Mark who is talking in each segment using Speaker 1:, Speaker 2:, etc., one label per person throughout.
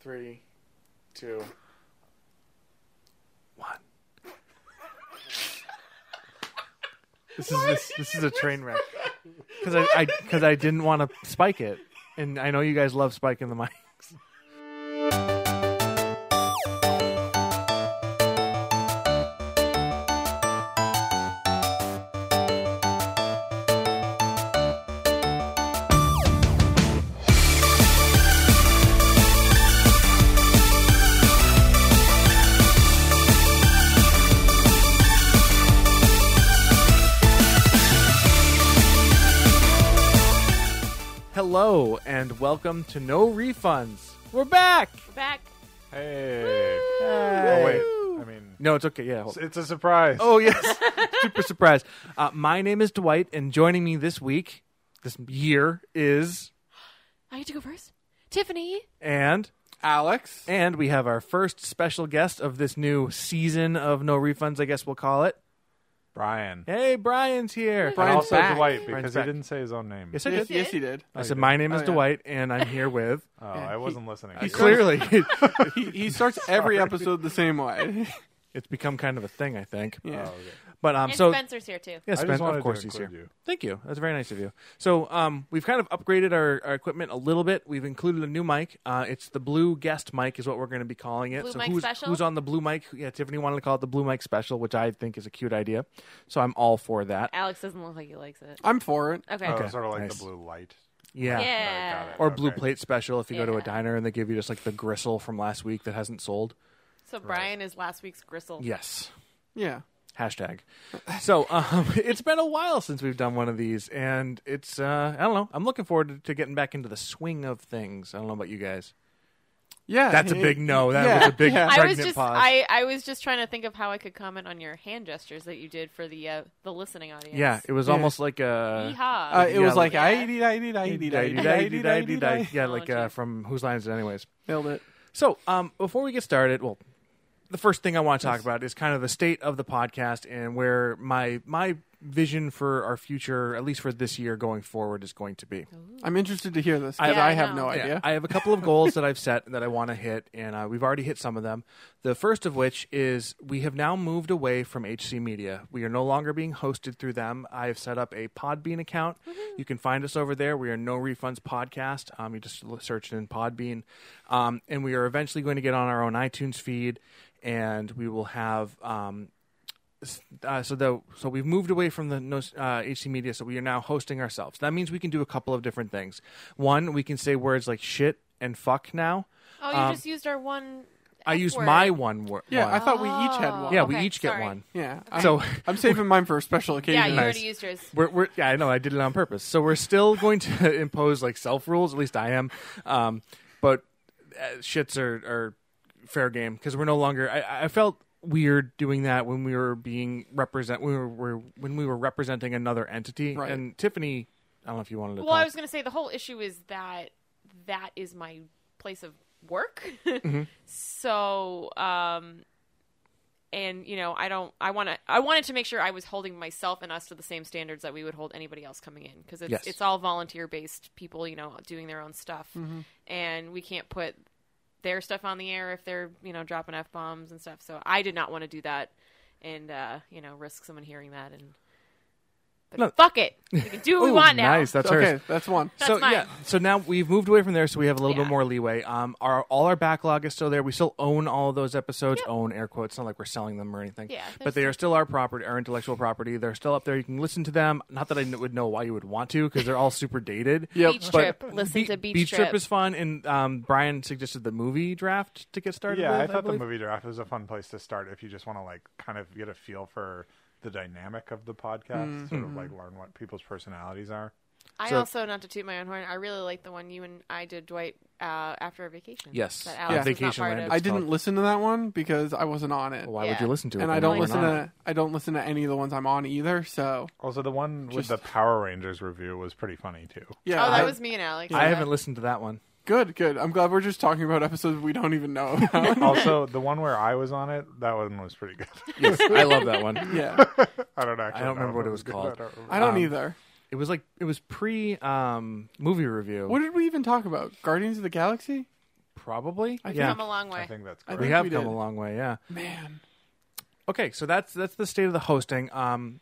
Speaker 1: three, two.
Speaker 2: One. This is this, this is a train wreck because I I because I didn't want to spike it, and I know you guys love spiking the mics. Hello and welcome to No Refunds. We're back.
Speaker 3: back.
Speaker 4: Hey.
Speaker 2: Hey.
Speaker 4: Oh, wait. I mean,
Speaker 2: No, it's okay. Yeah. hold-
Speaker 4: it's a surprise.
Speaker 2: Oh yes, super surprise. Uh, my name is Dwight, and joining me this week, this year is
Speaker 3: I get to go first. Tiffany.
Speaker 2: and
Speaker 4: Alex.
Speaker 2: and we have our first special guest of this new season of No Refunds. I guess we'll call it.
Speaker 4: Brian.
Speaker 2: Hey, Brian's here.
Speaker 3: Brian's
Speaker 4: and also
Speaker 1: back.
Speaker 4: Dwight, because
Speaker 2: Brian's
Speaker 4: he
Speaker 2: back.
Speaker 4: didn't say his own name.
Speaker 2: Yes, I
Speaker 1: Oh. yes,
Speaker 2: did.
Speaker 1: yes, he did.
Speaker 2: I said, my name is
Speaker 1: Oh, yeah.
Speaker 2: Dwight, and I'm here with.
Speaker 4: Oh, I wasn't listening.
Speaker 1: he clear-
Speaker 2: Clearly,
Speaker 1: He, he starts every episode the same way.
Speaker 2: it's become kind of a thing, I think.
Speaker 4: Oh,
Speaker 1: yeah.
Speaker 4: okay.
Speaker 2: But um,
Speaker 3: And
Speaker 2: so
Speaker 3: Spencer's here too.
Speaker 2: yes,
Speaker 4: I
Speaker 2: Ben,
Speaker 4: just wanted
Speaker 2: of course
Speaker 4: to
Speaker 2: he's here.
Speaker 4: include you.
Speaker 2: Thank you. That's very nice of you. So um, we've kind of upgraded our, our equipment a little bit. We've included a new mic. Uh, it's the blue guest mic is what we're going to be calling it.
Speaker 3: Blue
Speaker 2: so
Speaker 3: mic
Speaker 2: who's,
Speaker 3: special?
Speaker 2: who's on the blue mic? Yeah, Tiffany wanted to call it the blue mic special, which I think is a cute idea. So I'm all for that.
Speaker 3: Alex doesn't look like he likes it.
Speaker 1: I'm for it.
Speaker 3: Okay.
Speaker 4: Oh,
Speaker 2: Okay.
Speaker 4: sort of like
Speaker 2: Nice.
Speaker 4: the blue light.
Speaker 2: Yeah.
Speaker 3: Yeah.
Speaker 4: Oh, got it.
Speaker 2: Or blue
Speaker 4: Okay.
Speaker 2: plate special if you go to a
Speaker 3: Yeah.
Speaker 2: diner and they give you just like the gristle from last week that hasn't sold.
Speaker 3: So Brian is last week's gristle.
Speaker 2: Yes.
Speaker 1: Yeah.
Speaker 2: Hashtag. So um, it's been a while since we've done one of these, and it's uh, I don't know. I'm looking forward to, to getting back into the swing of things. I don't know about you guys.
Speaker 1: Yeah.
Speaker 2: That's a
Speaker 1: he-
Speaker 2: big no. That
Speaker 1: yeah,
Speaker 2: was a big
Speaker 1: yeah.
Speaker 3: I was
Speaker 2: pregnant
Speaker 3: just
Speaker 2: pause.
Speaker 3: I, I was just trying to think of how I could comment on your hand gestures that you did for the uh, the listening audience.
Speaker 2: yeah, it was
Speaker 1: Yeah.
Speaker 2: almost like a.
Speaker 3: Yeehaw.
Speaker 1: Uh, it was
Speaker 2: Yeah.
Speaker 1: like
Speaker 3: Yeah.
Speaker 1: I did, I did, I did, I did, I did, I did, I did.
Speaker 2: Yeah, like uh,
Speaker 3: Apologies.
Speaker 2: from Whose Line Is It Anyways?
Speaker 1: Nailed it.
Speaker 2: So, um, before we get started, well, the first thing I want to talk about is kind of the state of the podcast and where my my vision for our future, at least for this year going forward, is going to be.
Speaker 1: I'm interested to hear this
Speaker 2: I-
Speaker 1: because
Speaker 3: Yeah,
Speaker 1: I
Speaker 3: I
Speaker 1: have
Speaker 3: know.
Speaker 1: no
Speaker 3: Yeah,
Speaker 1: idea.
Speaker 2: I have a couple of goals that I've set that I want to hit, and uh, we've already hit some of them. The first of which is we have now moved away from HC Media. We are no longer being hosted through them. I have set up a Podbean account.
Speaker 1: Mm-hmm.
Speaker 2: You can find us over there. We are No Refunds Podcast. Um, you just l- search in Podbean, um, and we are eventually going to get on our own iTunes feed, and we will have. Um, s- uh, so the so we've moved away from the no- uh, HC Media, so we are now hosting ourselves. That means we can do a couple of different things. One, we can say words like shit and fuck. Now,
Speaker 3: Oh, you
Speaker 2: Um,
Speaker 3: just used our one.
Speaker 2: I
Speaker 3: F
Speaker 2: used
Speaker 3: word.
Speaker 2: my one word.
Speaker 1: Yeah, I
Speaker 2: one.
Speaker 1: thought we each had
Speaker 3: Oh.
Speaker 1: one.
Speaker 2: yeah,
Speaker 1: Yeah,
Speaker 2: we
Speaker 3: okay,
Speaker 2: each get
Speaker 3: sorry.
Speaker 2: one.
Speaker 1: I'm,
Speaker 2: So
Speaker 1: I'm saving mine for a special occasion.
Speaker 3: Yeah, you
Speaker 2: Nice.
Speaker 3: already used yours.
Speaker 2: We're, we're, yeah, I know. I did it on purpose. So we're still going to impose like self rules. At least I am. Um, but uh, shits are, are fair game because we're no longer. I, I felt weird doing that when we were being represent. We were, were when we were representing another entity.
Speaker 1: Right.
Speaker 2: And Tiffany, I don't know if you wanted to.
Speaker 3: Well, I
Speaker 2: talk.
Speaker 3: was going to say the whole issue is that that is my place of work.
Speaker 2: Mm-hmm.
Speaker 3: So, um, and you know, I don't. I want to. I wanted to make sure I was holding myself and us to the same standards that we would hold anybody else coming in because it's
Speaker 2: Yes.
Speaker 3: it's all volunteer based people, you know, doing their own stuff, and we can't put their stuff on the air if they're you know dropping f bombs and stuff. So I did not want to do that, and uh, you know, risk someone hearing that and. But
Speaker 2: No.
Speaker 3: fuck it, we can do what we
Speaker 2: Ooh,
Speaker 3: want now.
Speaker 2: Nice. That's hers.
Speaker 1: okay, that's one.
Speaker 2: so
Speaker 3: That's mine.
Speaker 2: yeah, so now we've moved away from there, so we have a little bit
Speaker 3: Yeah.
Speaker 2: more leeway. Um, our all our backlog is still there. We still own all of those episodes. Own air quotes. It's not like we're selling them or anything.
Speaker 3: Yeah,
Speaker 2: but they are still our property, our intellectual property. They're still up there. You can listen to them. Not that I kn- would know why you would want to, because they're all super dated.
Speaker 1: Yep.
Speaker 3: Beach
Speaker 2: But
Speaker 3: trip. Listen
Speaker 2: Be-
Speaker 3: to beach,
Speaker 2: Beach trip is fun, and um, Brian suggested the movie draft to get started.
Speaker 4: Yeah,
Speaker 2: with,
Speaker 4: I thought the
Speaker 2: believe.
Speaker 4: movie draft was a fun place to start if you just want to like kind of get a feel for the dynamic of the podcast,
Speaker 2: Mm-hmm.
Speaker 4: sort of like learn what people's personalities are.
Speaker 3: I
Speaker 2: So-
Speaker 3: also, not to toot my own horn, I really like the one you and I did, Dwight, uh, after our vacation.
Speaker 2: Yes.
Speaker 3: that
Speaker 2: Yeah.
Speaker 3: Alex was
Speaker 2: Vacation
Speaker 3: not part
Speaker 2: Land.
Speaker 3: of. Oh,
Speaker 1: I
Speaker 2: It's
Speaker 1: didn't
Speaker 2: called-
Speaker 1: listen to that one because I wasn't on it,
Speaker 2: Why would
Speaker 3: Yeah.
Speaker 2: you listen to it?
Speaker 1: and
Speaker 2: if
Speaker 1: I
Speaker 2: you
Speaker 1: don't
Speaker 2: weren't
Speaker 1: listen
Speaker 2: on it?
Speaker 1: to I don't listen to any of the ones I'm on either. So
Speaker 4: Also, the one with
Speaker 1: Just-
Speaker 4: the Power Rangers review was pretty funny too.
Speaker 1: yeah,
Speaker 3: oh, that
Speaker 1: I-
Speaker 3: was me and Alex.
Speaker 2: I haven't listened to that one.
Speaker 1: good. Good. I'm glad we're just talking about episodes we don't even know about.
Speaker 4: also, the one where I was on it, that one was pretty good.
Speaker 2: Yes, I love that one.
Speaker 4: I
Speaker 1: yeah,
Speaker 4: don't actually.
Speaker 2: I don't
Speaker 4: know
Speaker 2: remember
Speaker 4: if
Speaker 2: what it
Speaker 4: it
Speaker 2: was
Speaker 4: good,
Speaker 2: called.
Speaker 4: I don't remember.
Speaker 1: I don't
Speaker 2: Um,
Speaker 1: either.
Speaker 2: It was like it was pre um, movie review.
Speaker 1: What did we even talk about? Guardians of the Galaxy?
Speaker 2: Probably.
Speaker 1: I
Speaker 2: yeah.
Speaker 3: Come a long
Speaker 4: I
Speaker 3: way.
Speaker 4: think that's
Speaker 1: I
Speaker 4: correct.
Speaker 2: we
Speaker 1: think
Speaker 2: have
Speaker 1: we
Speaker 2: come
Speaker 1: did.
Speaker 2: a long way, yeah.
Speaker 1: Man.
Speaker 2: Okay, so that's that's the state of the hosting. Um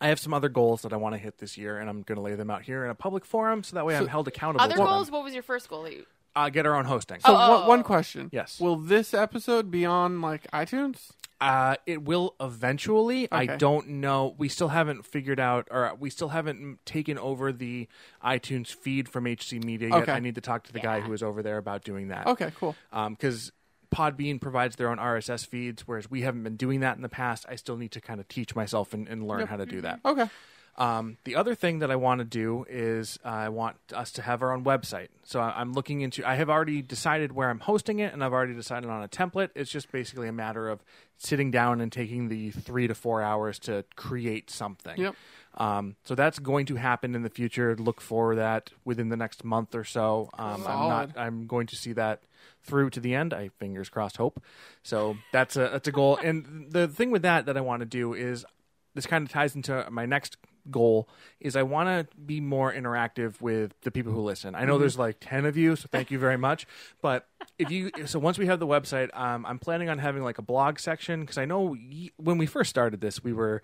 Speaker 2: I have some other goals that I want to hit this year, and I'm going to lay them out here in a public forum, so that way I'm held accountable.
Speaker 3: Other
Speaker 2: to them.
Speaker 3: goals. What was your first goal? That you,
Speaker 2: Uh, get our own hosting.
Speaker 1: So
Speaker 3: Oh, oh,
Speaker 1: one- one
Speaker 3: oh.
Speaker 1: question.
Speaker 2: Yes.
Speaker 1: Will this episode be on like iTunes?
Speaker 2: Uh, it will eventually. I
Speaker 1: Okay.
Speaker 2: don't know. We still haven't figured out, or we still haven't m- taken over the iTunes feed from HC Media yet.
Speaker 1: Okay.
Speaker 2: I need to talk to the guy
Speaker 3: Yeah.
Speaker 2: who is over there about doing that.
Speaker 1: Okay, cool.
Speaker 2: Because Um, Podbean provides their own RSS feeds, whereas we haven't been doing that in the past. I still need to kind of teach myself and, and learn how to do that.
Speaker 1: Okay.
Speaker 2: Um, the other thing that I want to do is uh, I want us to have our own website. So I- I'm looking into. I have already decided where I'm hosting it, and I've already decided on a template. It's just basically a matter of sitting down and taking the three to four hours to create something.
Speaker 1: Yep.
Speaker 2: Um, so that's going to happen in the future. Look for that within the next month or so. Um, I'm not.
Speaker 1: Solid.
Speaker 2: I'm going to see that through to the end. I fingers crossed. Hope. So that's a that's a goal. And the thing with that that I want to do is this kind of ties into my next goal is I want to be more interactive with the people who listen. I know
Speaker 3: Mm-hmm.
Speaker 2: there's like 10 of you, so thank you very much. But if you so once we have the website, um, I'm planning on having like a blog section because I know ye- when we first started this, we were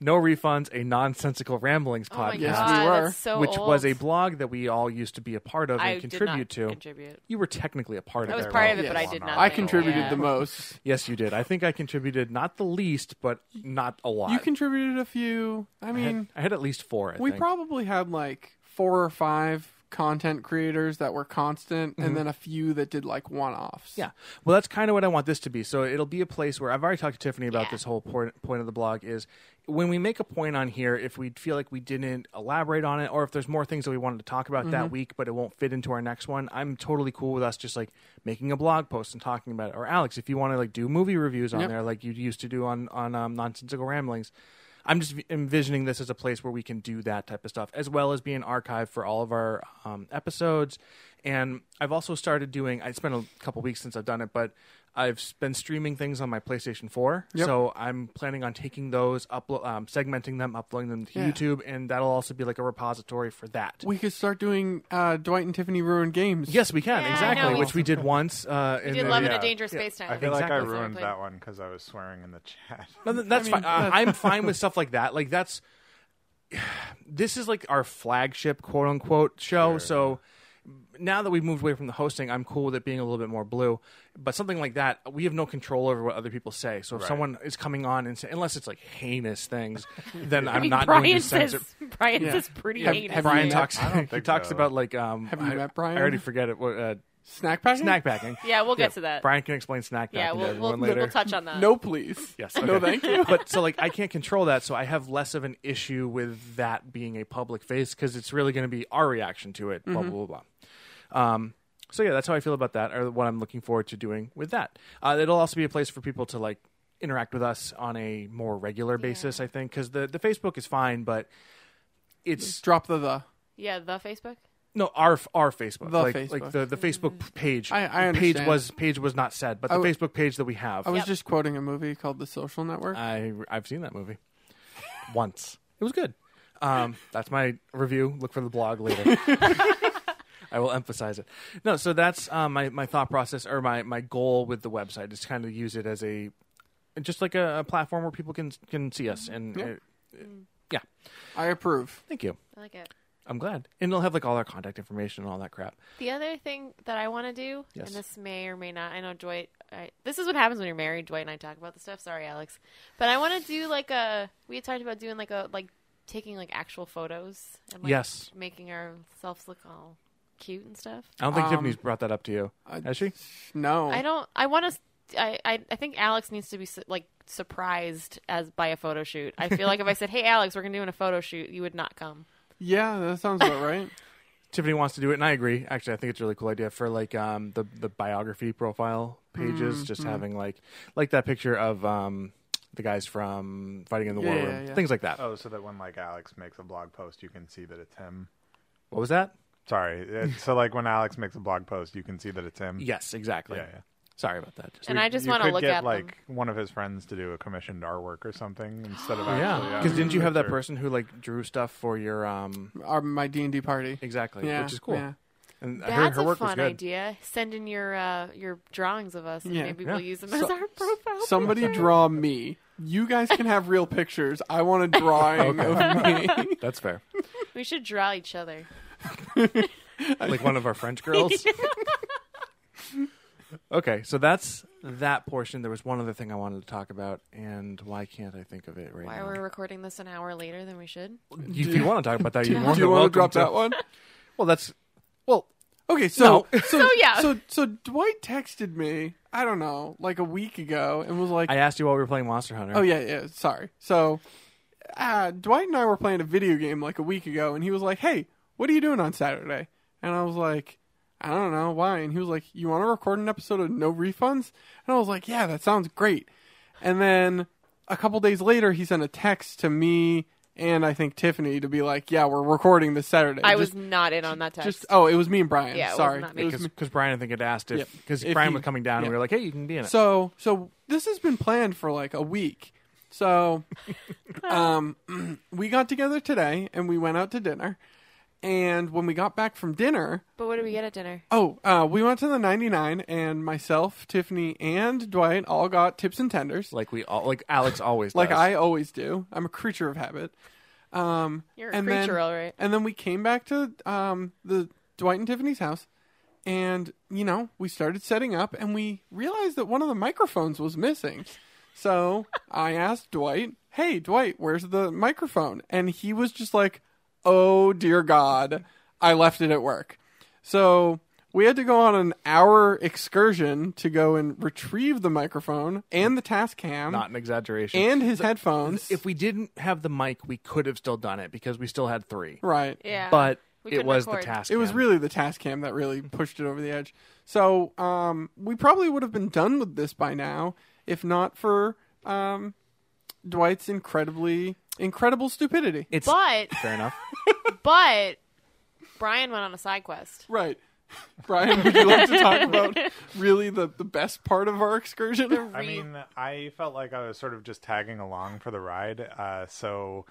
Speaker 2: no refunds, a nonsensical ramblings
Speaker 3: oh my
Speaker 2: podcast,
Speaker 1: Yes, we
Speaker 3: god,
Speaker 1: were.
Speaker 3: that's so
Speaker 2: which
Speaker 3: old.
Speaker 2: was a blog that we all used to be a part of and
Speaker 3: I did not
Speaker 2: contribute to.
Speaker 3: Contribute.
Speaker 2: you were technically a part
Speaker 3: I
Speaker 2: of
Speaker 3: was
Speaker 2: it.
Speaker 3: part
Speaker 2: right?
Speaker 3: of it, but I
Speaker 4: Yes.
Speaker 3: did
Speaker 4: I
Speaker 3: not.
Speaker 1: I
Speaker 3: like it.
Speaker 1: contributed
Speaker 3: Yeah.
Speaker 1: the most.
Speaker 2: Yes, you did. I think I contributed not the least, but not a lot.
Speaker 1: You contributed a few.
Speaker 2: I
Speaker 1: I
Speaker 2: had-
Speaker 1: mean,
Speaker 2: I had at least four. I
Speaker 1: we
Speaker 2: think.
Speaker 1: probably had like four or five content creators that were constant and then a few that did like one-offs.
Speaker 2: Mm-hmm. Yeah. Well, that's kind of what I want this to be. So it'll be a place where I've already talked to Tiffany about
Speaker 3: Yeah.
Speaker 2: this whole point, point of the blog is when we make a point on here, if we feel like we didn't elaborate on it or if there's more things that we wanted to talk about
Speaker 1: Mm-hmm.
Speaker 2: that week, but it won't fit into our next one, I'm totally cool with us just like making a blog post and talking about it. Or Alex, if you want to like do movie reviews on
Speaker 1: Yep.
Speaker 2: there, like you used to do on, on um, Nonsensical Ramblings. I'm just envisioning this as a place where we can do that type of stuff, as well as be an archive for all of our um, episodes. And I've also started doing. It's been a couple weeks since I've done it, but I've s- been streaming things on my PlayStation 4.
Speaker 1: Yep.
Speaker 2: So I'm planning on taking those, uplo- um, segmenting them, uploading them to
Speaker 1: Yeah.
Speaker 2: YouTube, and that'll also be like a repository for that.
Speaker 1: We could start doing uh, Dwight and Tiffany ruin games.
Speaker 2: yes, we can
Speaker 3: Yeah, I
Speaker 2: exactly,
Speaker 3: know.
Speaker 2: which we did once. Uh,
Speaker 3: We
Speaker 2: in
Speaker 3: did
Speaker 2: the-
Speaker 3: love in
Speaker 4: Yeah.
Speaker 3: a dangerous space time.
Speaker 4: I feel like I
Speaker 2: Exactly.
Speaker 4: ruined
Speaker 3: Something.
Speaker 4: that one because I was swearing in the chat.
Speaker 2: No, th- that's fine. Uh, I'm fine with stuff like that. Like that's this is like our flagship quote unquote show. So now that we've moved away from the hosting, I'm cool with it being a little bit more blue. But something like that, we have no control over what other people say. So if
Speaker 4: Right.
Speaker 2: someone is coming on and say, unless it's like heinous things, then I'm
Speaker 3: I mean,
Speaker 2: not
Speaker 3: Brian
Speaker 2: going to
Speaker 3: says
Speaker 2: censor.
Speaker 3: Brian
Speaker 1: Yeah.
Speaker 3: says pretty
Speaker 1: Have-
Speaker 3: heinous
Speaker 1: have you
Speaker 2: Brian
Speaker 1: met-
Speaker 3: things.
Speaker 2: talks.
Speaker 4: I don't
Speaker 2: he
Speaker 4: think
Speaker 2: talks
Speaker 4: so.
Speaker 2: about like. Um,
Speaker 1: Have you
Speaker 2: I,
Speaker 1: met Brian?
Speaker 2: I already forget it. What uh,
Speaker 1: Snack packing?
Speaker 2: snack packing?
Speaker 3: Yeah, we'll get to that.
Speaker 2: Brian can explain snack packing
Speaker 3: Yeah,
Speaker 2: to
Speaker 3: we'll,
Speaker 2: everyone
Speaker 3: we'll,
Speaker 2: later.
Speaker 3: we'll touch on that.
Speaker 1: No, please.
Speaker 2: Yes.
Speaker 1: No,
Speaker 2: okay.
Speaker 1: thank you.
Speaker 2: but so like I can't control that, so I have less of an issue with that being a public face because it's really going to be our reaction to it.
Speaker 1: Mm-hmm.
Speaker 2: Blah blah blah blah. Um, so yeah, that's how I feel about that, or what I'm looking forward to doing with that. Uh, it'll also be a place for people to like interact with us on a more regular basis. I think because the the Facebook is fine, but it's
Speaker 1: Drop the the.
Speaker 3: Yeah, the Facebook.
Speaker 2: no our our Facebook,
Speaker 1: The
Speaker 2: like like
Speaker 1: Facebook. Mm.
Speaker 2: the, the Facebook page.
Speaker 1: I- I
Speaker 2: page
Speaker 1: understand.
Speaker 2: was page was not said, but the
Speaker 1: I w-
Speaker 2: Facebook page that we have.
Speaker 1: I was
Speaker 3: Yep.
Speaker 1: just quoting a movie called The Social Network.
Speaker 2: I I've seen that movie once. It was good. Um, that's my review. Look for the blog later. I will emphasize it. No, so that's uh, my my thought process or my my goal with the website is kind of use it as a just like a, a platform where people can can see us and
Speaker 1: Yeah.
Speaker 2: uh, uh, yeah.
Speaker 1: I approve.
Speaker 2: Thank you.
Speaker 3: I like it.
Speaker 2: I'm glad, and they'll have like all our contact information and all that crap.
Speaker 3: The other thing that I want to do,
Speaker 2: Yes.
Speaker 3: and this may or may not, I know Dwight. I, this is what happens when you're married. Dwight and I talk about this stuff. Sorry, Alex, but I want to do like a. We had talked about doing like a like taking like actual photos and like
Speaker 2: Yes.
Speaker 3: making ourselves look all cute and stuff.
Speaker 2: I don't think
Speaker 1: Um,
Speaker 2: Tiffany's brought that up to you,
Speaker 1: I-
Speaker 2: has she?
Speaker 1: No.
Speaker 3: I don't. I want to. I, I I think Alex needs to be su- like surprised as by a photo shoot. I feel like if I said, "Hey, Alex, we're gonna do a photo shoot," you would not come.
Speaker 1: Yeah, that sounds about right.
Speaker 2: Tiffany wants to do it, and I agree. Actually, I think it's a really cool idea for like um, the the biography profile
Speaker 1: Mm-hmm.
Speaker 2: pages, just having like like that picture of um, the guys from Fighting in the War
Speaker 1: Yeah,
Speaker 2: Room,
Speaker 1: yeah, yeah.
Speaker 2: things like that.
Speaker 4: Oh, so that when like Alex makes a blog post, you can see that it's him.
Speaker 2: What was that?
Speaker 4: Sorry. It- so like when Alex makes a blog post, you can see that it's him.
Speaker 2: Yes, exactly.
Speaker 4: Yeah, yeah.
Speaker 2: Sorry about that. Just,
Speaker 3: And
Speaker 4: We-
Speaker 3: I just
Speaker 4: you
Speaker 3: wanna
Speaker 4: could
Speaker 3: look
Speaker 4: get,
Speaker 3: at them.
Speaker 4: like one of his friends to do a commissioned artwork or something instead of
Speaker 1: Oh,
Speaker 3: Oh,
Speaker 4: actually
Speaker 2: yeah, because
Speaker 4: having
Speaker 2: didn't you
Speaker 4: a
Speaker 2: have that
Speaker 4: picture.
Speaker 2: person who like drew stuff for your um
Speaker 1: Our, my D and D party.
Speaker 2: exactly,
Speaker 1: Yeah,
Speaker 2: which is cool.
Speaker 1: yeah.
Speaker 2: And I heard
Speaker 3: That's
Speaker 2: her
Speaker 3: a
Speaker 2: work was
Speaker 3: fun
Speaker 2: good.
Speaker 3: idea. Send in your uh, your drawings of us, and
Speaker 1: Yeah.
Speaker 3: maybe
Speaker 2: Yeah.
Speaker 3: we'll use them as
Speaker 1: So-
Speaker 3: our profile.
Speaker 1: Somebody draw me. You guys can have real pictures. I want a drawing of me.
Speaker 2: That's fair.
Speaker 3: we should draw each other.
Speaker 2: like one of our French girls. okay, so that's that portion. There was one other thing I wanted to talk about, and why can't I think of it right
Speaker 3: Why
Speaker 2: now?
Speaker 3: are we recording this an hour later than we should?
Speaker 2: If you want to talk about that, you're more
Speaker 1: Do you
Speaker 2: than
Speaker 1: want
Speaker 2: welcome
Speaker 1: to drop that one?
Speaker 2: Well, that's well.
Speaker 1: Okay, so
Speaker 2: No.
Speaker 1: so,
Speaker 3: So, yeah.
Speaker 1: so so Dwight texted me. I don't know, like a week ago, and was like,
Speaker 2: I asked you while we were playing Monster Hunter.
Speaker 1: "Oh yeah, yeah, sorry." So uh, Dwight and I were playing a video game like a week ago, and he was like, "Hey, what are you doing on Saturday?" And I was like, "I don't know why." And he was like, "You want to record an episode of No Refunds?" And I was like, "Yeah, that sounds great." And then a couple days later, he sent a text to me and I think Tiffany to be like, "Yeah, we're recording this Saturday."
Speaker 3: I was
Speaker 1: Just-
Speaker 3: not in on that text.
Speaker 1: just oh, it was me and Brian.
Speaker 3: Yeah, it was
Speaker 1: sorry,
Speaker 3: not me.
Speaker 1: It was me.
Speaker 2: because Brian I think had asked if
Speaker 1: Yeah.
Speaker 2: because
Speaker 1: If
Speaker 2: Brian
Speaker 1: he-
Speaker 2: was coming down, and
Speaker 1: yeah.
Speaker 2: we were like, hey, you can be in it.
Speaker 1: So so this has been planned for like a week. So um we got together today and we went out to dinner. And when we got back from dinner,
Speaker 3: but what did we get at dinner?
Speaker 1: oh, uh, we went to the 99 and myself, Tiffany, and Dwight all got tips and tenders.
Speaker 2: like we all like Alex always
Speaker 1: Like
Speaker 2: does.
Speaker 1: I always do. I'm a creature of habit. Um,
Speaker 3: You're a
Speaker 1: and
Speaker 3: creature,
Speaker 1: then,
Speaker 3: all right.
Speaker 1: And then we came back to um, the Dwight and Tiffany's house, and you know we started setting up, and we realized that one of the microphones was missing. So I asked Dwight, "Hey, Dwight, where's the microphone?" And he was just like, "Oh dear God, I left it at work." So we had to go on an hour excursion to go and retrieve the microphone and the task cam
Speaker 2: not an exaggeration.
Speaker 1: and his headphones.
Speaker 2: if we didn't have the mic, we could have still done it because we still had three.
Speaker 1: right.
Speaker 3: Yeah,
Speaker 2: But
Speaker 3: We
Speaker 2: it
Speaker 3: couldn't
Speaker 2: was
Speaker 3: record.
Speaker 2: the task.
Speaker 1: It
Speaker 2: cam.
Speaker 1: was
Speaker 2: Mm-hmm.
Speaker 1: really the task cam that really pushed it over the edge. So um, we probably would have been done with this by now if not for um, Dwight's incredibly incredible stupidity.
Speaker 2: It's
Speaker 3: but
Speaker 2: fair enough.
Speaker 3: but Brian went on a side quest.
Speaker 1: Right. Brian, would you like to talk about really the, the best part of our excursion?
Speaker 4: I mean, I felt like I was sort of just tagging along for the ride. Uh, so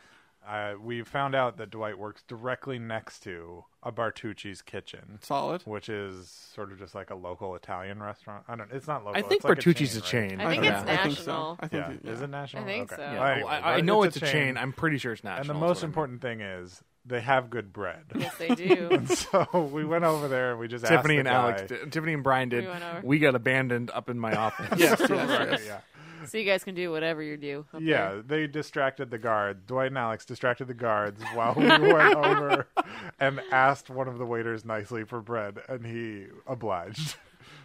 Speaker 4: uh, we found out that Dwight works directly next to a Bartucci's kitchen,
Speaker 1: Solid.
Speaker 4: which is sort of just like a local Italian restaurant. I don't. It's not local.
Speaker 2: I think
Speaker 4: it's like
Speaker 2: Bertucci's a
Speaker 4: right?
Speaker 2: chain.
Speaker 3: I think
Speaker 2: yeah.
Speaker 3: it's
Speaker 1: I think
Speaker 3: national.
Speaker 1: so. I think
Speaker 4: Yeah.
Speaker 1: it-
Speaker 4: Is it national?
Speaker 3: think
Speaker 4: Okay.
Speaker 3: so.
Speaker 2: Yeah,
Speaker 3: Well,
Speaker 2: well,
Speaker 4: Anyway,
Speaker 2: I, I know it's,
Speaker 4: a
Speaker 2: a chain. I'm pretty sure it's national.
Speaker 4: And the
Speaker 2: is
Speaker 4: most
Speaker 2: what I mean.
Speaker 4: important thing is they have good bread.
Speaker 3: Yes, they do.
Speaker 4: so we went over there and we just
Speaker 2: Tiffany
Speaker 4: asked
Speaker 2: and
Speaker 4: the
Speaker 2: Alex,
Speaker 4: guy-
Speaker 2: did, Tiffany and Brian did.
Speaker 3: We went over.
Speaker 2: We got abandoned up in my office.
Speaker 1: Yes, yes, yes.
Speaker 4: Right, yeah.
Speaker 3: so you guys can do whatever you do. up
Speaker 4: Yeah,
Speaker 3: there.
Speaker 4: they distracted the guard. Dwight and Alex distracted the guards while we went over and asked one of the waiters nicely for bread, and he obliged.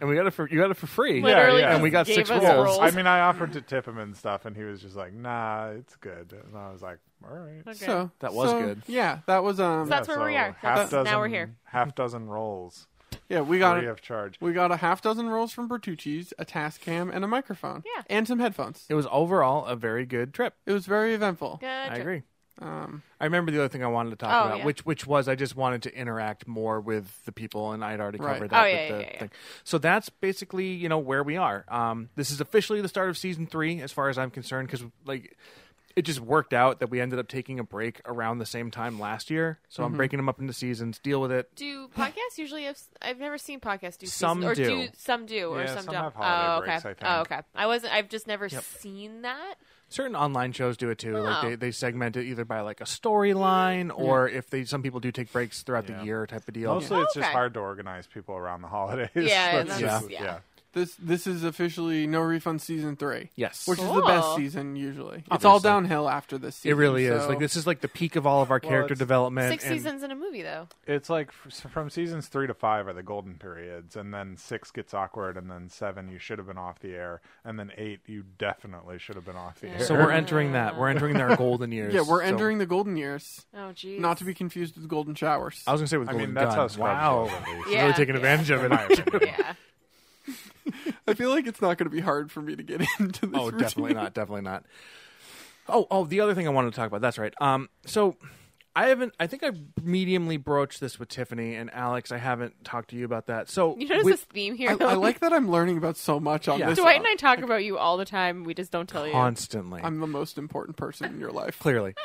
Speaker 2: and we got it for you got it for free.
Speaker 3: Literally,
Speaker 4: yeah.
Speaker 3: just
Speaker 4: And we
Speaker 2: got
Speaker 3: gave
Speaker 2: six
Speaker 3: us
Speaker 2: rolls.
Speaker 3: rolls.
Speaker 4: I mean, I offered to tip him and stuff, and he was just like, "Nah, it's good." And I was like, "All right."
Speaker 3: Okay.
Speaker 1: So
Speaker 2: That was
Speaker 1: so,
Speaker 2: good.
Speaker 1: Yeah, that was um.
Speaker 3: That's
Speaker 4: Yeah,
Speaker 3: where we
Speaker 4: so
Speaker 3: are.
Speaker 4: Half
Speaker 3: That's-
Speaker 4: dozen,
Speaker 3: now we're here.
Speaker 4: Half dozen rolls,
Speaker 1: yeah, we got
Speaker 4: free
Speaker 1: it.
Speaker 4: of charge.
Speaker 1: We got a half dozen rolls from Bertucci's, a task cam, and a microphone.
Speaker 3: Yeah.
Speaker 1: And some headphones.
Speaker 2: It was overall a very good trip.
Speaker 1: It was very eventful.
Speaker 3: Good
Speaker 2: I
Speaker 3: job.
Speaker 2: agree.
Speaker 1: Um,
Speaker 2: I remember the other thing I wanted to talk
Speaker 3: Oh,
Speaker 2: about,
Speaker 3: yeah.
Speaker 2: which which was I just wanted to interact more with the people, and I'd already
Speaker 1: Right.
Speaker 2: covered that
Speaker 3: Oh,
Speaker 2: with
Speaker 3: yeah,
Speaker 2: the
Speaker 3: yeah, yeah,
Speaker 2: thing. So that's basically you know where we are. Um, this is officially the start of season three, as far as I'm concerned, because like it just worked out that we ended up taking a break around the same time last year. So
Speaker 4: Mm-hmm.
Speaker 2: I'm breaking them up into seasons. Deal with it.
Speaker 3: Do podcasts usually have? I've never seen podcasts do
Speaker 2: Some
Speaker 3: seasons, or
Speaker 2: do.
Speaker 3: some do or
Speaker 4: Yeah,
Speaker 3: some,
Speaker 4: some
Speaker 3: don't.
Speaker 4: have holiday
Speaker 3: oh,
Speaker 4: breaks,
Speaker 3: okay.
Speaker 4: I think.
Speaker 3: Oh, okay. I wasn't. I've just never seen that.
Speaker 2: Certain online shows do it too. Like
Speaker 3: Oh.
Speaker 2: they, they segment it either by like a storyline or if they some people do take breaks throughout
Speaker 4: Yeah.
Speaker 2: the year type of deal.
Speaker 4: Mostly, it's just
Speaker 3: Okay.
Speaker 4: hard to organize people around the holidays.
Speaker 3: Yeah,
Speaker 4: That's
Speaker 3: that's-
Speaker 4: just-
Speaker 3: yeah.
Speaker 4: yeah.
Speaker 1: this this is officially no refund season three.
Speaker 2: Yes.
Speaker 1: Which is the best
Speaker 3: Cool.
Speaker 1: season usually. It's all
Speaker 2: Obviously.
Speaker 1: downhill after this season.
Speaker 2: It really is.
Speaker 1: so-
Speaker 2: Like this is like the peak of all of our character
Speaker 4: it's-
Speaker 2: development.
Speaker 3: Six
Speaker 2: and-
Speaker 3: seasons in a movie, though.
Speaker 4: It's like f- from seasons three to five are the golden periods, and then six gets awkward, and then seven you should have been off the air, and then eight you definitely should have been off the air.
Speaker 2: So we're entering that. We're entering our golden years.
Speaker 1: Yeah, we're
Speaker 2: So-
Speaker 1: entering the golden years.
Speaker 3: Oh, geez.
Speaker 1: Not to be confused with golden showers.
Speaker 2: I was gonna say with
Speaker 4: I
Speaker 2: golden
Speaker 4: mean, that's
Speaker 2: gun.
Speaker 4: how Scrubs
Speaker 2: wow.
Speaker 4: is, at least.
Speaker 3: Yeah.
Speaker 2: really taking advantage of
Speaker 4: In my
Speaker 2: it.
Speaker 4: opinion.
Speaker 3: Yeah.
Speaker 1: I feel like it's not going to be hard for me to get into this.
Speaker 2: oh, definitely not. Definitely not. Oh, oh, the other thing I wanted to talk about. That's right. Um, so I haven't. I think I mediumly broached this with Tiffany and Alex. I haven't talked to you about that. So
Speaker 3: You notice
Speaker 2: with-
Speaker 3: this theme here.
Speaker 1: I, I like that I'm learning about so much on
Speaker 2: Yeah.
Speaker 1: this.
Speaker 3: Dwight and I talk about you all the time. We just don't tell you.
Speaker 2: constantly.
Speaker 1: I'm the most important person in your life.
Speaker 2: clearly.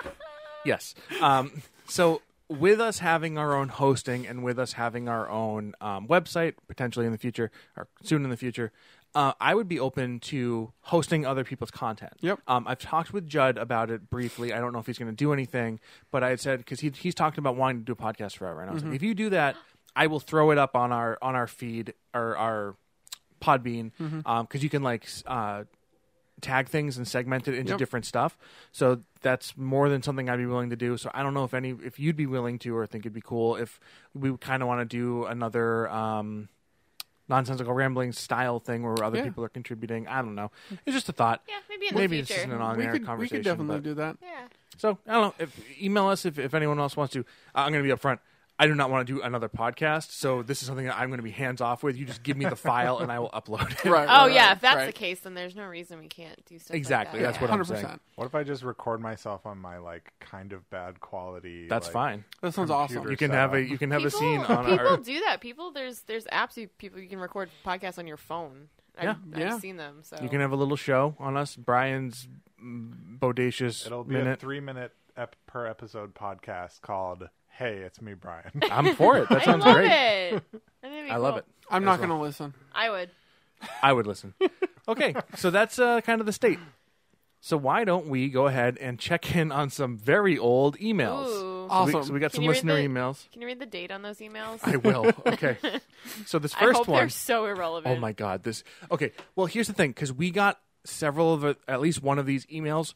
Speaker 2: yes. Um, so with us having our own hosting and with us having our own um, website potentially in the future or soon in the future, uh, I would be open to hosting other people's content.
Speaker 1: Yep.
Speaker 2: Um, I've talked with Judd about it briefly. I don't know if he's going to do anything, but I had said because he, he's talked about wanting to do a podcast forever, and I was like, if you do that, I will throw it up on our on our feed or our Podbean because you can like s- uh, tag things and segment it into
Speaker 1: Yep.
Speaker 2: different stuff. So that's more than something I'd be willing to do. So I don't know if any if you'd be willing to or think it'd be cool if we kind of want to do another um nonsensical rambling style thing where other
Speaker 1: Yeah.
Speaker 2: people are contributing. I don't know. It's just a thought.
Speaker 3: Yeah, maybe in the
Speaker 2: Maybe it's
Speaker 3: future.
Speaker 2: just an on
Speaker 1: we
Speaker 2: air
Speaker 1: could, we
Speaker 2: conversation.
Speaker 1: could definitely
Speaker 2: but-
Speaker 1: do that.
Speaker 3: yeah.
Speaker 2: So I don't know. If, email us if, if anyone else wants to. I- I'm going to be upfront. I do not want to do another podcast, so this is something that I'm going to be hands off with. You just give me the file and I will upload it.
Speaker 1: Right.
Speaker 3: Oh yeah,
Speaker 1: right,
Speaker 3: if that's
Speaker 1: right.
Speaker 3: the case, then there's no reason we can't do stuff.
Speaker 2: Exactly,
Speaker 3: Like that.
Speaker 2: that's what
Speaker 3: Yeah.
Speaker 2: I'm saying.
Speaker 1: 100%.
Speaker 4: What if I just record myself on my like kind of bad quality?
Speaker 2: That's
Speaker 4: like-
Speaker 2: fine.
Speaker 1: That sounds
Speaker 4: Computer.
Speaker 1: awesome.
Speaker 2: You can have a you can have
Speaker 3: people,
Speaker 2: a scene on
Speaker 3: people
Speaker 2: our
Speaker 3: do that. People, there's there's apps you people you can record podcasts on your phone. I've,
Speaker 2: Yeah.
Speaker 3: I've
Speaker 1: Yeah.
Speaker 3: seen them. So
Speaker 2: You can have a little show on us, Brian's mm, bodacious
Speaker 4: It'll be a
Speaker 2: minute.
Speaker 4: three-minute ep- per episode podcast called "Hey, it's me, Brian."
Speaker 2: I'm for it. That
Speaker 3: I
Speaker 2: sounds
Speaker 3: love
Speaker 2: great.
Speaker 3: it. I, think it'd be
Speaker 2: I love
Speaker 3: cool.
Speaker 2: it.
Speaker 1: I'm not going to listen.
Speaker 3: I would.
Speaker 2: I would listen. Okay, so that's uh, kind of the state. So why don't we go ahead and check in on some very old emails?
Speaker 3: Ooh.
Speaker 2: So we- So we, got
Speaker 1: Awesome.
Speaker 3: Can
Speaker 2: some
Speaker 3: you read
Speaker 2: listener
Speaker 3: the-
Speaker 2: emails.
Speaker 3: Can you read the date on those emails?
Speaker 2: I will. Okay. So this
Speaker 3: I
Speaker 2: first
Speaker 3: hope
Speaker 2: one.
Speaker 3: they're so irrelevant.
Speaker 2: Oh my god, this. Okay, well here's the thing cuz we got several of the- at least one of these emails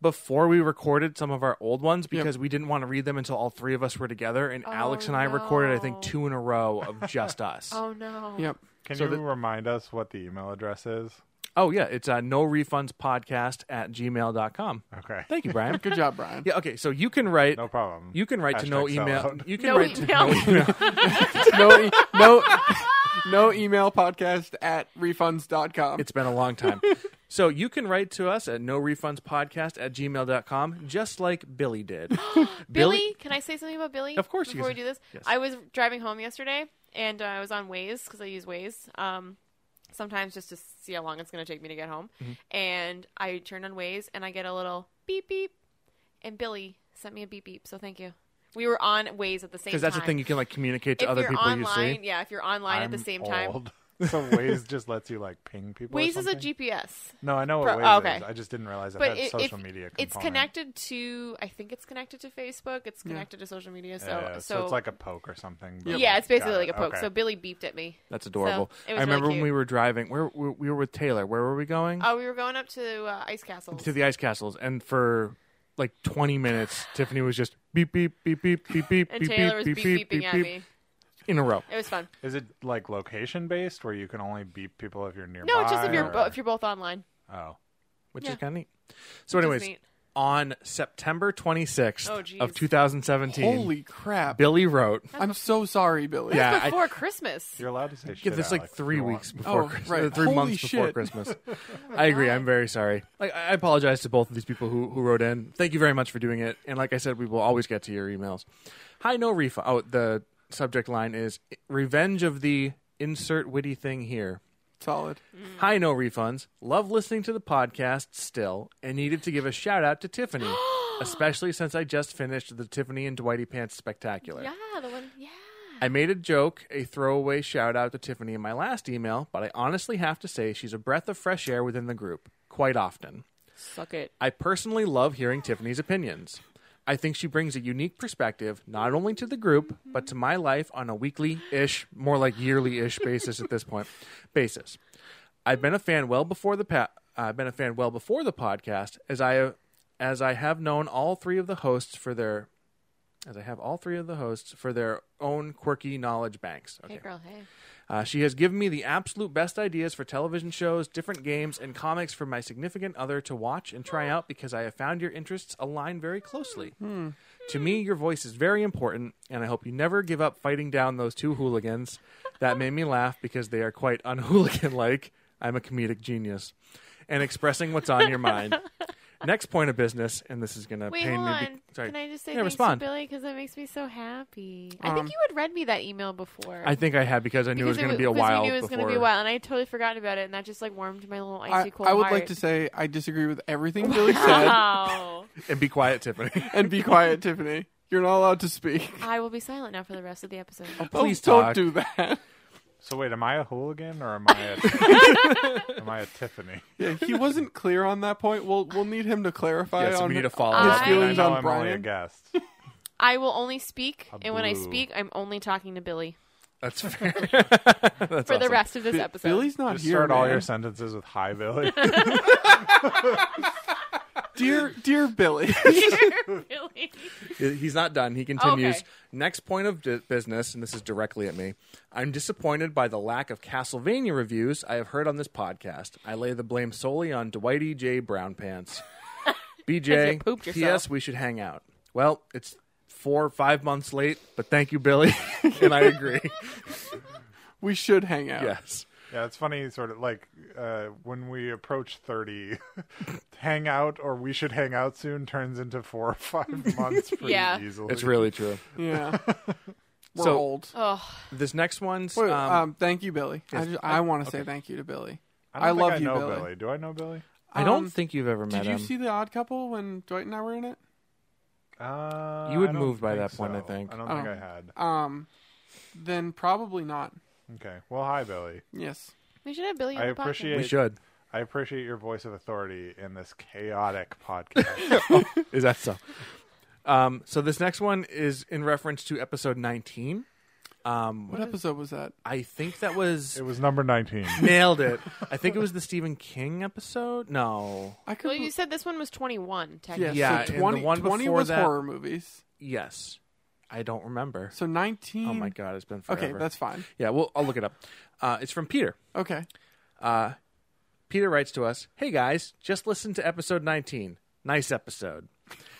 Speaker 2: before we recorded some of our old ones because we didn't want to read them until all three of us were together and Alex and I recorded I think
Speaker 3: Oh, no.
Speaker 2: two in a row of just us.
Speaker 3: Oh no.
Speaker 1: Yep.
Speaker 4: Can
Speaker 2: So
Speaker 4: you
Speaker 2: the-
Speaker 4: remind us what the email address is?
Speaker 2: Oh yeah, it's uh, no refunds podcast at gmail.com.
Speaker 4: Okay,
Speaker 2: Thank you, Brian.
Speaker 1: Good job, Brian.
Speaker 2: yeah, okay, so you can write
Speaker 4: no problem.
Speaker 2: you can write to no
Speaker 4: Hashtag
Speaker 2: email.
Speaker 4: sellout.
Speaker 2: You can
Speaker 3: No
Speaker 2: write to e-,
Speaker 3: email.
Speaker 1: no, e- no, no email podcast at refunds.com.
Speaker 2: It's been a long time. so you can write to us at no refunds podcast at gmail.com, just like Billy did.
Speaker 3: Billy, can I say something about Billy?
Speaker 2: Of course you
Speaker 3: Before we
Speaker 2: can.
Speaker 3: do this,
Speaker 2: Yes.
Speaker 3: I was driving home yesterday, and uh, I was on Waze because I use Waze um, sometimes just to see how long it's going to take me to get home.
Speaker 2: Mm-hmm.
Speaker 3: And I turned on Waze, and I get a little beep beep, and Billy sent me a beep beep. So thank you. We were on Waze at the same time.
Speaker 2: Because that's the thing you can like communicate to
Speaker 3: if
Speaker 2: other
Speaker 3: you're
Speaker 2: people
Speaker 3: online,
Speaker 2: you see.
Speaker 3: yeah, if you're online at the
Speaker 4: I'm
Speaker 3: same time,
Speaker 4: old. so Waze just lets you like ping people. or
Speaker 3: Waze is a
Speaker 4: something?
Speaker 3: GPS.
Speaker 4: No, I know what
Speaker 3: Pro-
Speaker 4: Waze
Speaker 3: okay.
Speaker 4: is. I just didn't realize it
Speaker 3: but
Speaker 4: had
Speaker 3: it,
Speaker 4: social
Speaker 3: if-
Speaker 4: media. Component.
Speaker 3: it's connected to i think it's connected to facebook it's connected to social media so
Speaker 4: Yeah, so,
Speaker 3: so,
Speaker 4: it's like a poke or something. but-
Speaker 3: yeah it's basically
Speaker 4: Got
Speaker 3: like
Speaker 4: it.
Speaker 3: a poke
Speaker 4: Okay.
Speaker 3: so billy beeped at me
Speaker 2: That's adorable.
Speaker 3: it was
Speaker 2: I remember
Speaker 3: really
Speaker 2: when we
Speaker 3: cute.
Speaker 2: were driving, where, where we were with Taylor. Where were we going?
Speaker 3: oh we were going up to uh, ice castles
Speaker 2: to the ice castles, and for like twenty minutes, Tiffany was just beep beep beep beep beep beep
Speaker 3: and
Speaker 2: beep
Speaker 3: taylor was
Speaker 2: beep
Speaker 3: beep
Speaker 2: beep
Speaker 3: beeping
Speaker 2: beep
Speaker 3: at
Speaker 2: beep,
Speaker 3: me
Speaker 2: in a row.
Speaker 3: it was fun
Speaker 4: Is it like location based, where you can only beep people if you're nearby?
Speaker 3: no it's just if you're
Speaker 4: or-
Speaker 3: bo- if you're both online
Speaker 4: Oh,
Speaker 2: which
Speaker 3: Yeah.
Speaker 2: is kind of neat. So, anyways,
Speaker 3: neat.
Speaker 2: on September 26th
Speaker 3: Oh, geez.
Speaker 2: of 2017,
Speaker 1: Holy crap.
Speaker 2: Billy wrote,
Speaker 1: I'm so sorry, Billy.
Speaker 2: Yeah, I-
Speaker 3: before christmas
Speaker 4: you're allowed to say. shit,
Speaker 2: "Give this like
Speaker 4: Alex, if
Speaker 2: three
Speaker 4: you want.
Speaker 2: weeks before
Speaker 1: Oh,
Speaker 2: Christmas,
Speaker 1: right.
Speaker 2: three
Speaker 1: Holy
Speaker 2: months before
Speaker 1: shit.
Speaker 2: Christmas." I agree. I'm very sorry. Like, I I apologize to both of these people who who wrote in. Thank you very much for doing it. And like I said, we will always get to your emails. Hi, no refund. Oh, the subject line is "Revenge of the Insert Witty Thing Here."
Speaker 1: Solid.
Speaker 2: Hi, no refunds. Love listening to the podcast still and needed to give a shout out to Tiffany, especially since I just finished the Tiffany and Dwighty Pants Spectacular.
Speaker 3: yeah the one yeah
Speaker 2: I made a joke, a throwaway shout out to Tiffany in my last email, but I honestly have to say she's a breath of fresh air within the group quite often.
Speaker 3: suck it
Speaker 2: I personally love hearing Tiffany's opinions. I think she brings a unique perspective not only to the group but to my life on a weekly-ish, more like yearly-ish basis at this point. Basis. I've been a fan well before the pa- I've been a fan well before the podcast as I as I have known all three of the hosts for their as I have all three of the hosts for their own quirky knowledge banks.
Speaker 3: hey girl hey
Speaker 2: Uh, she has given me the absolute best ideas for television shows, different games, and comics for my significant other to watch and try out because I have found your interests align very closely. To me, your voice is very important, and I hope you never give up fighting down those two hooligans. That made me laugh because they are quite unhooligan like. I'm a comedic genius. And expressing what's on your mind. Next point of business, and this is going to
Speaker 3: wait
Speaker 2: pain
Speaker 3: hold
Speaker 2: me.
Speaker 3: on
Speaker 2: be- sorry.
Speaker 3: can i just say
Speaker 2: Yeah,
Speaker 3: thanks
Speaker 2: respond.
Speaker 3: to billy because that makes me so happy i
Speaker 1: Um,
Speaker 3: think you had read me that email before
Speaker 2: I think I had because I knew it was
Speaker 3: because
Speaker 2: going to be a
Speaker 3: because
Speaker 2: while.
Speaker 3: we knew it was
Speaker 2: before.
Speaker 3: gonna be a while, and I totally forgot about it, and that just like warmed my little icy
Speaker 1: I,
Speaker 3: cold
Speaker 1: I would
Speaker 3: heart.
Speaker 1: like to say I disagree with everything Billy said
Speaker 3: Wow.
Speaker 2: And be quiet, Tiffany.
Speaker 1: and be quiet, Tiffany. You're not allowed to speak.
Speaker 3: I will be silent now for the rest of the episode.
Speaker 2: Please
Speaker 1: oh,
Speaker 2: talk.
Speaker 1: don't do that.
Speaker 4: So wait, am I a hooligan or am I a, am I a Tiffany?
Speaker 1: Yeah, he wasn't clear on that point. We'll we'll need him to clarify
Speaker 2: Yes,
Speaker 1: on
Speaker 2: we need to follow
Speaker 3: his
Speaker 2: up.
Speaker 4: I
Speaker 1: feelings
Speaker 4: know
Speaker 1: on
Speaker 4: I'm only a
Speaker 1: Brian.
Speaker 4: guest.
Speaker 3: I will only speak,
Speaker 4: A
Speaker 3: and when I
Speaker 4: blue.
Speaker 3: speak, I'm only talking to Billy
Speaker 2: That's fair.
Speaker 3: for the rest of this
Speaker 1: Bi-
Speaker 3: episode.
Speaker 1: Billy's not
Speaker 4: Just
Speaker 1: here.
Speaker 4: start all
Speaker 1: man.
Speaker 4: your sentences with "Hi, Billy."
Speaker 1: dear dear Billy.
Speaker 3: Billy.
Speaker 2: He's not done. He continues.
Speaker 3: Okay.
Speaker 2: Next point of di- business, and this is directly at me. I'm disappointed by the lack of Castlevania reviews I have heard on this podcast. I lay the blame solely on Dwight E. J. Brown Pants.
Speaker 3: You
Speaker 2: BJ,
Speaker 3: pooped yourself.
Speaker 2: P.S. We should hang out. Well, it's four or five months late, but thank you, Billy. and I agree.
Speaker 1: we should hang out.
Speaker 2: yes.
Speaker 4: Yeah, it's funny, sort of like uh, when we approach 30, hang out or we should hang out soon turns into four or five months pretty
Speaker 3: Yeah.
Speaker 4: easily.
Speaker 2: It's really true.
Speaker 1: Yeah. We're
Speaker 2: So- um,
Speaker 1: old.
Speaker 3: Oh,
Speaker 2: This next one's.
Speaker 1: Wait, um,
Speaker 2: um,
Speaker 1: thank you, Billy. I, just, I want to say thank you to Billy.
Speaker 4: I, don't
Speaker 1: I
Speaker 4: think
Speaker 1: love
Speaker 4: I
Speaker 1: you,
Speaker 4: know
Speaker 1: Billy.
Speaker 4: Do I know Billy?
Speaker 2: I don't
Speaker 1: um,
Speaker 2: think you've ever met
Speaker 1: Did you
Speaker 2: him.
Speaker 1: see The Odd Couple when Dwight and I were in it?
Speaker 4: Uh,
Speaker 2: You would
Speaker 4: I don't
Speaker 2: move by
Speaker 4: think
Speaker 2: that point, I
Speaker 4: so.
Speaker 2: think.
Speaker 4: I don't
Speaker 1: Oh.
Speaker 4: think I had.
Speaker 1: Um, then probably not.
Speaker 4: Okay. Well, hi, Billy.
Speaker 1: Yes.
Speaker 3: we should have Billy. on
Speaker 4: I
Speaker 3: the podcast.
Speaker 2: we
Speaker 4: appreciate-
Speaker 2: should.
Speaker 4: I appreciate your voice of authority in this chaotic podcast.
Speaker 2: Is that so? Um, so this next one is in reference to episode 19. Um,
Speaker 1: What episode was that?
Speaker 2: I think that was
Speaker 4: it was number 19.
Speaker 2: nailed it. I think it was the Stephen King episode. No,
Speaker 1: I could.
Speaker 3: Well, you said this one was 21.
Speaker 1: yeah,
Speaker 3: Technically.
Speaker 2: Yeah,
Speaker 1: so
Speaker 2: and the
Speaker 1: 20,
Speaker 2: one
Speaker 1: 20
Speaker 2: before
Speaker 1: was
Speaker 2: that-
Speaker 1: horror movies.
Speaker 2: yes, I don't remember.
Speaker 1: So 19.
Speaker 2: Oh my god, it's been forever.
Speaker 1: Okay, that's fine.
Speaker 2: yeah. Well, I'll look it up. Uh, it's from Peter.
Speaker 1: Okay.
Speaker 2: Peter writes to us, "Hey guys, just listen to episode 19. Nice episode.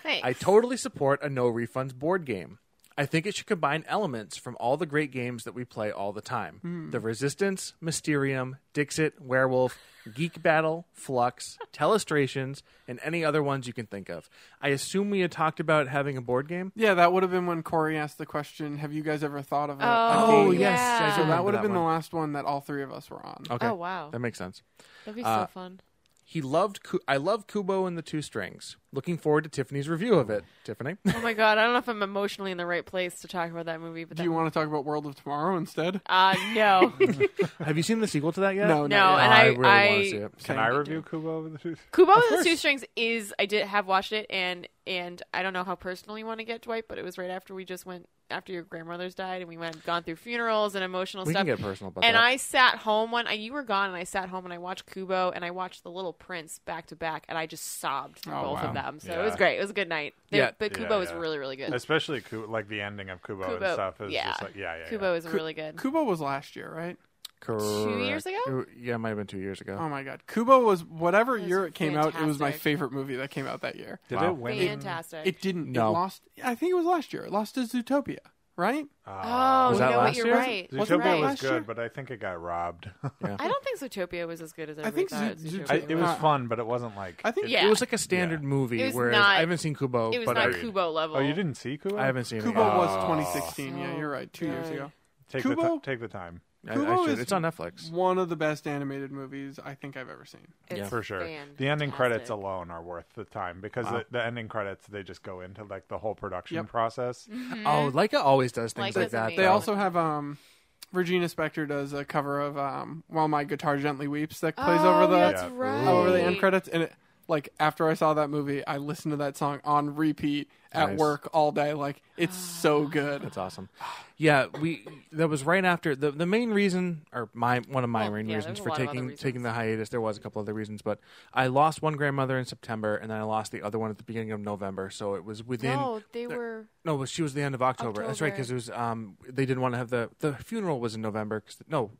Speaker 3: Thanks.
Speaker 2: I totally support a no refunds board game. I think it should combine elements from all the great games that we play all the time The Resistance, Mysterium, Dixit, Werewolf, Geek Battle, Flux, Telestrations, and any other ones you can think of. I assume we had talked about having a board game?
Speaker 1: Yeah, that would have been when Corey asked the question Have you guys ever thought of a, a
Speaker 3: Oh,
Speaker 1: game?"
Speaker 3: yes, I do
Speaker 1: So that
Speaker 2: remember
Speaker 1: would have been the
Speaker 2: one.
Speaker 1: last one that all three of us were on.
Speaker 2: Okay.
Speaker 3: Oh, wow.
Speaker 2: That makes sense.
Speaker 3: That'd be so
Speaker 2: uh,
Speaker 3: fun.
Speaker 2: He loved. Ku- I love Kubo and the Two Strings. Looking forward to Tiffany's review of it. Tiffany,
Speaker 3: Oh my god, I don't know if I'm emotionally in the right place to talk about that movie. But
Speaker 1: Do
Speaker 3: that
Speaker 1: you want to talk about World of Tomorrow instead?
Speaker 3: Uh, no,
Speaker 2: have you seen the sequel to that yet?
Speaker 1: No,
Speaker 3: no,
Speaker 1: not yet.
Speaker 3: Oh, and
Speaker 2: I
Speaker 3: I,
Speaker 2: really
Speaker 3: I,
Speaker 2: want to see it.
Speaker 4: Can I review Kubo over the Tooth?
Speaker 3: Kubo
Speaker 2: Of
Speaker 3: and the Two
Speaker 2: course.
Speaker 3: Strings is I did have watched it and and I don't know how personal you want to get Dwight, but it was right after we just went after your grandmother's died and we went gone through funerals and emotional
Speaker 2: We
Speaker 3: stuff.
Speaker 2: can get personal about
Speaker 3: and
Speaker 2: that.
Speaker 3: I sat home one. I, you were gone, and I sat home and I watched Kubo and I watched The Little Prince back to back, and I just sobbed through
Speaker 1: Oh,
Speaker 3: both
Speaker 1: wow.
Speaker 3: of them. So
Speaker 4: Yeah.
Speaker 3: it was great. It was a good night. They-
Speaker 2: Yeah.
Speaker 3: but
Speaker 4: Yeah,
Speaker 3: Kubo is
Speaker 4: yeah.
Speaker 3: really really good.
Speaker 4: Especially Kubo, like the ending of Kubo, and
Speaker 3: Kubo,
Speaker 4: stuff is
Speaker 3: yeah.
Speaker 4: just like yeah, yeah. yeah.
Speaker 3: Kubo is really good.
Speaker 1: Kubo was last year, right?
Speaker 3: Two years
Speaker 2: Correct.
Speaker 3: ago?
Speaker 2: It- Yeah, it might have been two years ago.
Speaker 1: Oh my god. Kubo was whatever
Speaker 3: It was
Speaker 1: year it came out, it was my
Speaker 3: fantastic.
Speaker 1: favorite movie that came out that year.
Speaker 4: Did
Speaker 2: Wow.
Speaker 4: it win?
Speaker 3: Fantastic.
Speaker 1: It didn't
Speaker 2: No.
Speaker 1: it lost I think it was last year. It lost to Zootopia, right?
Speaker 3: oh,
Speaker 2: Was
Speaker 3: you
Speaker 2: that
Speaker 3: know what?
Speaker 2: last
Speaker 3: You're
Speaker 2: year?
Speaker 3: right.
Speaker 1: Wasn't
Speaker 3: You're
Speaker 1: that
Speaker 4: Zootopia
Speaker 3: right.
Speaker 4: was
Speaker 1: last year?
Speaker 4: good, but I think it got robbed.
Speaker 3: I don't think Zootopia was as good as everybody
Speaker 1: think
Speaker 3: thought
Speaker 1: Zoot-
Speaker 4: I,
Speaker 1: Zootopia-
Speaker 3: Zootopia
Speaker 4: it was
Speaker 1: Uh,
Speaker 4: fun, but it wasn't like
Speaker 1: I think
Speaker 3: Yeah.
Speaker 2: It was like a standard
Speaker 4: Yeah.
Speaker 2: movie.
Speaker 3: It was
Speaker 2: whereas
Speaker 3: not-
Speaker 2: I haven't seen Kubo,
Speaker 3: It was
Speaker 2: but
Speaker 3: not
Speaker 2: I,
Speaker 3: Kubo level.
Speaker 4: Oh, you didn't see Kubo?
Speaker 2: I haven't seen
Speaker 1: Kubo
Speaker 2: it. yet.
Speaker 1: was
Speaker 4: Oh.
Speaker 1: 2016. Yeah, you're right. 2 years
Speaker 3: God.
Speaker 1: ago.
Speaker 4: Take the
Speaker 1: Kubo?
Speaker 4: ti- take the time
Speaker 2: Oh, I- I
Speaker 1: Kubo
Speaker 2: should-
Speaker 1: is-
Speaker 2: It's on Netflix.
Speaker 1: One of the best animated movies I think I've ever seen.
Speaker 3: It's
Speaker 4: for sure. The ending
Speaker 3: fantastic.
Speaker 4: credits alone are worth the time because
Speaker 2: Wow.
Speaker 4: the, the ending credits they just go into like the whole production
Speaker 1: Yep.
Speaker 4: process.
Speaker 2: Oh, Leica always does things
Speaker 3: Leica's
Speaker 2: like that.
Speaker 3: Mm-hmm. amazing.
Speaker 1: They
Speaker 3: Yeah.
Speaker 2: though.
Speaker 1: also have um Regina Spektor does a cover of um While My Guitar Gently Weeps that plays
Speaker 3: oh,
Speaker 1: over the
Speaker 3: that's
Speaker 4: Yeah.
Speaker 3: right.
Speaker 1: over the end credits and it like after I saw that movie, I listened to that song on repeat at
Speaker 2: Nice.
Speaker 1: work all day. Like it's so
Speaker 3: Ah.
Speaker 1: good.
Speaker 2: That's awesome. Yeah, we that was right after the the main reason or my one of my
Speaker 3: Well,
Speaker 2: main
Speaker 3: yeah,
Speaker 2: reasons
Speaker 3: there's a
Speaker 2: for
Speaker 3: lot of other
Speaker 2: taking
Speaker 3: reasons.
Speaker 2: taking the hiatus. There was a couple other reasons, but I lost one grandmother in September, and then I lost the other one at the beginning of November. So it was within
Speaker 3: No, they were.
Speaker 2: No, but she was the end of October. That's right,
Speaker 3: October.
Speaker 2: because it was um they didn't want to have the the funeral was in November. 'cause- no,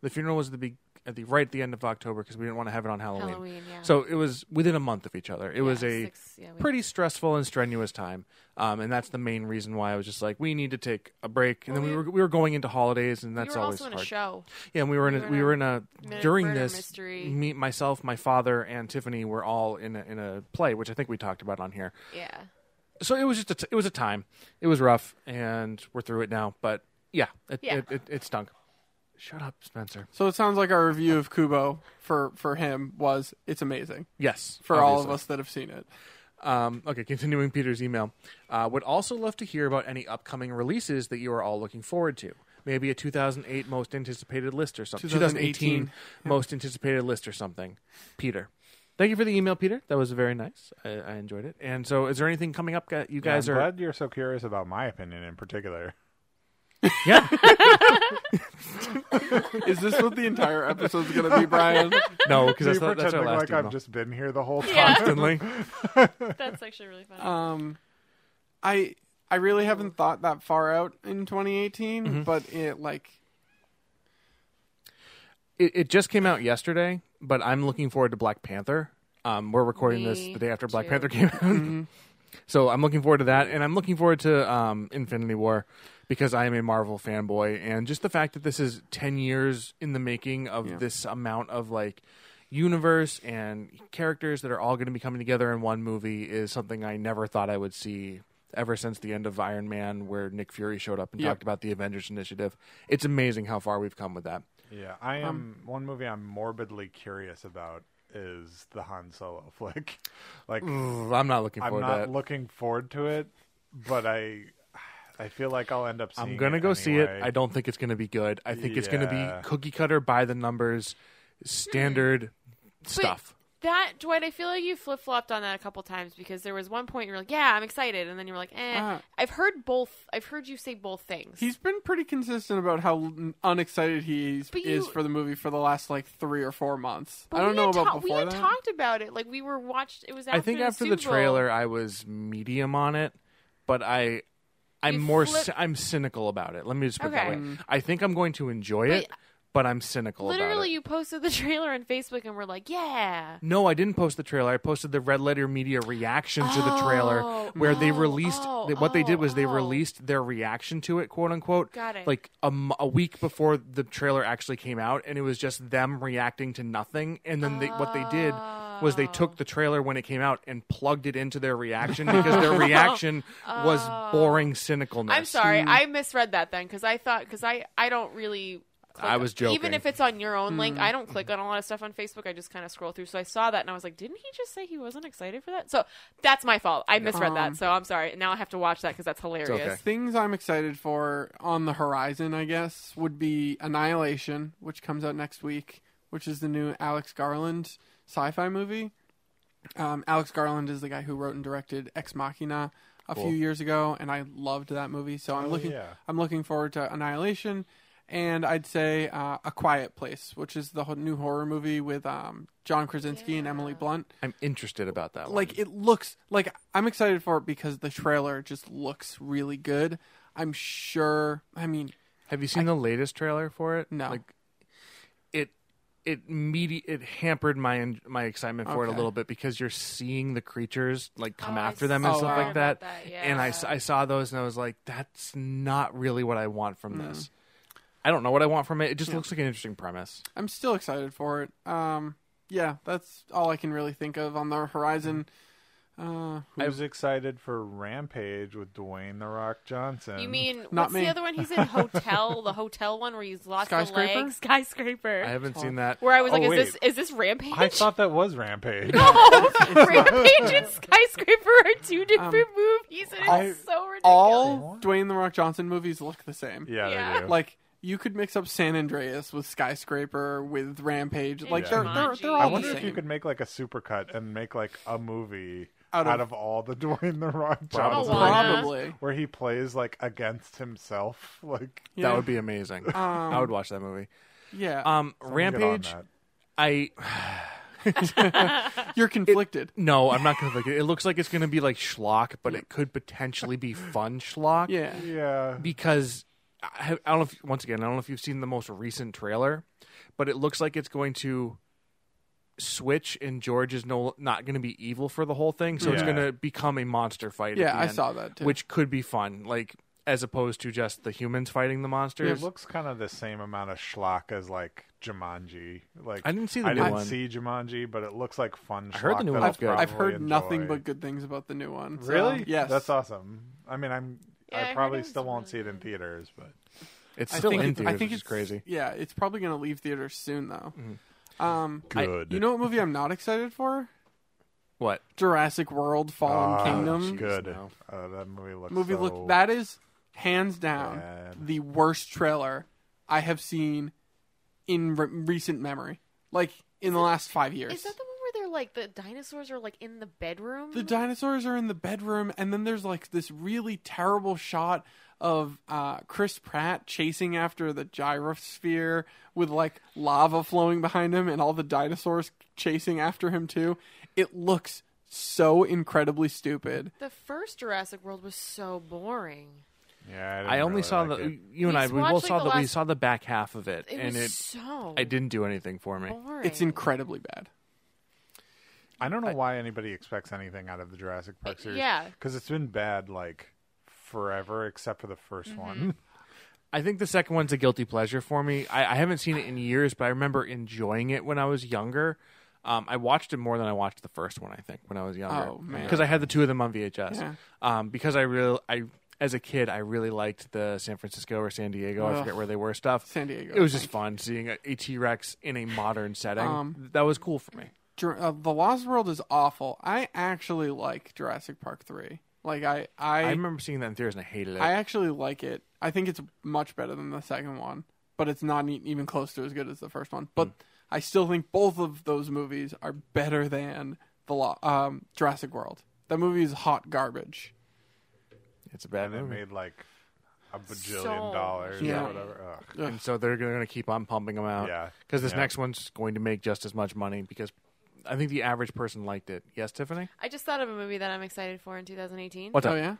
Speaker 2: the funeral was the be- at the right at the end of October because we didn't want to have it on Halloween.
Speaker 3: Halloween, yeah.
Speaker 2: So it was within a month of each other. It was a
Speaker 3: six- yeah, we-
Speaker 2: pretty stressful and strenuous time, um, and that's the main reason why I was just like, we need to take a break. And
Speaker 3: Well,
Speaker 2: then we
Speaker 3: we-
Speaker 2: were we were going into holidays, and
Speaker 3: You
Speaker 2: that's
Speaker 3: were
Speaker 2: always
Speaker 3: also in
Speaker 2: hard.
Speaker 3: a show.
Speaker 2: Yeah, and we were in a, we were in a
Speaker 3: Minute
Speaker 2: during
Speaker 3: Murder
Speaker 2: this
Speaker 3: Mystery.
Speaker 2: me myself, my father, and Tiffany were all in a, in a play, which I think we talked about on here
Speaker 3: Yeah.
Speaker 2: so it was just a t- it was a time. It was rough, and we're through it now. But yeah, it
Speaker 3: Yeah.
Speaker 2: It, it, it stunk. Shut up, Spencer.
Speaker 1: So it sounds like our review of Kubo for for him was it's amazing
Speaker 2: Yes,
Speaker 1: for all of
Speaker 2: obviously.
Speaker 1: us that have seen it.
Speaker 2: Um, okay, continuing Peter's email. Uh, would also love to hear about any upcoming releases that you are all looking forward to. Maybe a 2008 most anticipated list or something.
Speaker 1: 2018.
Speaker 2: 2018 most anticipated list or something. Peter. Thank you for the email, Peter. That was very nice. I, I enjoyed it. And so, is there anything coming up? gu- You guys
Speaker 4: I'm
Speaker 2: are
Speaker 4: glad you're so curious about my opinion in particular.
Speaker 2: yeah.
Speaker 1: Is this what the entire episode's going to be, Brian?
Speaker 2: no, because
Speaker 4: Are you
Speaker 2: that's, the- that's our
Speaker 4: pretending
Speaker 2: last
Speaker 4: like
Speaker 2: email.
Speaker 4: I've just been here the whole time?
Speaker 3: Yeah.
Speaker 2: Constantly.
Speaker 3: That's actually really funny.
Speaker 1: Um, I I really haven't thought that far out in 2018, but it like
Speaker 2: it, it just came out yesterday, but I'm looking forward to Black Panther. Um, we're recording this
Speaker 3: Me
Speaker 2: the day after Black
Speaker 3: too.
Speaker 2: Panther came out, so I'm looking forward to that, and I'm looking forward to um, Infinity War because I am a Marvel fanboy, and just the fact that this is ten years in the making of this amount of like universe and characters that are all going to be coming together in one movie is something I never thought I would see. Ever since the end of Iron Man, where Nick Fury showed up and
Speaker 1: Yep.
Speaker 2: talked about the Avengers Initiative, it's amazing how far we've come with that.
Speaker 4: Yeah, I am.
Speaker 2: Um,
Speaker 4: one movie I'm morbidly curious about is the Han Solo flick. Like,
Speaker 2: Ugh, I'm not looking
Speaker 4: I'm
Speaker 2: forward
Speaker 4: not
Speaker 2: to Mm. that.
Speaker 4: looking forward to it, but I, I feel like I'll end up. Seeing
Speaker 2: I'm gonna
Speaker 4: it
Speaker 2: go see it.
Speaker 4: anyway.
Speaker 2: I don't think it's gonna be good. I think it's gonna
Speaker 4: Yeah.
Speaker 2: be cookie cutter by the numbers, standard stuff.
Speaker 3: that Dwight, I feel like you flip flopped on that a couple times because there was one point you were like, "Yeah, I'm excited," and then you were like, "Eh."
Speaker 1: Ah.
Speaker 3: I've heard both. I've heard you say both things.
Speaker 1: he's been pretty consistent about how n- unexcited he is-
Speaker 3: But
Speaker 1: is
Speaker 3: you-
Speaker 1: for the movie for the last like three or four months.
Speaker 3: But
Speaker 1: I don't
Speaker 3: we
Speaker 1: know
Speaker 3: had
Speaker 1: about
Speaker 3: ta-
Speaker 1: before
Speaker 3: we had
Speaker 1: that.
Speaker 3: talked about it. Like we were watched. It was. After
Speaker 2: I think
Speaker 3: the
Speaker 2: after the
Speaker 3: Super Bowl.
Speaker 2: trailer, I was medium on it, but I, I'm
Speaker 3: You
Speaker 2: more,
Speaker 3: flip-
Speaker 2: cy- I'm cynical about it. Let me just put it
Speaker 3: Okay.
Speaker 2: that way. I think I'm going to enjoy
Speaker 3: But-
Speaker 2: it, but I'm cynical about it.
Speaker 3: Literally, you posted the trailer on Facebook, and we're like, "Yeah."
Speaker 2: No, I didn't post the trailer. I posted the Red Letter Media reaction to the trailer
Speaker 3: Oh,
Speaker 2: where they
Speaker 3: oh,
Speaker 2: released
Speaker 3: oh,
Speaker 2: they- what they did
Speaker 3: oh,
Speaker 2: was they
Speaker 3: oh.
Speaker 2: released their reaction to it, quote unquote.
Speaker 3: Got it.
Speaker 2: Like a, m- a week before the trailer actually came out, and it was just them reacting to nothing. And then they, what they did was they took the trailer when it came out and plugged it into their reaction because their reaction was boring Hmm. cynicalness.
Speaker 3: Oh. I'm sorry, I misread that then because I thought because I I don't really. click-
Speaker 2: I was joking. Hmm.
Speaker 3: Even if it's on your own link, I don't click on a lot of stuff on Facebook. I just kind of scroll through. So I saw that and I was like, didn't he just say he wasn't excited for that? So that's my fault. I misread that. So I'm sorry. Now I have to watch that because that's hilarious.
Speaker 2: Um, okay.
Speaker 1: Things I'm excited for on the horizon, I guess, would be Annihilation, which comes out next week, which is the new Alex Garland sci-fi movie. Um, Alex Garland is the guy who wrote and directed Ex Machina a few years ago, and I loved that movie. So I'm looking,
Speaker 4: yeah.
Speaker 1: I'm looking forward to Annihilation, and I'd say uh, A Quiet Place, which is the ho- new horror movie with um, John Krasinski and Emily Blunt
Speaker 2: I'm interested about that. One.
Speaker 1: like it looks like I'm excited for it because the trailer just looks really good. I'm sure. I mean,
Speaker 2: Have you seen the latest trailer for it?
Speaker 1: No.
Speaker 2: Like it it medi- it hampered my en- my excitement for it a
Speaker 1: Okay.
Speaker 2: little bit because you're seeing the creatures like come
Speaker 3: Oh, I
Speaker 2: after them and
Speaker 1: saw
Speaker 2: stuff like that.
Speaker 3: about that,
Speaker 2: And I, s-
Speaker 3: yeah.
Speaker 2: I saw those and I was like that's not really what I want from
Speaker 1: Mm.
Speaker 2: this. I don't know what I want from it. It just looks like an interesting premise.
Speaker 1: I'm still excited for it. Um, yeah, that's all I can really think of on the horizon. Uh,
Speaker 4: Who's excited for Rampage with Dwayne the Rock Johnson?
Speaker 2: um,
Speaker 3: You mean
Speaker 1: Not
Speaker 3: what's
Speaker 1: me.
Speaker 3: the other one? He's in Hotel, the Hotel one where he's lost
Speaker 1: Skyscraper?
Speaker 3: the leg, skyscraper.
Speaker 2: I haven't seen that.
Speaker 3: where I was
Speaker 4: Oh,
Speaker 3: like, is
Speaker 4: wait.
Speaker 3: this is this Rampage?
Speaker 4: I thought that was Rampage.
Speaker 3: no, Oh, Rampage and Skyscraper are two different movies, and
Speaker 1: all-
Speaker 3: it's so ridiculous.
Speaker 1: all Dwayne the Rock Johnson movies look the same.
Speaker 4: yeah,
Speaker 3: Yeah.
Speaker 4: they do.
Speaker 1: Like you could mix up San Andreas with Skyscraper with Rampage. Like they're they're they're all
Speaker 4: I
Speaker 1: the
Speaker 4: wonder if
Speaker 1: same.
Speaker 4: you could make like a supercut and make like a movie
Speaker 1: Out
Speaker 4: out
Speaker 1: of-
Speaker 4: of, all the Dwayne the Rock
Speaker 2: Probably.
Speaker 4: Johnson
Speaker 1: Probably.
Speaker 4: where he plays like against himself. Like
Speaker 1: Yeah. Um,
Speaker 2: That would be amazing. I would watch that movie.
Speaker 1: Yeah,
Speaker 2: Um
Speaker 4: Get on
Speaker 2: Rampage
Speaker 4: that.
Speaker 2: I
Speaker 1: you're conflicted.
Speaker 2: no, I'm not going to look it. It looks like it's going to be like schlock, but it could potentially be fun schlock.
Speaker 1: yeah,
Speaker 4: Yeah.
Speaker 2: because I, I don't know if once again I don't know if you've seen the most recent trailer, but it looks like it's going to switch, and George is no not going to be evil for the whole thing, so it's
Speaker 4: Yeah.
Speaker 2: going to become a monster fight. at
Speaker 1: Yeah,
Speaker 2: the
Speaker 1: I
Speaker 2: end,
Speaker 1: saw that, too.
Speaker 2: which could be fun, like as opposed to just the humans fighting the monsters.
Speaker 4: It looks kind of the same amount of schlock as like Jumanji. Like
Speaker 2: I didn't see the
Speaker 4: I
Speaker 2: new
Speaker 4: didn't
Speaker 2: one.
Speaker 4: see Jumanji, but it looks like fun.
Speaker 2: I heard the
Speaker 4: schlock that
Speaker 2: new one
Speaker 4: I'll
Speaker 2: was good.
Speaker 1: I've heard
Speaker 4: probably
Speaker 1: nothing
Speaker 4: enjoy.
Speaker 1: but good things about the new one. so-
Speaker 4: really.
Speaker 1: yes,
Speaker 4: that's awesome. I mean, I'm
Speaker 3: Yeah, I
Speaker 4: I
Speaker 3: heard it
Speaker 4: probably
Speaker 3: was
Speaker 4: still won't
Speaker 3: really
Speaker 4: see it in
Speaker 3: good.
Speaker 4: theaters, but
Speaker 2: it's still in theaters,
Speaker 1: I think
Speaker 2: which is
Speaker 1: it's
Speaker 2: crazy. Mm-hmm.
Speaker 1: Yeah, it's probably going to leave theaters soon, though. Um,
Speaker 2: I-
Speaker 4: good.
Speaker 1: you know what movie I'm not excited for?
Speaker 2: What?
Speaker 1: Jurassic World Fallen
Speaker 2: Ah,
Speaker 4: Oh,
Speaker 1: Kingdom.
Speaker 4: Good.
Speaker 2: no.
Speaker 4: Uh, that movie looks
Speaker 1: movie
Speaker 4: so
Speaker 1: look that is hands down
Speaker 4: bad.
Speaker 1: the worst trailer I have seen in re- recent memory. Like in the last 5 years.
Speaker 3: Is that the one where they're like the dinosaurs are like in the bedroom?
Speaker 1: The dinosaurs are in the bedroom, and then there's like this really terrible shot of uh, Chris Pratt chasing after the gyrosphere with like lava flowing behind him, and all the dinosaurs chasing after him too. It looks so incredibly stupid.
Speaker 3: The first Jurassic World was so boring.
Speaker 4: Yeah, I, didn't
Speaker 2: I only
Speaker 4: really
Speaker 2: saw
Speaker 4: like
Speaker 2: the
Speaker 4: it.
Speaker 2: you and
Speaker 3: We
Speaker 2: I
Speaker 3: just
Speaker 2: we
Speaker 3: watched,
Speaker 2: both
Speaker 3: like,
Speaker 2: saw
Speaker 3: the
Speaker 2: the, we
Speaker 3: last-
Speaker 2: saw the back half of it,
Speaker 3: It
Speaker 2: and
Speaker 3: was
Speaker 2: it
Speaker 3: so
Speaker 2: it didn't do anything for me.
Speaker 3: boring.
Speaker 1: It's incredibly bad.
Speaker 4: I don't know why anybody expects anything out of the Jurassic Park
Speaker 3: Uh,
Speaker 4: series.
Speaker 3: yeah.
Speaker 4: because it's been bad like forever, except for the 1st
Speaker 3: Mm-hmm.
Speaker 4: one.
Speaker 2: I think the second one's a guilty pleasure for me. I, I haven't seen it in years, but I remember enjoying it when I was younger. Um, I watched it more than I watched the first one. I think when I was younger,
Speaker 1: Oh, man.
Speaker 2: because I had the two of them on VHS.
Speaker 1: Yeah.
Speaker 2: Um, because I real I as a kid I really liked the San Francisco or San Diego. I
Speaker 1: Ugh.
Speaker 2: forget where they were. Stuff.
Speaker 1: San Diego,
Speaker 2: It was
Speaker 1: I
Speaker 2: just fun seeing a, a T Rex in a modern setting.
Speaker 1: Um,
Speaker 2: that was cool for me.
Speaker 1: Jur- uh, the Lost World is awful. I actually like Jurassic Park three. Like I, I,
Speaker 2: I remember seeing that in theaters and I hated it.
Speaker 1: I actually like it. I think it's much better than the second one, but it's not e- even close to as good as the first one.
Speaker 2: Hmm.
Speaker 1: But I still think both of those movies are better than the lo- um, Jurassic World. That movie is hot garbage.
Speaker 2: it's a bad
Speaker 4: and it
Speaker 2: movie.
Speaker 4: made like a bajillion
Speaker 3: So
Speaker 4: dollars
Speaker 1: much
Speaker 4: or
Speaker 1: money.
Speaker 4: whatever. Ugh.
Speaker 1: Ugh.
Speaker 2: and so they're going to keep on pumping them out.
Speaker 4: Yeah.
Speaker 2: because this
Speaker 4: Yeah.
Speaker 2: next one's going to make just as much money because I think the average person liked it. Yes, Tiffany.
Speaker 3: I just thought of a movie that I'm excited for in 2018.
Speaker 2: What's
Speaker 1: Oh
Speaker 2: up?
Speaker 1: yeah.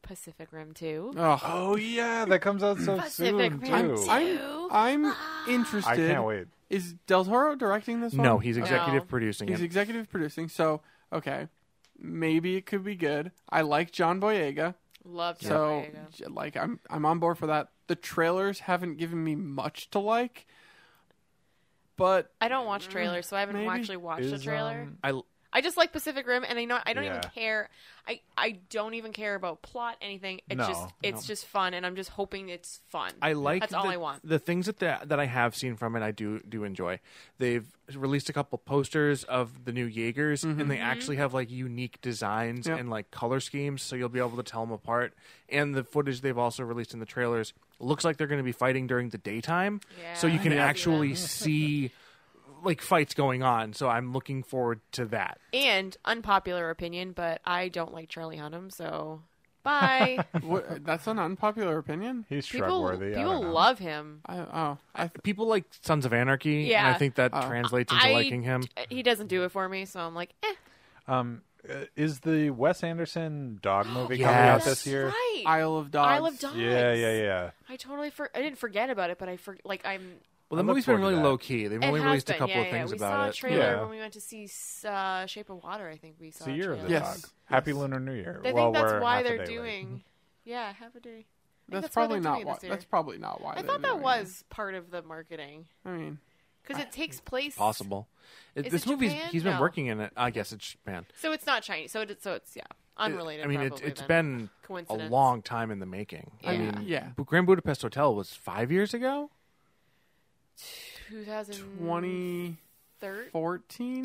Speaker 3: Pacific Rim 2.
Speaker 1: Oh,
Speaker 4: Oh yeah, that comes out so
Speaker 3: Pacific
Speaker 4: soon
Speaker 3: Rim
Speaker 4: too.
Speaker 3: two.
Speaker 1: I'm I'm interested.
Speaker 4: I can't wait.
Speaker 1: Is Del Toro directing this one?
Speaker 2: Oh. No, he's executive
Speaker 3: No.
Speaker 2: producing
Speaker 1: He's
Speaker 2: it.
Speaker 1: executive producing, so okay, maybe it could be good. I like John Boyega.
Speaker 3: Love John
Speaker 1: So
Speaker 3: Boyega.
Speaker 1: j- like I'm I'm on board for that. The trailers haven't given me much to like. But
Speaker 3: I don't watch trailers, so I haven't
Speaker 1: Maybe
Speaker 3: actually watched a
Speaker 4: Is,
Speaker 3: trailer.
Speaker 4: um,
Speaker 2: I
Speaker 3: I just like Pacific Rim, and I know I don't even
Speaker 4: Yeah.
Speaker 3: care. I I don't even care about plot anything. It's
Speaker 4: No,
Speaker 3: just it's just fun, and I'm just hoping it's fun.
Speaker 2: I like
Speaker 3: That's
Speaker 2: the,
Speaker 3: all I want.
Speaker 2: the things that the, that I have seen from it. I do do enjoy. They've released a couple posters of the new Jaegers, and
Speaker 4: Mm-hmm.
Speaker 2: they actually have like unique designs
Speaker 1: Yep.
Speaker 2: and like color schemes, so you'll be able to tell them apart. And the footage they've also released in the trailers looks like they're going to be fighting during the daytime, so
Speaker 3: Yeah,
Speaker 2: you can
Speaker 3: I see
Speaker 2: actually
Speaker 3: that.
Speaker 2: see like fights going on. So I'm looking forward to that.
Speaker 3: And unpopular opinion, but I don't like Charlie Hunnam, so bye.
Speaker 1: what, that's an unpopular opinion.
Speaker 4: He's shrug
Speaker 3: people
Speaker 4: worthy. I
Speaker 3: people
Speaker 4: don't know.
Speaker 3: love him.
Speaker 1: I, oh, I th-
Speaker 2: People like Sons of Anarchy, and
Speaker 3: Yeah.
Speaker 2: I think that
Speaker 4: Uh,
Speaker 1: Oh.
Speaker 2: translates into
Speaker 3: I-
Speaker 2: liking him.
Speaker 3: He doesn't do it for me, so I'm like, eh.
Speaker 4: Um, uh, is the Wes Anderson dog movie
Speaker 2: Yes.
Speaker 4: coming out
Speaker 2: That's
Speaker 4: this year?
Speaker 3: Right.
Speaker 1: Isle of Dogs.
Speaker 3: Isle of Dogs.
Speaker 4: Yeah, yeah, yeah.
Speaker 3: I totally for I didn't forget about it, but I for like I'm.
Speaker 2: Well, the
Speaker 4: I look
Speaker 2: movie's been
Speaker 4: forward to
Speaker 2: really
Speaker 4: that.
Speaker 2: low key. They've
Speaker 3: it
Speaker 2: only
Speaker 3: has
Speaker 2: released
Speaker 3: been.
Speaker 2: a couple
Speaker 3: yeah,
Speaker 2: of things
Speaker 3: yeah. we
Speaker 2: about
Speaker 3: saw a
Speaker 2: it.
Speaker 3: trailer
Speaker 4: Yeah.
Speaker 3: when we went to see uh, Shape of Water. I think we
Speaker 4: It's
Speaker 3: saw
Speaker 4: the
Speaker 3: a
Speaker 4: year of
Speaker 3: trailer.
Speaker 4: the
Speaker 1: Yes.
Speaker 4: dog. Happy Lunar New Year.
Speaker 3: I
Speaker 4: well,
Speaker 3: think that's
Speaker 4: we're
Speaker 3: why
Speaker 4: half a
Speaker 3: they're
Speaker 4: day late. Mm-hmm.
Speaker 3: doing. Yeah, have a day. I think
Speaker 1: That's,
Speaker 3: that's why
Speaker 1: probably
Speaker 3: they're
Speaker 1: not
Speaker 3: doing it
Speaker 1: why.
Speaker 3: this year.
Speaker 1: That's probably not why.
Speaker 3: I
Speaker 1: they're
Speaker 3: thought that
Speaker 1: doing it.
Speaker 3: was part of the marketing
Speaker 1: I mean,
Speaker 3: because it takes place.
Speaker 2: Possible. It,
Speaker 3: Is
Speaker 2: this
Speaker 3: it
Speaker 2: movie's
Speaker 3: Japan?
Speaker 2: he's been
Speaker 3: No.
Speaker 2: working in it. I guess it's Japan.
Speaker 3: So it's not Chinese. So it's so it's yeah unrelated.
Speaker 2: I mean,
Speaker 3: probably,
Speaker 2: it's
Speaker 3: then.
Speaker 2: been a
Speaker 3: Coincidence.
Speaker 2: long time in the making. I
Speaker 3: Yeah.
Speaker 2: mean,
Speaker 1: Yeah.
Speaker 2: Bu- Grand Budapest Hotel was five years ago.
Speaker 3: 2013,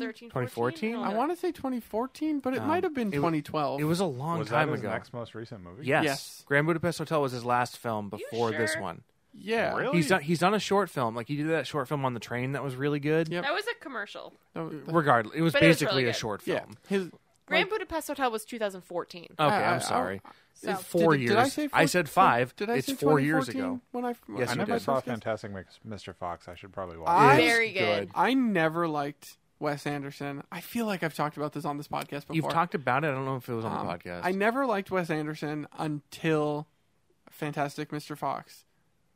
Speaker 1: 2014.
Speaker 2: 2014?
Speaker 1: I want to say 2014, but it
Speaker 2: Um,
Speaker 1: might have been
Speaker 2: it w-
Speaker 1: 2012.
Speaker 2: It was a long
Speaker 4: Was
Speaker 2: time
Speaker 4: that his
Speaker 2: ago.
Speaker 4: next most recent movie?
Speaker 2: Yes.
Speaker 1: Yes.
Speaker 2: Grand Budapest Hotel was his last film before this
Speaker 3: sure?
Speaker 2: one.
Speaker 1: yeah.
Speaker 4: Really?
Speaker 2: He's done. He's done a short film. Like he did that short film on the train that was really good.
Speaker 1: Yep.
Speaker 3: That was a commercial.
Speaker 1: No, th-
Speaker 2: Regardless, it was
Speaker 3: But it was
Speaker 2: basically
Speaker 3: really
Speaker 2: a
Speaker 3: good.
Speaker 2: short film.
Speaker 1: yeah. His
Speaker 3: Grand Budapest Hotel was 2014.
Speaker 2: Okay,
Speaker 1: I- I-
Speaker 2: I'm sorry.
Speaker 3: So-
Speaker 2: It's four
Speaker 1: uh, did,
Speaker 2: years.
Speaker 1: Did I, say four-
Speaker 2: said five.
Speaker 1: Did I
Speaker 2: it's
Speaker 1: say
Speaker 2: four years
Speaker 1: 2014
Speaker 2: ago.
Speaker 1: When I
Speaker 2: Yes,
Speaker 1: when
Speaker 4: I
Speaker 2: you
Speaker 1: my
Speaker 4: never
Speaker 2: did.
Speaker 1: first
Speaker 4: saw
Speaker 1: guess?
Speaker 4: Fantastic Mr. Fox. I should probably watch.
Speaker 1: I-
Speaker 4: it.
Speaker 2: It is
Speaker 3: Very good.
Speaker 1: I never liked Wes Anderson. I feel like I've talked about this on this podcast before.
Speaker 2: You've talked about it. I don't know if it was on
Speaker 1: Um,
Speaker 2: the podcast.
Speaker 1: I never liked Wes Anderson until Fantastic Mr. Fox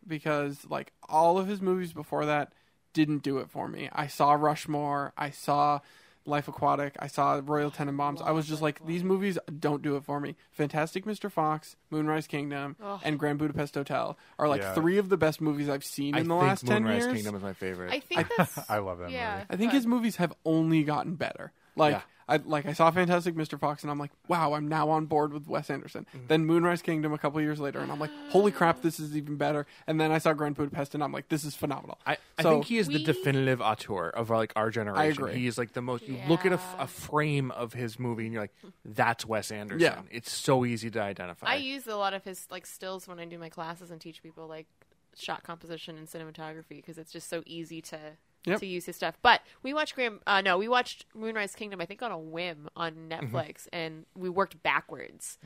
Speaker 1: because like all of his movies before that didn't do it for me. I saw Rushmore, I saw Life Aquatic, I saw Royal Tenenbaums. I was just like these movies don't do it for me. Fantastic Mr. Fox, Moonrise Kingdom,
Speaker 3: Ugh.
Speaker 1: and Grand Budapest Hotel are like
Speaker 4: Yeah.
Speaker 1: 3 of the best movies I've seen
Speaker 2: I
Speaker 1: in the
Speaker 2: think
Speaker 1: last 10
Speaker 2: Moonrise
Speaker 1: years.
Speaker 2: Kingdom is my favorite.
Speaker 3: I think that's.
Speaker 4: I love that
Speaker 3: yeah,
Speaker 4: movie.
Speaker 1: I think his movies have only gotten better. Like
Speaker 2: Yeah.
Speaker 1: I like I saw Fantastic Mr. Fox and I'm like, wow, I'm now on board with Wes Anderson.
Speaker 2: Mm-hmm.
Speaker 1: Then Moonrise Kingdom a couple years later and I'm like, holy crap, this is even better. And then I saw Grand Budapest and I'm like, this is phenomenal.
Speaker 2: I, I
Speaker 1: So-
Speaker 2: think he is the
Speaker 3: We-
Speaker 2: definitive auteur of like our generation.
Speaker 1: agree.
Speaker 2: He is like the most. You look at a, f-
Speaker 3: Yeah.
Speaker 2: a frame of his movie and you're like, that's Wes Anderson.
Speaker 1: Yeah.
Speaker 2: It's so easy to identify.
Speaker 3: I use a lot of his like stills when I do my classes and teach people like shot composition and cinematography because it's just so easy to
Speaker 1: Yep.
Speaker 3: to use his stuff. But we watched Graham. Uh, no, we watched Moonrise Kingdom. I think on a whim on
Speaker 2: Mm-hmm.
Speaker 3: Netflix, and we worked backwards.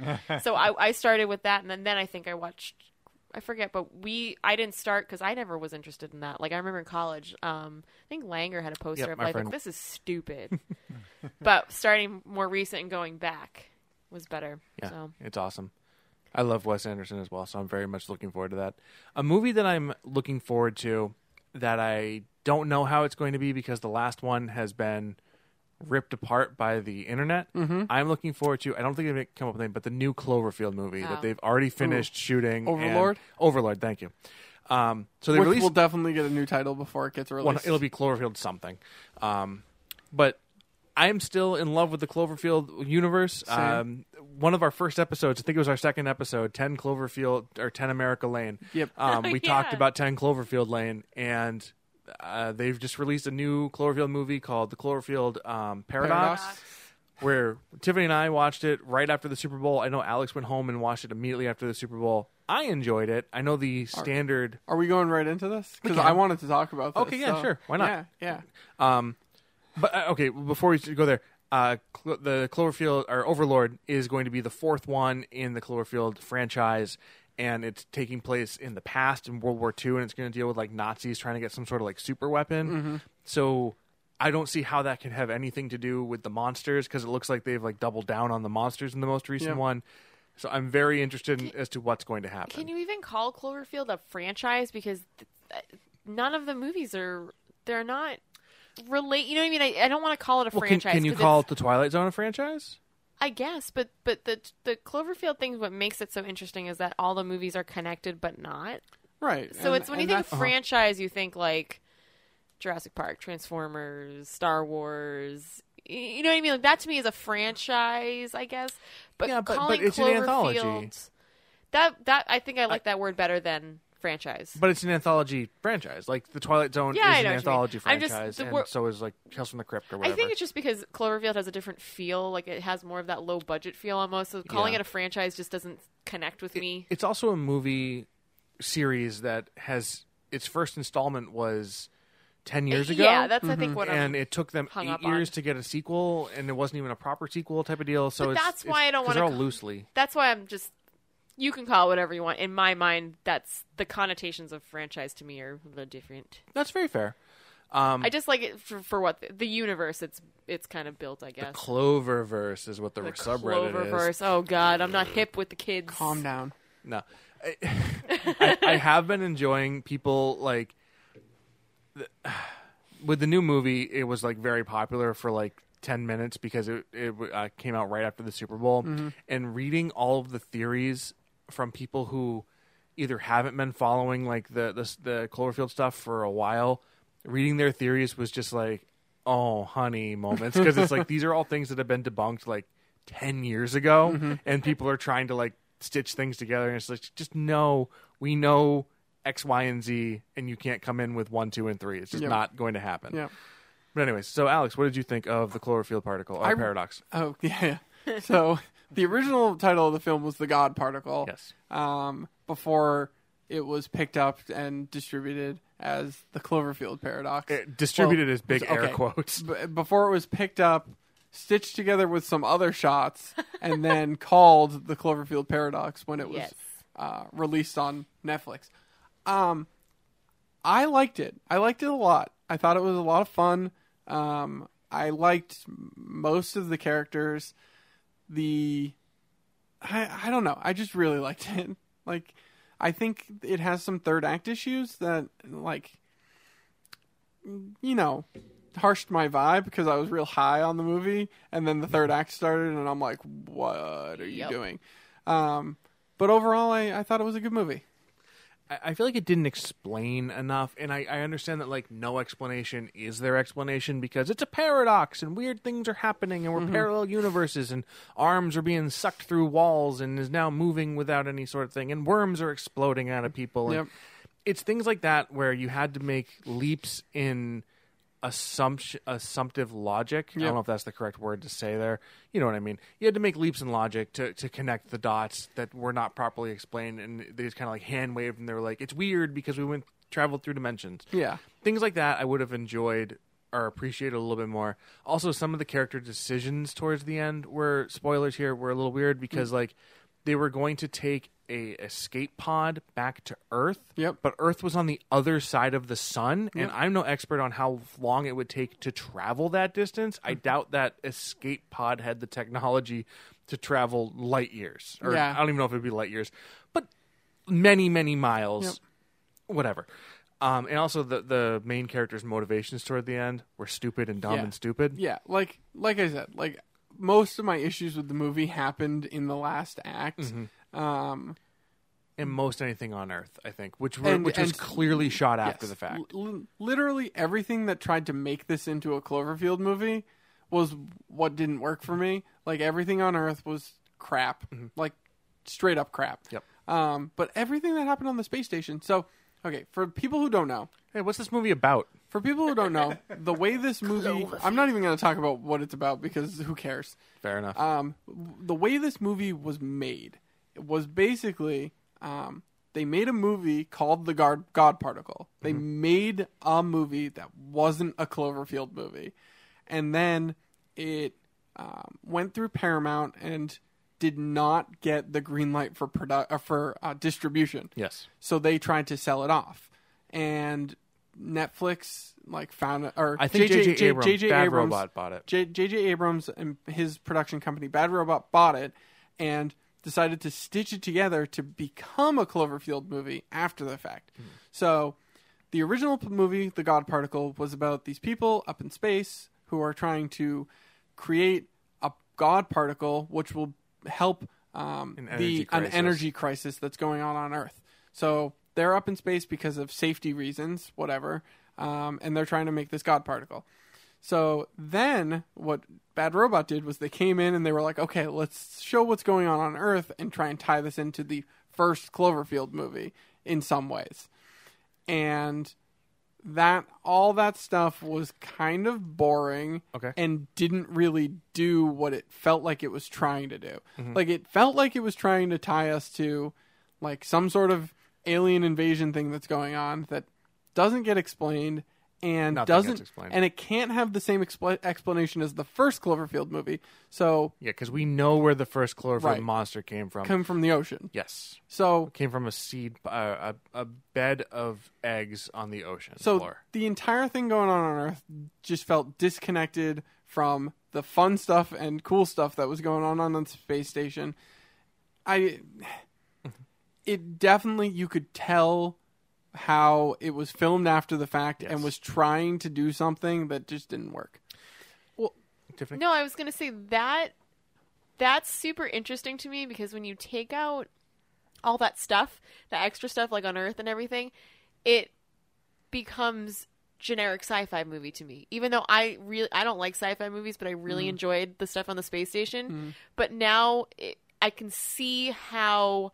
Speaker 3: so I, I started with that, and then, then I think I watched. I forget, but we I didn't start because I never was interested in that. Like I remember in college, um, I think Langer had a poster
Speaker 2: Yep,
Speaker 3: of
Speaker 2: my
Speaker 3: like,
Speaker 2: friend-
Speaker 3: like this is stupid. but starting more recent and going back was better.
Speaker 2: Yeah,
Speaker 3: So.
Speaker 2: it's awesome. I love Wes Anderson as well, so I'm very much looking forward to that. A movie that I'm looking forward to that I don't know how it's going to be because the last one has been ripped apart by the internet.
Speaker 1: Mm-hmm.
Speaker 2: I'm looking forward to. I don't think they've come up with anything, but the new Cloverfield movie
Speaker 3: Oh.
Speaker 2: that they've already finished shooting. and-
Speaker 1: Overlord?
Speaker 2: Overlord. Thank you. Um, so they
Speaker 1: Which
Speaker 2: released
Speaker 1: will definitely get a new title before it gets
Speaker 2: well,
Speaker 1: released.
Speaker 2: it'll be Cloverfield something. Um, but I'm still in love with the Cloverfield universe. Um, one of our first episodes, I think it was our second episode, 10 Cloverfield or 10 America Lane.
Speaker 1: Yep.
Speaker 2: Um, we
Speaker 3: Yeah.
Speaker 2: talked about 10 Cloverfield Lane, and uh, they've just released a new Cloverfield movie called The Cloverfield um, Paradox,
Speaker 1: Paradox.
Speaker 2: where Tiffany and I watched it right after the Super Bowl. I know Alex went home and watched it immediately after the Super Bowl. I enjoyed it. I know the standard.
Speaker 1: Are we going right into this? Because
Speaker 2: can.
Speaker 1: I wanted to talk about this.
Speaker 2: Okay, yeah,
Speaker 1: so-
Speaker 2: sure. Why not?
Speaker 1: Yeah, yeah.
Speaker 2: But uh, okay, before we go there, uh, Clo the Cloverfield or Overlord is going to be the fourth one in the Cloverfield franchise, and it's taking place in the past in World War II, and it's going to deal with like Nazis trying to get some sort of like super weapon. So I don't see how that can have anything to do with the monsters because it looks like they've like doubled down on the monsters in the most recent
Speaker 1: Yeah.
Speaker 2: one. So I'm very interested in, as to what's going to happen.
Speaker 3: Can you even call Cloverfield a franchise because th- th- none of the movies are they're not relate. You know what I mean? I, I don't want to call it a
Speaker 2: well, can,
Speaker 3: franchise.
Speaker 2: can you
Speaker 3: 'cause
Speaker 2: call
Speaker 3: it's-
Speaker 2: the Twilight Zone a franchise?
Speaker 3: I guess, but but the the Cloverfield thing, what makes it so interesting is that all the movies are connected but not.
Speaker 1: Right.
Speaker 3: So
Speaker 1: and-
Speaker 3: it's when
Speaker 1: and
Speaker 3: you think
Speaker 2: uh-huh.
Speaker 1: that's-
Speaker 3: franchise, you think like Jurassic Park, Transformers, Star Wars. y- You know what I mean? Like that to me is a franchise, I guess. But
Speaker 2: Yeah, but- but
Speaker 3: calling
Speaker 2: it's an anthology.
Speaker 3: Cloverfield- That that I think I like that word better than franchise.
Speaker 2: But it's an anthology franchise. Like the Twilight Zone
Speaker 3: Yeah,
Speaker 2: is
Speaker 3: I
Speaker 2: an
Speaker 3: know what you
Speaker 2: anthology
Speaker 3: mean. I'm just-
Speaker 2: franchise,
Speaker 3: the
Speaker 2: and
Speaker 3: wor-
Speaker 2: so is like Tales from the Crypt or whatever.
Speaker 3: I think it's just because Cloverfield has a different feel, like it has more of that low budget feel almost. So calling
Speaker 2: Yeah.
Speaker 3: it a franchise just doesn't connect with me.
Speaker 2: It's also a movie series that has its first installment was ten years ago.
Speaker 3: Uh,
Speaker 2: Mm-hmm.
Speaker 3: Yeah, that's I think what I'm.
Speaker 2: and it took them
Speaker 3: hung
Speaker 2: eight
Speaker 3: up on.
Speaker 2: years to get a sequel, and it wasn't even a proper sequel type of deal. So
Speaker 3: But
Speaker 2: it's,
Speaker 3: that's
Speaker 2: it's-
Speaker 3: why I don't
Speaker 2: 'cause
Speaker 3: wanna
Speaker 2: They're all
Speaker 3: call-
Speaker 2: loosely.
Speaker 3: that's why I'm just. You can call it whatever you want. In my mind, that's the connotations of franchise to me are the different.
Speaker 2: That's very fair. Um,
Speaker 3: I just like it for, for what the, the universe it's it's kind of built, I
Speaker 2: the
Speaker 3: guess.
Speaker 2: Cloververse is what the,
Speaker 3: The
Speaker 2: subreddit is.
Speaker 3: Cloververse. Oh God, I'm not hip with the kids.
Speaker 1: Calm down.
Speaker 2: No, I, I, I have been enjoying people like the, with the new movie. It was like very popular for like ten minutes because it it uh, came out right after the Super Bowl. And reading all of the theories from people who either haven't been following like the the, the Cloverfield stuff for a while, reading their theories was just like, oh honey moments because it's like these are all things that have been debunked like 10 years ago and people are trying to like stitch things together and it's like just no we know x y and z and you can't come in with one two and three it's just
Speaker 1: Yep.
Speaker 2: not going to happen
Speaker 1: Yeah.
Speaker 2: but anyways so alex what did you think of the chlorophyll particle or
Speaker 1: I-
Speaker 2: paradox
Speaker 1: Oh yeah. yeah. so the original title of the film was The God Particle.
Speaker 2: Yes.
Speaker 1: Um, before it was picked up and distributed as the Cloverfield Paradox.
Speaker 2: It- distributed
Speaker 1: Well,
Speaker 2: as big air
Speaker 1: okay.
Speaker 2: quotes
Speaker 1: B- before it was picked up, stitched together with some other shots, and then called the Cloverfield Paradox when it was
Speaker 3: Yes.
Speaker 1: uh, released on Netflix. Um, I liked it. I liked it a lot. I thought it was a lot of fun. Um, I liked m- most of the characters. The I, I don't know. I just really liked it. Like, I think it has some third act issues that, like, you know, harshed my vibe because I was real high on the movie, and then the third act started, and I'm like, what are you
Speaker 3: Yep.
Speaker 1: doing? Um, but overall, I, I thought it was a good movie.
Speaker 2: I, I feel like it didn't explain enough, and I, I understand that like no explanation is their explanation because it's a paradox and weird things are happening and we're parallel universes and arms are being sucked through walls and is now moving without any sort of thing and worms are exploding out of people. And
Speaker 1: Yep.
Speaker 2: It's things like that where you had to make leaps in assumption assumptive logic. I
Speaker 1: Yep.
Speaker 2: don't know if that's the correct word to say there. You know what I mean? You had to make leaps in logic to, to connect the dots that were not properly explained and they just kinda like hand waved and they were like, It's weird because we went traveled through dimensions.
Speaker 1: Yeah.
Speaker 2: Things like that I would have enjoyed or appreciated a little bit more. Also some of the character decisions towards the end were spoilers here were a little weird
Speaker 1: Mm.
Speaker 2: because like they were going to take a escape pod back to Earth.
Speaker 1: Yep.
Speaker 2: But Earth was on the other side of the sun, and I'm no expert on how long it would take to travel that distance.
Speaker 1: Mm.
Speaker 2: I doubt that escape pod had the technology to travel light years. Or
Speaker 1: Yeah.
Speaker 2: I don't even know if it'd be light years, but many, many miles. Whatever. Um, and also the the main character's motivations toward the end were stupid and dumb
Speaker 1: Yeah.
Speaker 2: and stupid.
Speaker 1: Yeah, like like I said, like most of my issues with the movie happened in the last act. Um,
Speaker 2: And most anything on Earth, I think, which were,
Speaker 1: And-
Speaker 2: which was
Speaker 1: and-
Speaker 2: clearly shot after
Speaker 1: yes,
Speaker 2: the fact.
Speaker 1: l- literally everything that tried to make this into a Cloverfield movie was what didn't work for me. Like everything on Earth was crap, like straight up crap.
Speaker 2: Mm-hmm. Yep.
Speaker 1: Um, but everything that happened on the space station. So, okay, for people who don't know,
Speaker 2: Hey, what's this movie about?
Speaker 1: for people who don't know, the way this movie, I'm not even going to talk about what it's about because who cares?
Speaker 2: Fair enough.
Speaker 1: um, the way this movie was made was basically um, they made a movie called The God, God Particle. They
Speaker 2: Mm-hmm.
Speaker 1: made a movie that wasn't a Cloverfield movie. And then it um, went through Paramount and did not get the green light for, produ- uh, for uh, distribution.
Speaker 2: yes.
Speaker 1: So they tried to sell it off. And Netflix like found or
Speaker 2: I think JJ Abrams,
Speaker 1: JJ
Speaker 2: Bad
Speaker 1: Abrams
Speaker 2: Robot bought it.
Speaker 1: J- J.J. Abrams and his production company, Bad Robot, bought it and decided to stitch it together to become a Cloverfield movie after the fact. So, the original p- movie, The God Particle, was about these people up in space who are trying to create a God particle which will help um,
Speaker 2: An energy
Speaker 1: the an
Speaker 2: crisis.
Speaker 1: energy crisis that's going on on Earth. So they're up in space because of safety reasons, whatever, um, and they're trying to make this God particle. So then what Bad Robot did was they came in and they were like, okay, let's show what's going on on Earth and try and tie this into the first Cloverfield movie in some ways. And that all that stuff was kind of boring
Speaker 2: Okay.
Speaker 1: and didn't really do what it felt like it was trying to do.
Speaker 2: Mm-hmm.
Speaker 1: Like it felt like it was trying to tie us to like some sort of alien invasion thing that's going on that doesn't get explained and
Speaker 2: Nothing gets
Speaker 1: doesn't
Speaker 2: explained.
Speaker 1: and it can't have the same expl- explanation as the first Cloverfield movie. So
Speaker 2: Yeah, because we know where the first Cloverfield
Speaker 1: Right.
Speaker 2: monster came from.
Speaker 1: come from the ocean.
Speaker 2: yes,
Speaker 1: So
Speaker 2: came from a seed, uh, a a bed of eggs on the ocean
Speaker 1: So
Speaker 2: floor.
Speaker 1: the entire thing going on on Earth just felt disconnected from the fun stuff and cool stuff that was going on on the space station. I it definitely you could tell how it was filmed after the fact
Speaker 2: Yes.
Speaker 1: and was trying to do something that just didn't work.
Speaker 2: Tiffany,
Speaker 3: No, I was gonna say that that's super interesting to me because when you take out all that stuff, the extra stuff like on Earth and everything, it becomes generic sci-fi movie to me. Even though I really I don't like sci-fi movies, but I really enjoyed the stuff on the space station. But now it, I can see how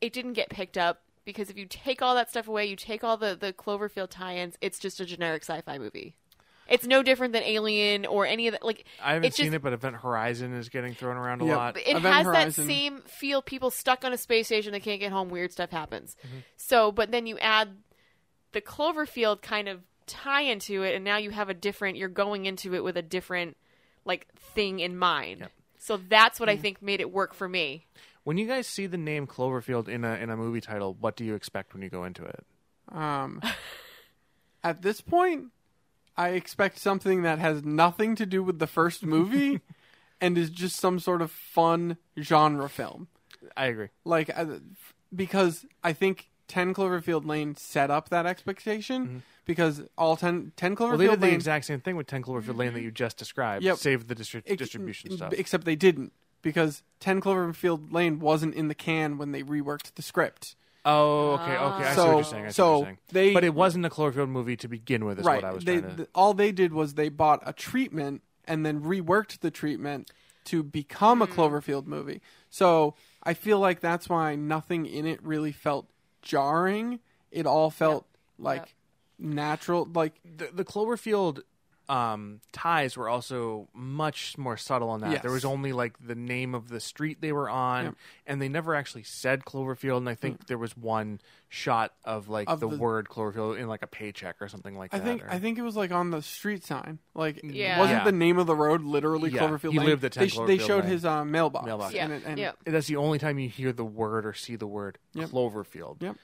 Speaker 3: it didn't get picked up because if you take all that stuff away, you take all the the Cloverfield tie-ins, it's just a generic sci-fi movie. It's no different than Alien or any of that. Like
Speaker 2: I haven't
Speaker 3: it's
Speaker 2: seen
Speaker 3: just-
Speaker 2: it, but Event Horizon is getting thrown around a
Speaker 1: Yeah.
Speaker 2: lot.
Speaker 3: it
Speaker 1: Event
Speaker 3: has
Speaker 1: Horizon.
Speaker 3: that same feel people stuck on a space station that can't get home weird stuff happens
Speaker 1: Mm-hmm.
Speaker 3: so but then you add the cloverfield kind of tie into it and now you have a different you're going into it with a different like thing in mind so that's what i think made it work for me
Speaker 2: When you guys see the name Cloverfield in a in a movie title, what do you expect when you go into it?
Speaker 1: Um, at this point, I expect something that has nothing to do with the first movie and is just some sort of fun genre film.
Speaker 2: I agree.
Speaker 1: like I- because I think 10 Cloverfield Lane set up that expectation because all 10, 10 Cloverfield
Speaker 2: Mm-hmm. Well, they did the
Speaker 1: Lane
Speaker 2: exact same thing with Ten Cloverfield Lane that you just described.
Speaker 1: Yep.
Speaker 2: Save the distri-
Speaker 1: ex- mm,
Speaker 2: distribution stuff.
Speaker 1: except they didn't because 10 Cloverfield Lane wasn't in the can when they reworked the script.
Speaker 2: Oh, okay, okay. I see what
Speaker 1: So-
Speaker 2: you're saying. I see
Speaker 1: so
Speaker 2: what you're saying.
Speaker 1: they-
Speaker 2: but it wasn't a Cloverfield movie to begin with, is
Speaker 1: right.
Speaker 2: what I was
Speaker 1: they,
Speaker 2: trying to.
Speaker 1: th- all they did was they bought a treatment and then reworked the treatment to become
Speaker 3: Hmm.
Speaker 1: a Cloverfield movie. So I feel like that's why nothing in it really felt jarring. It all felt like
Speaker 3: Yep.
Speaker 1: natural. Like
Speaker 2: the, the Cloverfield um, ties were also much more subtle on that.
Speaker 1: Yes.
Speaker 2: There was only like the name of the street they were on,
Speaker 1: Yep. Mm.
Speaker 2: and they never actually said Cloverfield. And I think there was one shot of like
Speaker 1: Of
Speaker 2: the,
Speaker 1: the-
Speaker 2: word Cloverfield in like a paycheck or something like
Speaker 1: I
Speaker 2: that.
Speaker 1: think
Speaker 2: or-
Speaker 1: I think it was like on the street sign. Like it
Speaker 3: Yeah.
Speaker 1: wasn't
Speaker 2: Yeah.
Speaker 1: the name of the road literally
Speaker 2: Yeah,
Speaker 1: Cloverfield
Speaker 2: he
Speaker 1: Lane?
Speaker 2: lived at 10
Speaker 1: they, sh- they
Speaker 2: Cloverfield
Speaker 1: showed
Speaker 2: Lane.
Speaker 1: his uh, mailbox.
Speaker 2: Mailbox.
Speaker 3: Yeah.
Speaker 1: And it, and
Speaker 3: yeah.
Speaker 2: that's the only time you hear the word or see the word Cloverfield.
Speaker 1: Yep.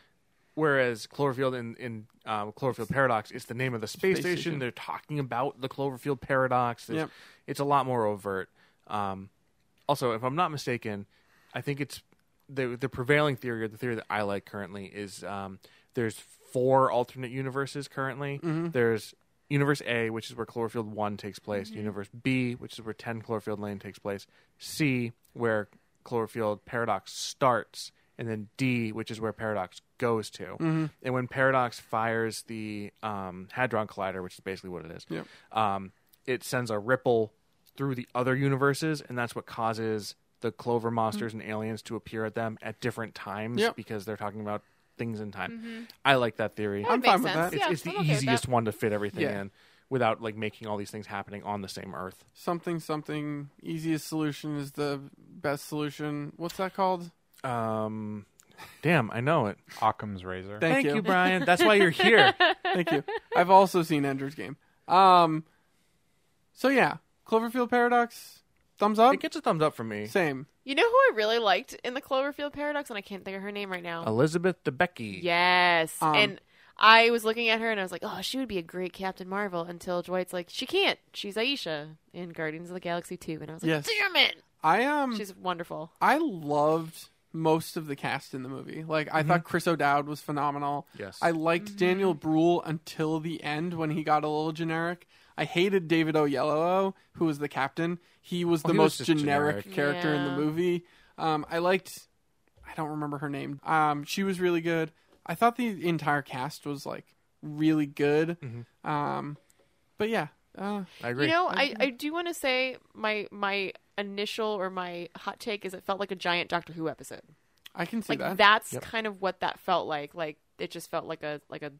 Speaker 2: Whereas Cloverfield in, in um, Cloverfield Paradox, it's the name of the space,
Speaker 1: Space
Speaker 2: station.
Speaker 1: station.
Speaker 2: They're talking about the Cloverfield Paradox. There's-
Speaker 1: Yep.
Speaker 2: It's a lot more overt. Um, also, if I'm not mistaken, I think it's the the prevailing theory or the theory that I like currently is um, there's four alternate universes currently. There's Universe A, which is where Cloverfield One takes place. Universe B, which is where Ten Cloverfield Lane takes place. C, where Cloverfield Paradox starts, and then D, which is where Paradox goes to. And when Paradox fires the um, Hadron Collider, which is basically what it is,
Speaker 1: Yep.
Speaker 2: um, it sends a ripple through the other universes, and that's what causes the clover
Speaker 3: Mm-hmm.
Speaker 2: monsters and aliens to appear at them at different times
Speaker 1: Yep.
Speaker 2: because they're talking about things in time. I like that theory.
Speaker 1: I'm
Speaker 3: That
Speaker 1: fine
Speaker 3: makes
Speaker 1: with
Speaker 3: sense.
Speaker 2: it's
Speaker 3: Mm-hmm. Oh, Yeah,
Speaker 1: that.
Speaker 2: it's the
Speaker 3: I'm okay with
Speaker 2: easiest
Speaker 3: that.
Speaker 2: one to fit everything
Speaker 1: Yeah.
Speaker 2: in without like making all these things happening on the same Earth.
Speaker 1: something something easiest solution is the best solution. What's that called?
Speaker 2: Um, damn, I know it.
Speaker 4: Occam's razor.
Speaker 1: Thank you.
Speaker 2: you, Brian. That's why you're here.
Speaker 1: Thank you. I've also seen Ender's Game. Um, so yeah, Cloverfield Paradox, thumbs up.
Speaker 2: It gets a thumbs up from me.
Speaker 1: Same.
Speaker 3: You know who I really liked in the Cloverfield Paradox, and I can't think of her name right now.
Speaker 2: Elizabeth Debicki.
Speaker 3: Yes,
Speaker 1: Um,
Speaker 3: and I was looking at her, and I was like, "Oh, she would be a great Captain Marvel." Until Dwight's like, "She can't. She's Aisha in Guardians of the Galaxy 2. and I was like,
Speaker 1: Yes.
Speaker 3: "Damn it,
Speaker 1: I um,
Speaker 3: she's wonderful."
Speaker 1: I loved most of the cast in the movie. Like I
Speaker 3: Mm-hmm.
Speaker 1: thought Chris O'Dowd was phenomenal.
Speaker 2: Yes.
Speaker 1: I liked Daniel Bruhl until the end when he got a little generic. I hated David Oyelowo, who was the captain. He was the
Speaker 2: Oh, he was
Speaker 1: most
Speaker 2: just
Speaker 1: generic,
Speaker 2: generic.
Speaker 1: character in
Speaker 3: Yeah.
Speaker 1: the movie. Um, I liked I don't remember her name. Um, she was really good. I thought the entire cast was like really good.
Speaker 2: Mm-hmm.
Speaker 1: Um, but yeah, uh,
Speaker 2: I agree.
Speaker 3: You know, I, I do want to say my my initial or my hot take is it felt like a giant Doctor Who episode.
Speaker 1: I can see
Speaker 3: Like
Speaker 1: that.
Speaker 3: that's
Speaker 2: Yep.
Speaker 3: kind of what that felt like. Like it just felt like a like a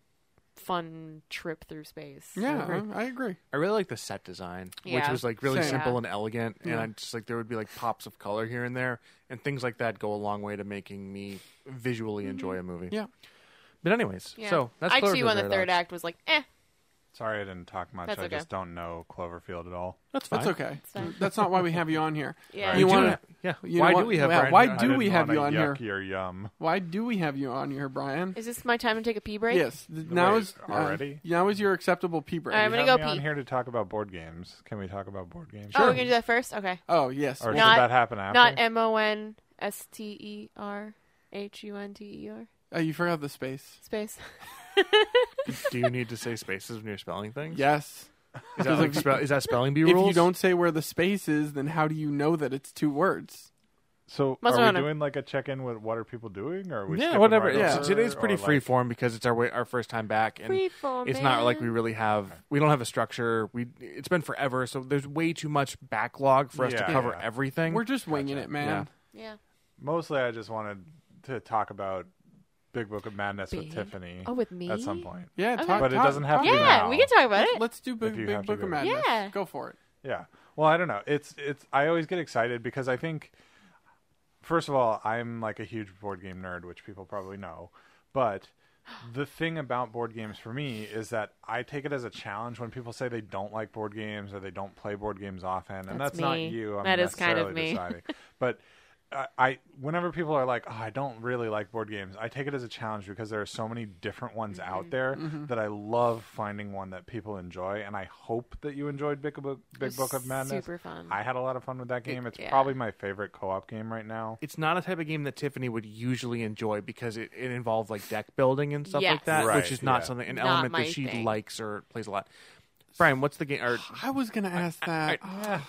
Speaker 3: fun trip through space.
Speaker 1: Yeah,
Speaker 2: I agree.
Speaker 1: I agree.
Speaker 2: I really like the set design, which
Speaker 3: Yeah.
Speaker 2: was like really
Speaker 1: Same.
Speaker 2: simple
Speaker 3: Yeah.
Speaker 2: and elegant, and
Speaker 1: Yeah.
Speaker 2: I just like there would be like pops of color here and there, and things like that go a long way to making me visually enjoy a movie.
Speaker 1: Yeah.
Speaker 2: But anyways,
Speaker 3: Mm-hmm. Yeah.
Speaker 2: so that's
Speaker 3: I
Speaker 2: Cloverfield
Speaker 3: too on the third
Speaker 2: Paradox.
Speaker 3: act was like, eh,
Speaker 4: Sorry, I didn't talk much.
Speaker 3: That's
Speaker 4: I
Speaker 3: okay.
Speaker 4: just don't know Cloverfield at all.
Speaker 2: That's fine.
Speaker 1: That's okay.
Speaker 3: fine.
Speaker 1: That's not why we have you on here.
Speaker 3: yeah.
Speaker 4: Right.
Speaker 1: You
Speaker 2: We do
Speaker 1: wanna-
Speaker 2: have- yeah.
Speaker 1: you
Speaker 2: why
Speaker 1: know
Speaker 2: do
Speaker 1: what?
Speaker 2: we have?
Speaker 1: Yeah,
Speaker 2: Brian
Speaker 1: why
Speaker 2: on?
Speaker 4: I
Speaker 1: do
Speaker 4: didn't
Speaker 1: we have
Speaker 4: wanna
Speaker 1: you on
Speaker 4: yuck
Speaker 1: here?
Speaker 4: Your yum.
Speaker 1: Why do we have you on here, Brian?
Speaker 3: Is this my time to take a pee break?
Speaker 1: Yes, th- now
Speaker 4: Wait,
Speaker 1: is uh,
Speaker 4: already?
Speaker 1: now is your acceptable pee break.
Speaker 3: I'm
Speaker 4: You
Speaker 3: gonna
Speaker 4: have
Speaker 3: go
Speaker 4: me on
Speaker 3: pee.
Speaker 4: here to talk about board games. Can we talk about board games?
Speaker 3: Oh, we're gonna do that first. Okay.
Speaker 1: oh yes,
Speaker 4: Or
Speaker 1: Well,
Speaker 4: should
Speaker 3: Not-
Speaker 4: that happen after?
Speaker 3: Not M O N S T E R H U N T E R
Speaker 1: uh, you forgot the space.
Speaker 3: space.
Speaker 2: do you need to say spaces when you're spelling things?
Speaker 1: Yes,
Speaker 2: Is that, like, spe- is that spelling bee
Speaker 1: if
Speaker 2: rules?
Speaker 1: you don't say where the space is, then how do you know that it's two words?
Speaker 4: so
Speaker 3: Must
Speaker 4: are we
Speaker 3: wanna-
Speaker 4: doing like a check in with what are people doing, or are we
Speaker 2: yeah,
Speaker 4: skipping
Speaker 2: whatever.
Speaker 4: right
Speaker 2: Yeah.
Speaker 4: over,
Speaker 2: today's pretty
Speaker 4: or, like-
Speaker 2: free form because it's our way, our first time back, and
Speaker 3: Freeform,
Speaker 2: it's not like we
Speaker 3: man.
Speaker 2: really have we don't have a structure. We it's been forever, so there's way too much backlog for us to
Speaker 4: Yeah.
Speaker 2: cover
Speaker 4: Yeah.
Speaker 2: everything.
Speaker 1: We're just winging it, man.
Speaker 3: Yeah.
Speaker 4: Mostly, I just wanted to talk about Big Book of Madness
Speaker 3: Big-
Speaker 4: with Tiffany
Speaker 3: oh, with me.
Speaker 4: at some point.
Speaker 1: Yeah,
Speaker 3: Okay.
Speaker 1: talk-
Speaker 4: But it
Speaker 1: talk-
Speaker 4: doesn't have to
Speaker 1: talk-
Speaker 4: be
Speaker 3: Yeah,
Speaker 4: now.
Speaker 3: we can talk about it.
Speaker 1: Let's do
Speaker 4: If
Speaker 1: big
Speaker 4: you have
Speaker 1: big
Speaker 4: to
Speaker 1: book
Speaker 4: do it.
Speaker 1: of madness.
Speaker 3: Yeah.
Speaker 1: go for it.
Speaker 4: Yeah. Well, I don't know. It's it's. I always get excited because I think, first of all, I'm like a huge board game nerd, which people probably know. But the thing about board games for me is that I take it as a challenge when people say they don't like board games or they don't play board games often, and
Speaker 3: That's
Speaker 4: that's not
Speaker 3: me.
Speaker 4: you. I'm
Speaker 3: That is kind of
Speaker 4: necessarily
Speaker 3: me.
Speaker 4: Deciding. But I, I, whenever people are like, oh, I don't really like board games, I take it as a challenge because there are so many different ones
Speaker 3: Mm-hmm.
Speaker 4: out there that I love finding one that people enjoy, and I hope that you enjoyed Big Book, Big Book of Madness.
Speaker 3: Super fun.
Speaker 4: I had a lot of fun with that game. It's
Speaker 3: yeah.
Speaker 4: probably my favorite co-op game right now.
Speaker 2: it's not a type of game that Tiffany would usually enjoy because it, it involved like deck building and stuff
Speaker 3: Yes.
Speaker 2: like that,
Speaker 4: Right,
Speaker 2: which is not
Speaker 4: yeah.
Speaker 2: something an
Speaker 3: Not
Speaker 2: element
Speaker 3: my
Speaker 2: that she
Speaker 3: thing.
Speaker 2: likes or plays a lot. Brian, what's the game? Or
Speaker 1: I was gonna ask that.
Speaker 2: I-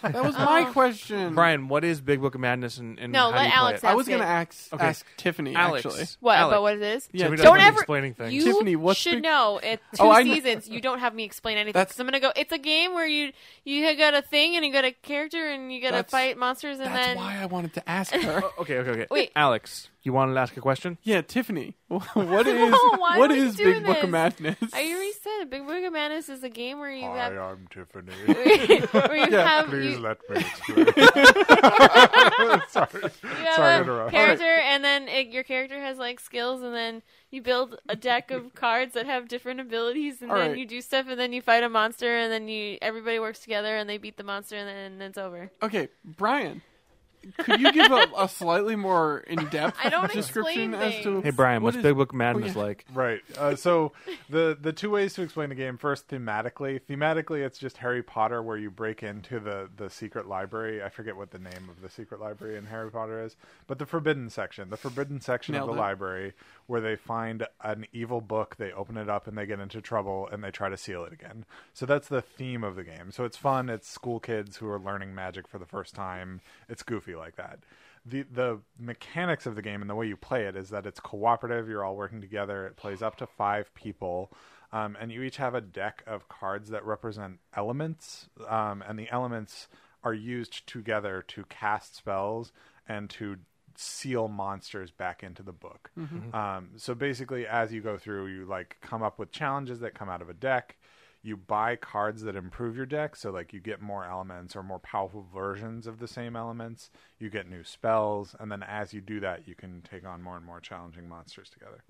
Speaker 1: Ah, that was my
Speaker 3: Oh.
Speaker 1: question.
Speaker 2: Brian, what is Big Book of Madness? And, and
Speaker 3: No,
Speaker 2: how
Speaker 3: let
Speaker 2: do you
Speaker 3: Alex
Speaker 2: play it?
Speaker 1: I was
Speaker 3: That's
Speaker 1: gonna
Speaker 3: it.
Speaker 1: ask,
Speaker 2: Okay.
Speaker 1: ask Tiffany
Speaker 2: Alex,
Speaker 1: actually.
Speaker 3: What
Speaker 2: Alex.
Speaker 3: about what it is?
Speaker 2: Tiffany
Speaker 1: Yeah, Tiffany
Speaker 2: doesn't
Speaker 3: don't
Speaker 2: like
Speaker 3: ever-
Speaker 2: explaining things.
Speaker 3: You
Speaker 1: Tiffany, what's
Speaker 3: should
Speaker 1: the-
Speaker 3: know at two
Speaker 1: Oh, I kn-
Speaker 3: seasons. You don't have me explain anything.
Speaker 1: That's-
Speaker 3: so I'm gonna go. It's a game where you you got a thing and you got a character and you got to
Speaker 1: That's-
Speaker 3: fight monsters and
Speaker 1: That's
Speaker 3: then
Speaker 1: why I wanted to ask her.
Speaker 2: Oh, okay, okay, okay.
Speaker 3: Wait.
Speaker 2: Alex, you wanted to ask a question?
Speaker 1: yeah, Tiffany. What is
Speaker 3: why
Speaker 1: what
Speaker 3: would you
Speaker 1: is
Speaker 3: do
Speaker 1: Big Book
Speaker 3: this?
Speaker 1: of Madness?
Speaker 3: I already said Big Book of Madness is a game where you
Speaker 4: Hi,
Speaker 3: have
Speaker 4: I'm Tiffany.
Speaker 3: where you
Speaker 1: Yeah,
Speaker 3: have
Speaker 4: Please
Speaker 3: you,
Speaker 4: let me explain. Sorry.
Speaker 3: you have
Speaker 4: Sorry
Speaker 3: a
Speaker 4: to interrupt.
Speaker 3: character, and then it, your character has like skills, and then you build a deck of cards that have different abilities, and
Speaker 1: All
Speaker 3: then
Speaker 1: right.
Speaker 3: you do stuff, and then you fight a monster, and then you everybody works together, and they beat the monster, and then it's over.
Speaker 1: Okay, Brian, could you give a, a slightly more in-depth
Speaker 3: I don't explain
Speaker 1: description as to
Speaker 3: things.
Speaker 2: Hey, Brian,
Speaker 1: what
Speaker 2: what's
Speaker 1: is-
Speaker 2: Big Book of Madness
Speaker 1: yeah.
Speaker 2: like?
Speaker 4: Right. Uh, so the the two ways to explain the game. First, thematically. Thematically, it's just Harry Potter, where you break into the the secret library. I forget what the name of the secret library in Harry Potter is, but the Forbidden section. The Forbidden section
Speaker 1: Nailed
Speaker 4: of
Speaker 1: it.
Speaker 4: the library, where they find an evil book, they open it up, and they get into trouble, and they try to seal it again. So that's the theme of the game. So it's fun. It's school kids who are learning magic for the first time. It's goofy like that the the mechanics of the game and the way you play it is that it's cooperative. You're all working together. It plays up to five people, um, and you each have a deck of cards that represent elements, um, and the elements are used together to cast spells and to seal monsters back into the book.
Speaker 2: Mm-hmm.
Speaker 4: Um, so basically, as you go through, you like come up with challenges that come out of a deck you buy cards that improve your deck so like you get more elements or more powerful versions of the same elements you get new spells and then as you do that you can take on more and more challenging monsters together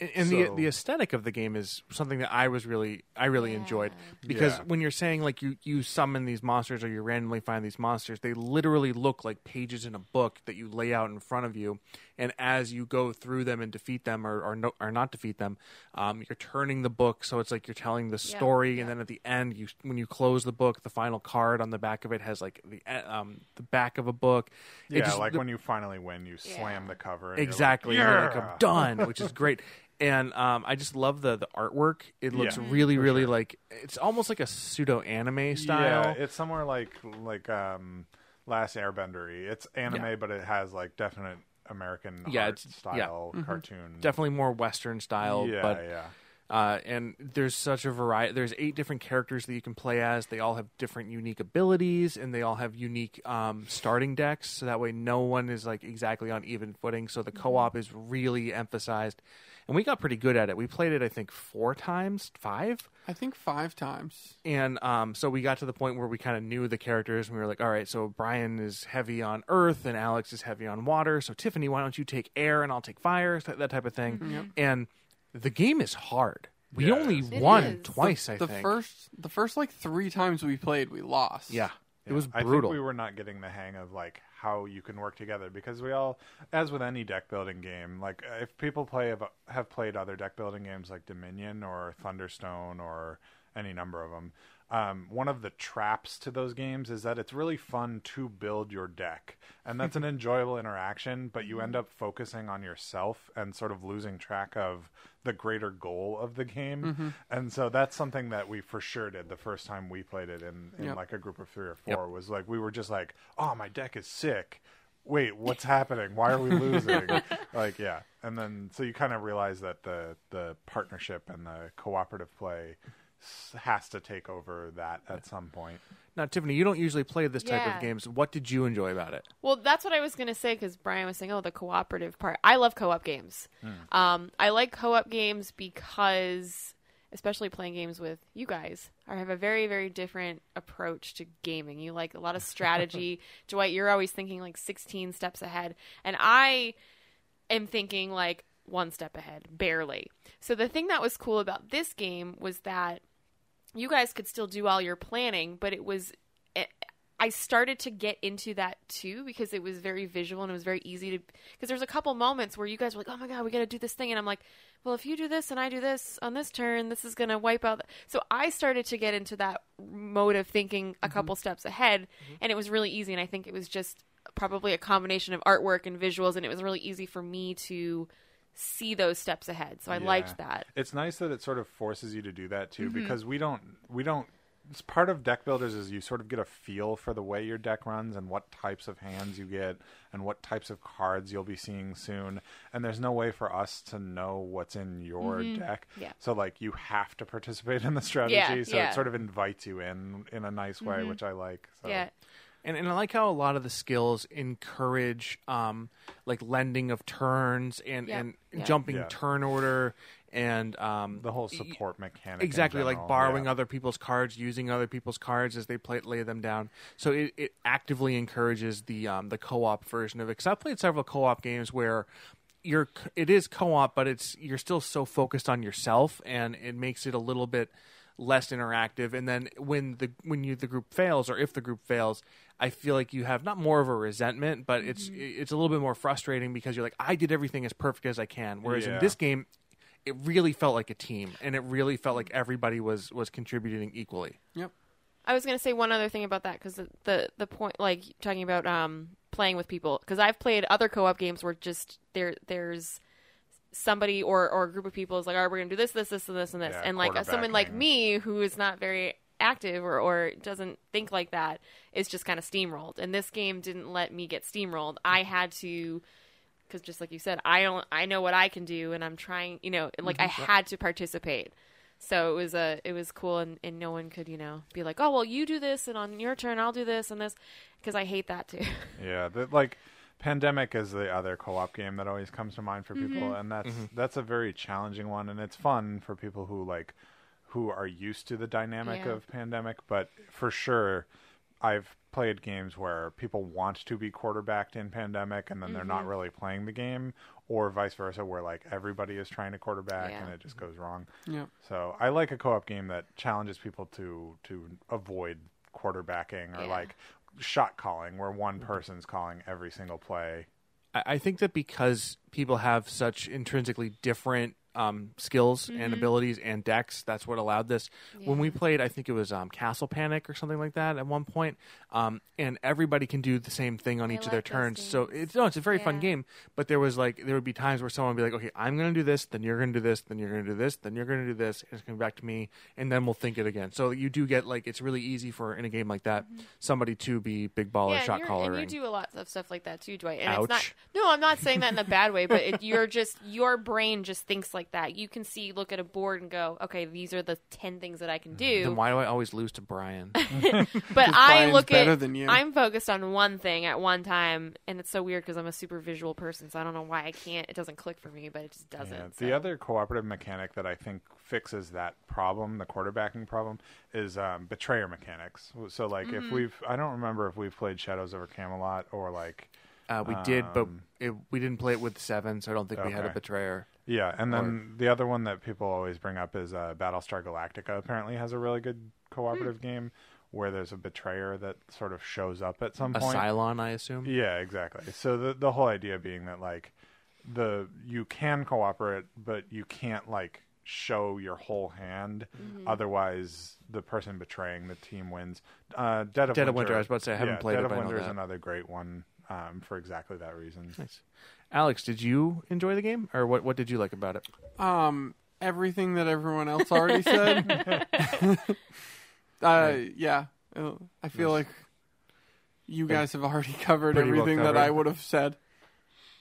Speaker 2: And, and
Speaker 4: So-
Speaker 2: the the aesthetic of the game is something that I was really I really enjoyed because
Speaker 4: Yeah.
Speaker 2: when you're saying like you you summon these monsters or you randomly find these monsters, they literally look like pages in a book that you lay out in front of you, and as you go through them and defeat them or or, no, or not defeat them, um, you're turning the book so it's like you're telling the
Speaker 3: Yeah,
Speaker 2: story, and then at the end you when you close the book, the final card on the back of it has like the uh, um the back of a book. It
Speaker 4: yeah
Speaker 2: just-
Speaker 4: like
Speaker 2: the-
Speaker 4: when you finally win you slam the cover and you're like,
Speaker 2: exactly and you're like,
Speaker 4: "Yeah!"
Speaker 2: i'm done which is great and um, i just love the the artwork it looks
Speaker 4: Yeah,
Speaker 2: really really like it's almost like a pseudo anime style
Speaker 4: yeah it's somewhere like like um last airbender it's anime
Speaker 2: Yeah.
Speaker 4: but it has like definite american
Speaker 2: Yeah,
Speaker 4: art
Speaker 2: it's- yeah.
Speaker 4: style cartoon
Speaker 2: definitely more western style
Speaker 4: yeah
Speaker 2: but
Speaker 4: yeah
Speaker 2: Uh, and there's such a variety. There's eight different characters that you can play as. They all have different unique abilities, and they all have unique um, starting decks. So that way, no one is like exactly on even footing. So the
Speaker 4: Mm-hmm.
Speaker 2: co-op is really emphasized, and we got pretty good at it. We played it, I think, four times, five.
Speaker 1: I think five times.
Speaker 2: and um, so we got to the point where we kind of knew the characters and we were like all right so brian is heavy on earth and alex is heavy on water so tiffany why don't you take air and i'll take fire th- that type of thing
Speaker 3: Mm-hmm.
Speaker 2: and the game is hard we
Speaker 4: Yeah, it
Speaker 2: only
Speaker 4: is.
Speaker 3: It
Speaker 2: won
Speaker 3: is.
Speaker 2: twice i
Speaker 1: the
Speaker 2: think
Speaker 1: first, the first like three times we played, we lost.
Speaker 2: yeah it was
Speaker 4: I
Speaker 2: brutal
Speaker 4: think we were not getting the hang of like how you can work together because we all, as with any deck building game, like uh, if people play have, have played other deck building games like Dominion or Thunderstone or any number of them. Um, one of the traps to those games is that it's really fun to build your deck, and that's an enjoyable interaction. But you end up focusing on yourself and sort of losing track of the greater goal of the game.
Speaker 1: Mm-hmm.
Speaker 4: And so that's something that we for sure did the first time we played it in, in
Speaker 1: Yep.
Speaker 4: like a group of three or four was like we were just like, oh, my deck is sick. Wait, what's happening? Why are we losing? like, yeah. And then so you kind of realize that the the partnership and the cooperative play s- has to take over that at some point.
Speaker 2: now tiffany you don't usually play this type
Speaker 3: Yeah.
Speaker 2: of games what did you enjoy about it
Speaker 3: Well, that's what I was going to say because Brian was saying, oh, the cooperative part. I love co op games. Um, I like co op games because, especially playing games with you guys, I have a very, very different approach to gaming. You like a lot of strategy. Dwight, you're always thinking like 16 steps ahead. And I am thinking like one step ahead, barely. So the thing that was cool about this game was that you guys could still do all your planning, but it was. It, I started to get into that too because it was very visual and it was very easy to. Because there's a couple moments where you guys were like, "Oh my god, we got to do this thing," and I'm like, "Well, if you do this and I do this on this turn, this is gonna wipe out." The... So I started to get into that mode of thinking
Speaker 4: Mm-hmm.
Speaker 3: a couple steps ahead, and it was really easy. And I think it was just probably a combination of artwork and visuals, and it was really easy for me to see those steps ahead. So I
Speaker 4: Yeah.
Speaker 3: liked that. Mm-hmm.
Speaker 4: It's nice that it sort of forces you to do that too, because we don't we don't. It's part of deck builders is you sort of get a feel for the way your deck runs and what types of hands you get and what types of cards you'll be seeing soon. And there's no way for us to know what's in your deck,
Speaker 3: Mm-hmm. Yeah.
Speaker 4: so like you have to participate in the strategy. so
Speaker 3: yeah. Mm-hmm.
Speaker 4: it sort of invites you in in a nice way, which I like. So.
Speaker 3: Yeah.
Speaker 2: And, and I like how a lot of the skills encourage um, like lending of turns and,
Speaker 3: Yeah.
Speaker 2: and
Speaker 3: Yeah.
Speaker 2: jumping
Speaker 4: Yeah.
Speaker 2: turn order and um,
Speaker 4: The whole support mechanic, in
Speaker 2: exactly like
Speaker 4: general,
Speaker 2: borrowing
Speaker 4: yeah.
Speaker 2: other people's cards, using other people's cards as they play lay them down. So it, it actively encourages the um, the co op version of it. 'Cause I've played several co op games where you're c- it is co op, but it's you're still so focused on yourself, and it makes it a little bit less interactive. And then when the when you the group fails, or if the group fails. I feel like you have not more of a resentment, but it's it's a little bit more frustrating because you're like I did everything as perfect as I can. Whereas in
Speaker 4: Yeah.
Speaker 2: this game, it really felt like a team and it really felt like everybody was was contributing equally
Speaker 1: Yep.
Speaker 3: I was gonna say one other thing about that because the, the the point, like talking about um playing with people, because I've played other co-op games where just there there's somebody or or a group of people is like, all right, we're gonna do this, this, this, and this, and this,
Speaker 4: Yeah,
Speaker 3: and like someone like
Speaker 4: quarterbacking.
Speaker 3: me who is not very active or or doesn't think like that is just kind of steamrolled. And this game didn't let me get steamrolled. I had to. Because just like you said, I don't. I know what I can do, and I'm trying. You know, like I
Speaker 4: Mm-hmm.
Speaker 3: had to participate. So it was a it was cool and, and no one could, you know, be like, "Oh, well, you do this and on your turn I'll do this and this" because I hate that too.
Speaker 4: Yeah, the, like Pandemic is the other co-op game that always comes to mind for people,
Speaker 3: Mm-hmm.
Speaker 4: and that's that's a very challenging one, and it's fun for people who like who are used to the dynamic
Speaker 3: Yeah.
Speaker 4: of Pandemic, but for sure. I've played games where people want to be quarterbacked in Pandemic and then they're
Speaker 3: Mm-hmm.
Speaker 4: not really playing the game, or vice versa, where like everybody is trying to quarterback
Speaker 3: Yeah.
Speaker 4: and it just goes wrong.
Speaker 1: Yep.
Speaker 4: So I like a co-op game that challenges people to to avoid quarterbacking or
Speaker 3: Yeah. Mm-hmm.
Speaker 4: like shot calling, where one person's calling every single play.
Speaker 2: i, I think that because people have such intrinsically different um, skills
Speaker 3: Mm-hmm.
Speaker 2: and abilities and decks that's what allowed this when we played i think it was um, castle panic or something like that at one point um, and everybody can do the same thing on
Speaker 3: I
Speaker 2: each of their
Speaker 3: like those
Speaker 2: turns so
Speaker 3: games.
Speaker 2: it's no it's a very fun
Speaker 3: Yeah.
Speaker 2: game but there was like there would be times where someone would be like okay i'm going to do this then you're going to do this then you're going to do this then you're going to do this and it's going to be back to me and then we'll think it again so you do get like it's really easy for in a game like that somebody to be big ball or
Speaker 3: Mm-hmm. yeah,
Speaker 2: shot
Speaker 3: and, you're-
Speaker 2: caller
Speaker 3: and you do a lot of stuff like that too, Dwight. And it's not
Speaker 2: Ouch.
Speaker 3: No, I'm not saying that in a bad way, but it, you're just your brain just thinks like that. You can see look at a board and go, "Okay, these are the 10 things that I can do."
Speaker 2: then why do i always lose to brian
Speaker 3: but I
Speaker 1: Brian's
Speaker 3: look
Speaker 1: better
Speaker 3: at
Speaker 1: than you.
Speaker 3: I'm focused on one thing at one time, and it's so weird because I'm a super visual person, so I don't know why I can't. It doesn't click for me, but it just doesn't.
Speaker 4: And
Speaker 3: so.
Speaker 4: the other cooperative mechanic that I think fixes that problem, the quarterbacking problem, is um, betrayer mechanics. So like
Speaker 3: Mm-hmm.
Speaker 4: if we've, I don't remember if we've played Shadows over Camelot or like.
Speaker 2: uh, we did but
Speaker 4: Um,
Speaker 2: it, we didn't play it with seven so i don't think we had a
Speaker 4: Okay.
Speaker 2: betrayer
Speaker 4: Yeah, and then the other one that people always bring up is uh, Battlestar Galactica. Apparently, has a really good
Speaker 3: Hmm.
Speaker 4: cooperative game where there's a betrayer that sort of shows up at some
Speaker 2: a
Speaker 4: point.
Speaker 2: cylon i assume
Speaker 4: Yeah, exactly. So the the whole idea being that like the you can cooperate, but you can't like show your whole hand. Otherwise, the person betraying the team wins. Uh, Dead of
Speaker 2: Dead
Speaker 4: Winter.
Speaker 2: of Winter, I was about to say, I haven't
Speaker 4: yeah,
Speaker 2: played
Speaker 4: Dead
Speaker 2: it,
Speaker 4: of
Speaker 2: but I know
Speaker 4: Winter is
Speaker 2: that.
Speaker 4: another great one um, for exactly that reason.
Speaker 2: nice alex did you enjoy the game or what, what did you like about it
Speaker 1: Um, everything that everyone else already said. uh, yeah, Uh, I feel like you guys have already covered
Speaker 2: Pretty well
Speaker 1: everything that
Speaker 2: covered.
Speaker 1: I would have said.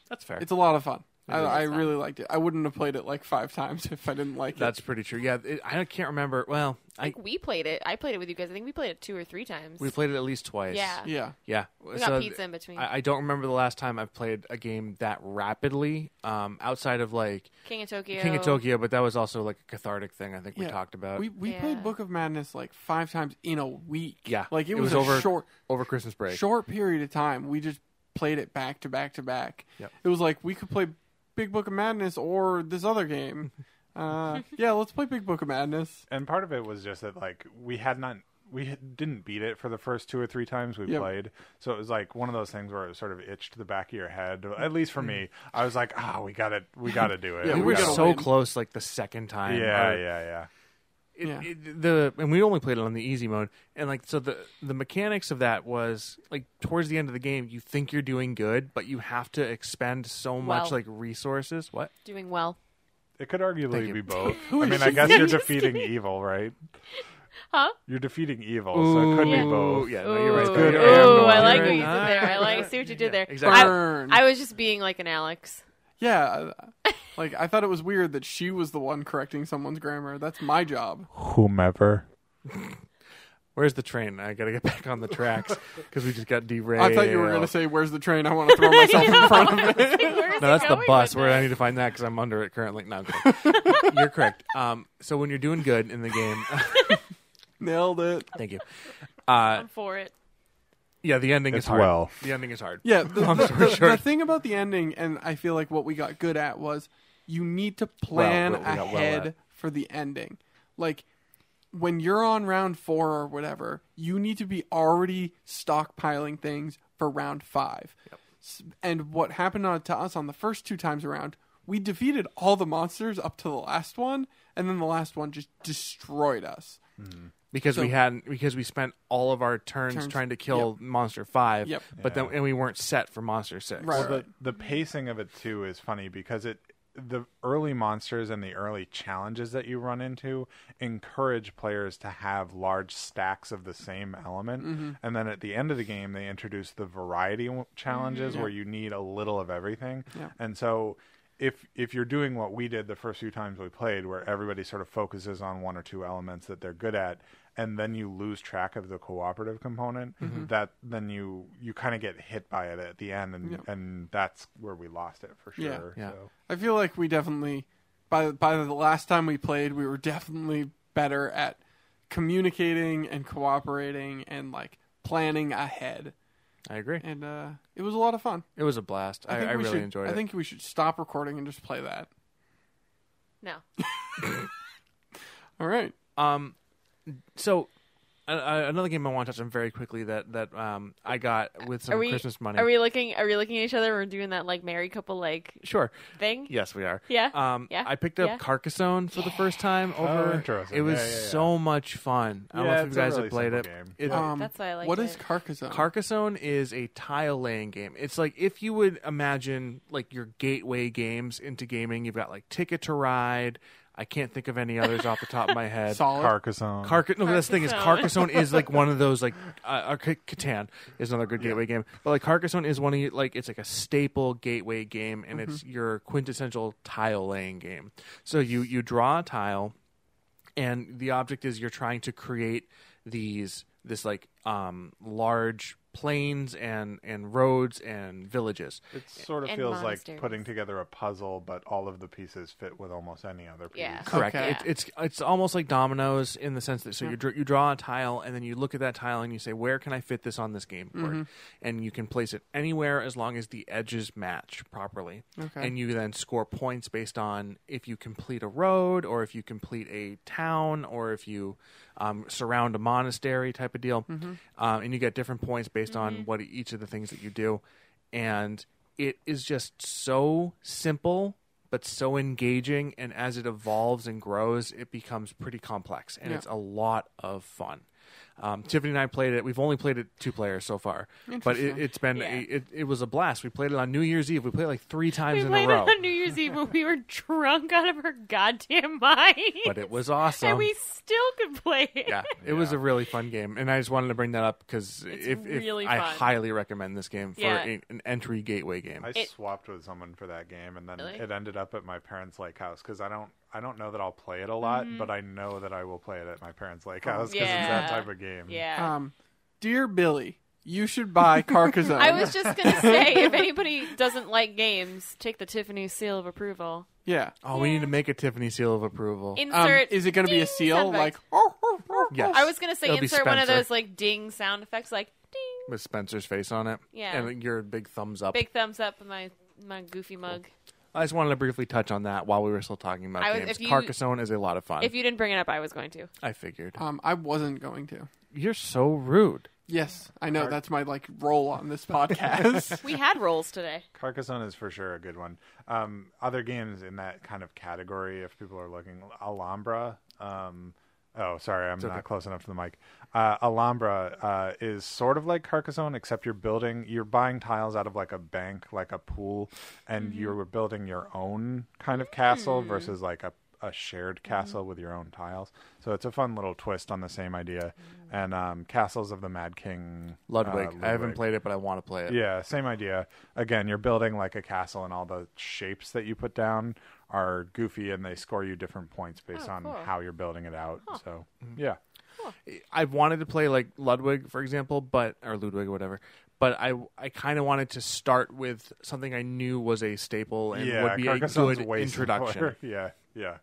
Speaker 2: that's fair
Speaker 1: It's a lot of fun. I,
Speaker 2: is
Speaker 1: I
Speaker 3: fun.
Speaker 1: really liked it. I wouldn't have played it like five times if I didn't like
Speaker 2: that's
Speaker 1: it.
Speaker 2: pretty true yeah it, i can't remember well
Speaker 3: I
Speaker 2: i
Speaker 3: think we played it. I played it with you guys. I think we played it two or three times.
Speaker 2: we played it at least twice
Speaker 3: Yeah.
Speaker 1: Yeah,
Speaker 2: yeah
Speaker 3: We got
Speaker 2: so
Speaker 3: pizza in between.
Speaker 2: I, I don't remember the last time I've played a game that rapidly, um, outside of like
Speaker 3: King of Tokyo.
Speaker 2: King of Tokyo, but that was also like a cathartic thing. I think we
Speaker 1: Yeah.
Speaker 2: talked about.
Speaker 1: we we
Speaker 3: Yeah.
Speaker 1: played Book of Madness like five times in a week.
Speaker 2: yeah,
Speaker 1: like it, was, a
Speaker 2: over
Speaker 1: short
Speaker 2: over Christmas break.
Speaker 1: short period of time. We just played it back to back to back.
Speaker 2: Yep.
Speaker 1: It was like we could play Big Book of Madness or this other game. Uh, yeah, let's play Big Book of Madness.
Speaker 4: and part of it was just that like we had not we had- didn't beat it for the first two or three times we
Speaker 1: Yep.
Speaker 4: played so it was like one of those things where it sort of itched the back of your head at least for me i was like ah we gotta we gotta do it
Speaker 1: Yeah,
Speaker 2: Mm-hmm. we
Speaker 1: we
Speaker 2: were
Speaker 1: gotta
Speaker 2: so
Speaker 1: win.
Speaker 2: close, like the second time.
Speaker 4: yeah
Speaker 2: Our-
Speaker 4: yeah yeah
Speaker 2: it,
Speaker 1: Yeah.
Speaker 2: it- the and we only played it on the easy mode and like so the the mechanics of that was like towards the end of the game you think you're doing good but you have to expend so much
Speaker 3: Well.
Speaker 2: like resources what
Speaker 3: Doing well.
Speaker 4: It could arguably
Speaker 2: you.
Speaker 4: be both. I
Speaker 1: Who is
Speaker 4: mean, I
Speaker 1: she
Speaker 4: guess you're
Speaker 3: kidding?
Speaker 4: defeating evil, right?
Speaker 3: Huh?
Speaker 4: You're defeating evil, so it could
Speaker 3: Yeah.
Speaker 4: be both.
Speaker 2: yeah no, you're right
Speaker 3: Ooh,
Speaker 2: there.
Speaker 4: Good
Speaker 2: You're right.
Speaker 4: and
Speaker 3: Ooh, I
Speaker 4: one.
Speaker 3: like
Speaker 2: You're
Speaker 3: what you did
Speaker 2: right.
Speaker 3: there. I like see what you did there.
Speaker 2: exactly.
Speaker 3: I-
Speaker 1: Burn.
Speaker 3: I was just being like an Alex.
Speaker 1: yeah. Like I thought it was weird that she was the one correcting someone's grammar. That's my job.
Speaker 4: Whomever.
Speaker 2: where's the train i gotta get back on the tracks because we just got derailed
Speaker 1: I thought you were going to say, "Where's the train? I want to throw myself in front of it."
Speaker 3: Where is
Speaker 2: no,
Speaker 3: it
Speaker 2: that's the
Speaker 3: going
Speaker 2: bus.
Speaker 3: with
Speaker 2: Where
Speaker 3: this?
Speaker 2: I need to find that because I'm under it currently. No, I'm kidding. you're correct. Um, so when you're doing good in the game,
Speaker 1: Nailed it.
Speaker 2: thank you. Uh,
Speaker 3: I'm for it.
Speaker 2: yeah, the ending
Speaker 4: It's
Speaker 2: is hard.
Speaker 4: well.
Speaker 2: The ending is hard.
Speaker 1: Yeah, the,
Speaker 2: Long
Speaker 1: the,
Speaker 2: story
Speaker 1: the- the
Speaker 2: short.
Speaker 1: thing about the ending, and I feel like what we got good at was you need to plan
Speaker 2: well, we got well
Speaker 1: ahead
Speaker 2: at.
Speaker 1: for the ending. Like when you're on round four or whatever, you need to be already stockpiling things for round five. S- And what happened on, to us on the first two times around, we defeated all the monsters up to the last one, and then the last one just destroyed us.
Speaker 2: because we
Speaker 1: So-
Speaker 2: hadn't because we spent all of our turns,
Speaker 1: Turns.
Speaker 2: trying to kill monster five
Speaker 1: Yep.
Speaker 2: but then
Speaker 4: Yeah.
Speaker 2: and we weren't set for monster six
Speaker 1: Right.
Speaker 4: Well, the, the pacing of it too is funny because it the early monsters and the early challenges that you run into encourage players to have large stacks of the same element and then at the end of the game they introduce the variety w- challenges where you need a little of everything
Speaker 1: Yeah.
Speaker 4: and so if if you're doing what we did the first few times we played where everybody sort of focuses on one or two elements that they're good at and then you lose track of the cooperative component that then you you kind of get hit by it at the end and and that's where we lost it for sure
Speaker 1: Yeah.
Speaker 2: Yeah.
Speaker 4: So.
Speaker 1: I feel like we definitely by by the last time we played, we were definitely better at communicating and cooperating and like planning ahead.
Speaker 2: i agree
Speaker 1: And uh, it was a lot of fun.
Speaker 2: it was a blast i, I, really
Speaker 1: we should,
Speaker 2: enjoyed it
Speaker 1: I think we should stop recording and just play that.
Speaker 3: No.
Speaker 1: All right.
Speaker 2: Um, so a- a- another game I want to touch on very quickly that that um I got with some
Speaker 3: Are we
Speaker 2: Christmas money.
Speaker 3: Are we looking are we looking at each other? We're doing that like married couple like
Speaker 2: sure?
Speaker 3: thing?
Speaker 2: Yes, we are.
Speaker 3: Yeah.
Speaker 2: Um,
Speaker 3: Yeah.
Speaker 2: I picked up
Speaker 3: Yeah.
Speaker 2: Carcassonne for the first time. Over,
Speaker 4: Oh, interesting.
Speaker 2: it was
Speaker 4: Yeah, yeah, yeah.
Speaker 2: so much fun. I don't
Speaker 4: Yeah,
Speaker 2: know if you
Speaker 4: it's a
Speaker 2: guys
Speaker 4: really
Speaker 2: have played it.
Speaker 4: simple game.
Speaker 2: It-
Speaker 1: Um,
Speaker 3: That's why I like
Speaker 1: What
Speaker 3: it.
Speaker 1: is Carcassonne?
Speaker 2: Carcassonne is a tile laying game. It's like if you would imagine like your gateway games into gaming. You've got like Ticket to Ride. I can't think of any others off the top of my head.
Speaker 1: Solid.
Speaker 4: Carcassonne.
Speaker 2: Carca- no, but that's the thing is Carcassonne
Speaker 3: Carcassonne.
Speaker 2: is like one of those like uh, or Ca- Catan is another good gateway game, but like Carcassonne is one of you- like it's like a staple gateway game, and it's your quintessential tile laying game. So you you draw a tile, and the object is you're trying to create these this like um large plains and and roads and villages.
Speaker 4: it sort of
Speaker 3: And
Speaker 4: feels
Speaker 3: monasteries.
Speaker 4: like putting together a puzzle but all of the pieces fit with almost any other piece
Speaker 3: Yeah.
Speaker 2: Correct.
Speaker 1: Okay.
Speaker 2: It, it's it's almost like dominoes in the sense that so you dr- you draw a tile and then you look at that tile and you say where can I fit this on this game board, and you can place it anywhere as long as the edges match properly.
Speaker 1: Okay.
Speaker 2: And you then score points based on if you complete a road or if you complete a town or if you um, surround a monastery type of deal,
Speaker 1: Mm-hmm.
Speaker 2: um, and you get different points based on what each of the things that you do, and it is just so simple but so engaging and as it evolves and grows it becomes pretty complex and
Speaker 1: Yeah.
Speaker 2: it's a lot of fun um, tiffany and i played it we've only played it two players so far but it,
Speaker 1: Interesting.
Speaker 2: it's been
Speaker 3: Yeah.
Speaker 2: a, it, it was a blast we played it on new year's eve we played it like three
Speaker 3: We
Speaker 2: times in a
Speaker 3: played it
Speaker 2: row
Speaker 3: on New Year's Eve when we were drunk out of our goddamn mind.
Speaker 2: but it was awesome
Speaker 3: and we still could play it.
Speaker 2: yeah, it was a really fun game, and I just wanted to bring that up because if, if
Speaker 3: really
Speaker 2: I
Speaker 3: fun.
Speaker 2: highly recommend this game for
Speaker 3: Yeah.
Speaker 2: a- an entry gateway game.
Speaker 4: I
Speaker 3: It-
Speaker 4: swapped with someone for that game, and then
Speaker 3: Really?
Speaker 4: it ended up at my parents' lake house because I don't I don't know that I'll play it a lot, but I know that I will play it at my parents' lake house because
Speaker 3: Mm-hmm. Yeah.
Speaker 4: it's that type of game.
Speaker 3: Yeah.
Speaker 2: Uh,
Speaker 1: Um, dear Billy, you should buy Carcassonne.
Speaker 3: I was just gonna say, if anybody doesn't like games, take the Tiffany seal of approval.
Speaker 1: yeah.
Speaker 2: oh, we need to make a Tiffany seal of approval.
Speaker 1: Um,
Speaker 3: Insert.
Speaker 1: is it going to be a
Speaker 3: ding
Speaker 1: seal?
Speaker 3: sound
Speaker 1: Like, "Oh,
Speaker 3: effect.
Speaker 2: yes,
Speaker 3: I was gonna say,
Speaker 2: It'll be
Speaker 3: insert one of
Speaker 2: Spencer.
Speaker 3: those like ding sound effects, like ding,
Speaker 2: with Spencer's face on it.
Speaker 3: Yeah.
Speaker 2: And your big thumbs up.
Speaker 3: big thumbs up, in my my goofy mug.
Speaker 2: I just wanted to briefly touch on that while we were still talking about
Speaker 3: I was-
Speaker 2: games.
Speaker 3: if you-
Speaker 2: Carcassonne is a lot of fun.
Speaker 3: If you didn't bring it up, I was going to.
Speaker 2: I figured.
Speaker 1: um, I wasn't going to.
Speaker 2: You're so rude.
Speaker 1: Yes, I know. That's my like role on this podcast.
Speaker 3: We had rolls today.
Speaker 4: Carcassonne is for sure a good one. Um, other games in that kind of category, if people are looking, Alhambra. Um, Oh, sorry, I'm not close enough to the mic. Uh, Alhambra uh, is sort of like Carcassonne, except you're building, you're buying tiles out of like a bank, like a pool, and
Speaker 2: Mm-hmm.
Speaker 4: you're building your own kind of castle
Speaker 2: Mm.
Speaker 4: versus like a, a
Speaker 2: Mm-hmm.
Speaker 4: shared castle with your own tiles. So it's a fun little twist on the same idea. And um, Castles of the Mad King
Speaker 2: Mm. Ludwig.
Speaker 4: uh,
Speaker 2: I haven't
Speaker 4: Ludwig.
Speaker 2: played it, but I want to play it.
Speaker 4: Yeah, same idea. Again, you're building like a castle, and all the shapes that you put down are goofy, and they score you different points based
Speaker 3: Oh,
Speaker 4: on
Speaker 3: cool.
Speaker 4: how you're building it out. So, yeah.
Speaker 2: I wanted to play like Ludwig, for example, but or Ludwig or whatever. But I I kind of wanted to start with something I knew was a staple and
Speaker 4: yeah,
Speaker 2: would be a
Speaker 4: Carcassone's
Speaker 2: good
Speaker 4: way
Speaker 2: introduction.
Speaker 4: simpler. Yeah, yeah.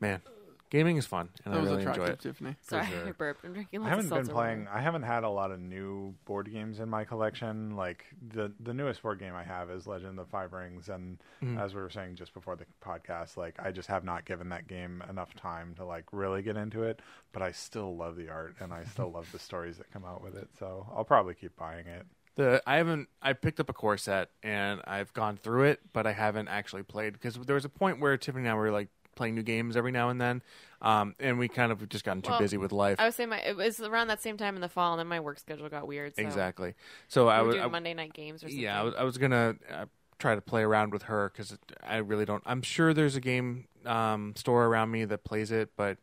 Speaker 2: Man, gaming is fun, and
Speaker 1: That
Speaker 2: I
Speaker 1: was
Speaker 2: really enjoy
Speaker 1: attractive,
Speaker 2: it.
Speaker 1: Tiffany.
Speaker 3: Sorry,
Speaker 2: sure.
Speaker 3: I burped. I'm
Speaker 4: I
Speaker 3: drinking lots
Speaker 4: haven't
Speaker 3: of
Speaker 4: been
Speaker 3: seltzer
Speaker 4: playing.
Speaker 3: water.
Speaker 4: I haven't had a lot of new board games in my collection. Like the the newest board game I have is Legend of the Five Rings, and as we were saying just before the podcast, like I just have not given that game enough time to like really get into it. But I still love the art, and I still love the stories that come out with it. So I'll probably keep buying it.
Speaker 2: The I haven't I picked up a core set and I've gone through it, but I haven't actually played because there was a point where Tiffany and I were like playing new games every now and then, um, and we kind of just gotten too
Speaker 3: Well,
Speaker 2: busy with life.
Speaker 3: I was saying my it was around that same time in the fall, and then my work schedule got weird. So
Speaker 2: exactly. So
Speaker 3: We
Speaker 2: I
Speaker 3: were
Speaker 2: was
Speaker 3: doing
Speaker 2: I-
Speaker 3: Monday night games or something.
Speaker 2: Yeah, I was, I was gonna uh, try to play around with her because I really don't. I'm sure there's a game um, store around me that plays it, but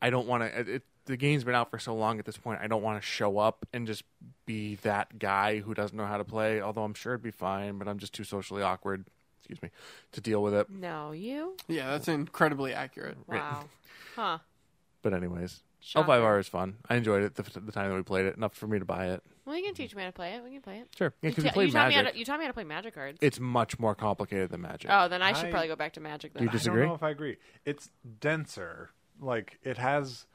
Speaker 2: I don't want to. It, the game's been out for so long at this point. I don't want to show up and just be that guy who doesn't know how to play. Although I'm sure it'd be fine, but I'm just too socially awkward. Excuse me, to deal with it.
Speaker 3: No, you.
Speaker 1: Yeah, that's incredibly accurate.
Speaker 3: Wow. Huh.
Speaker 2: But anyways,
Speaker 3: Shocking.
Speaker 2: L5R is fun. I enjoyed it the, the time that we played it enough for me to buy it.
Speaker 3: Well, you can teach me how to play it. We can play it.
Speaker 2: Sure, yeah,
Speaker 3: You,
Speaker 2: because
Speaker 3: ta-
Speaker 2: we played
Speaker 3: you taught me
Speaker 2: Magic.
Speaker 3: how to, you taught me how to play Magic cards.
Speaker 2: it's much more complicated than Magic.
Speaker 3: oh, then I should
Speaker 4: I-
Speaker 3: probably go back to Magic then.
Speaker 2: You just- Disagree?
Speaker 4: I don't know if I agree. It's denser. Like it has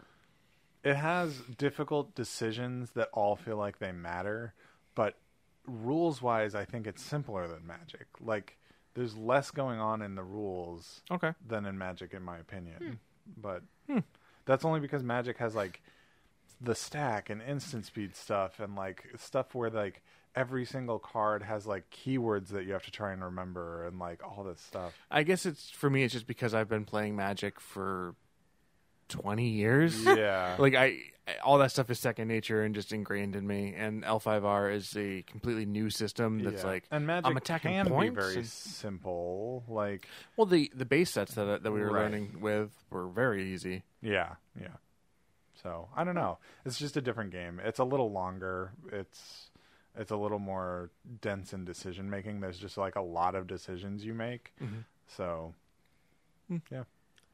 Speaker 4: it has difficult decisions that all feel like they matter, but rules wise I think it's simpler than magic. Like there's less going on in the rules
Speaker 2: okay.
Speaker 4: than in magic in my opinion. But that's only because magic has like the stack and instant speed stuff and like stuff where like every single card has like keywords that you have to try and remember and like all this stuff.
Speaker 2: I guess it's for me. It's just because I've been playing Magic for twenty years.
Speaker 4: Yeah.
Speaker 2: like I, I- all that stuff is second nature and just ingrained in me. And L5R is a completely new system that's
Speaker 4: Yeah.
Speaker 2: like
Speaker 4: and magic
Speaker 2: I'm attacking
Speaker 4: can
Speaker 2: points.
Speaker 4: be very
Speaker 2: and-
Speaker 4: simple. Like
Speaker 2: well, the the base sets that that we were
Speaker 4: Right.
Speaker 2: learning with were very easy.
Speaker 4: yeah, yeah. So I don't know. It's just a different game. It's a little longer. It's it's a little more dense in decision making. There's just like a lot of decisions you make.
Speaker 2: Mm-hmm.
Speaker 4: So
Speaker 2: Hmm.
Speaker 4: yeah,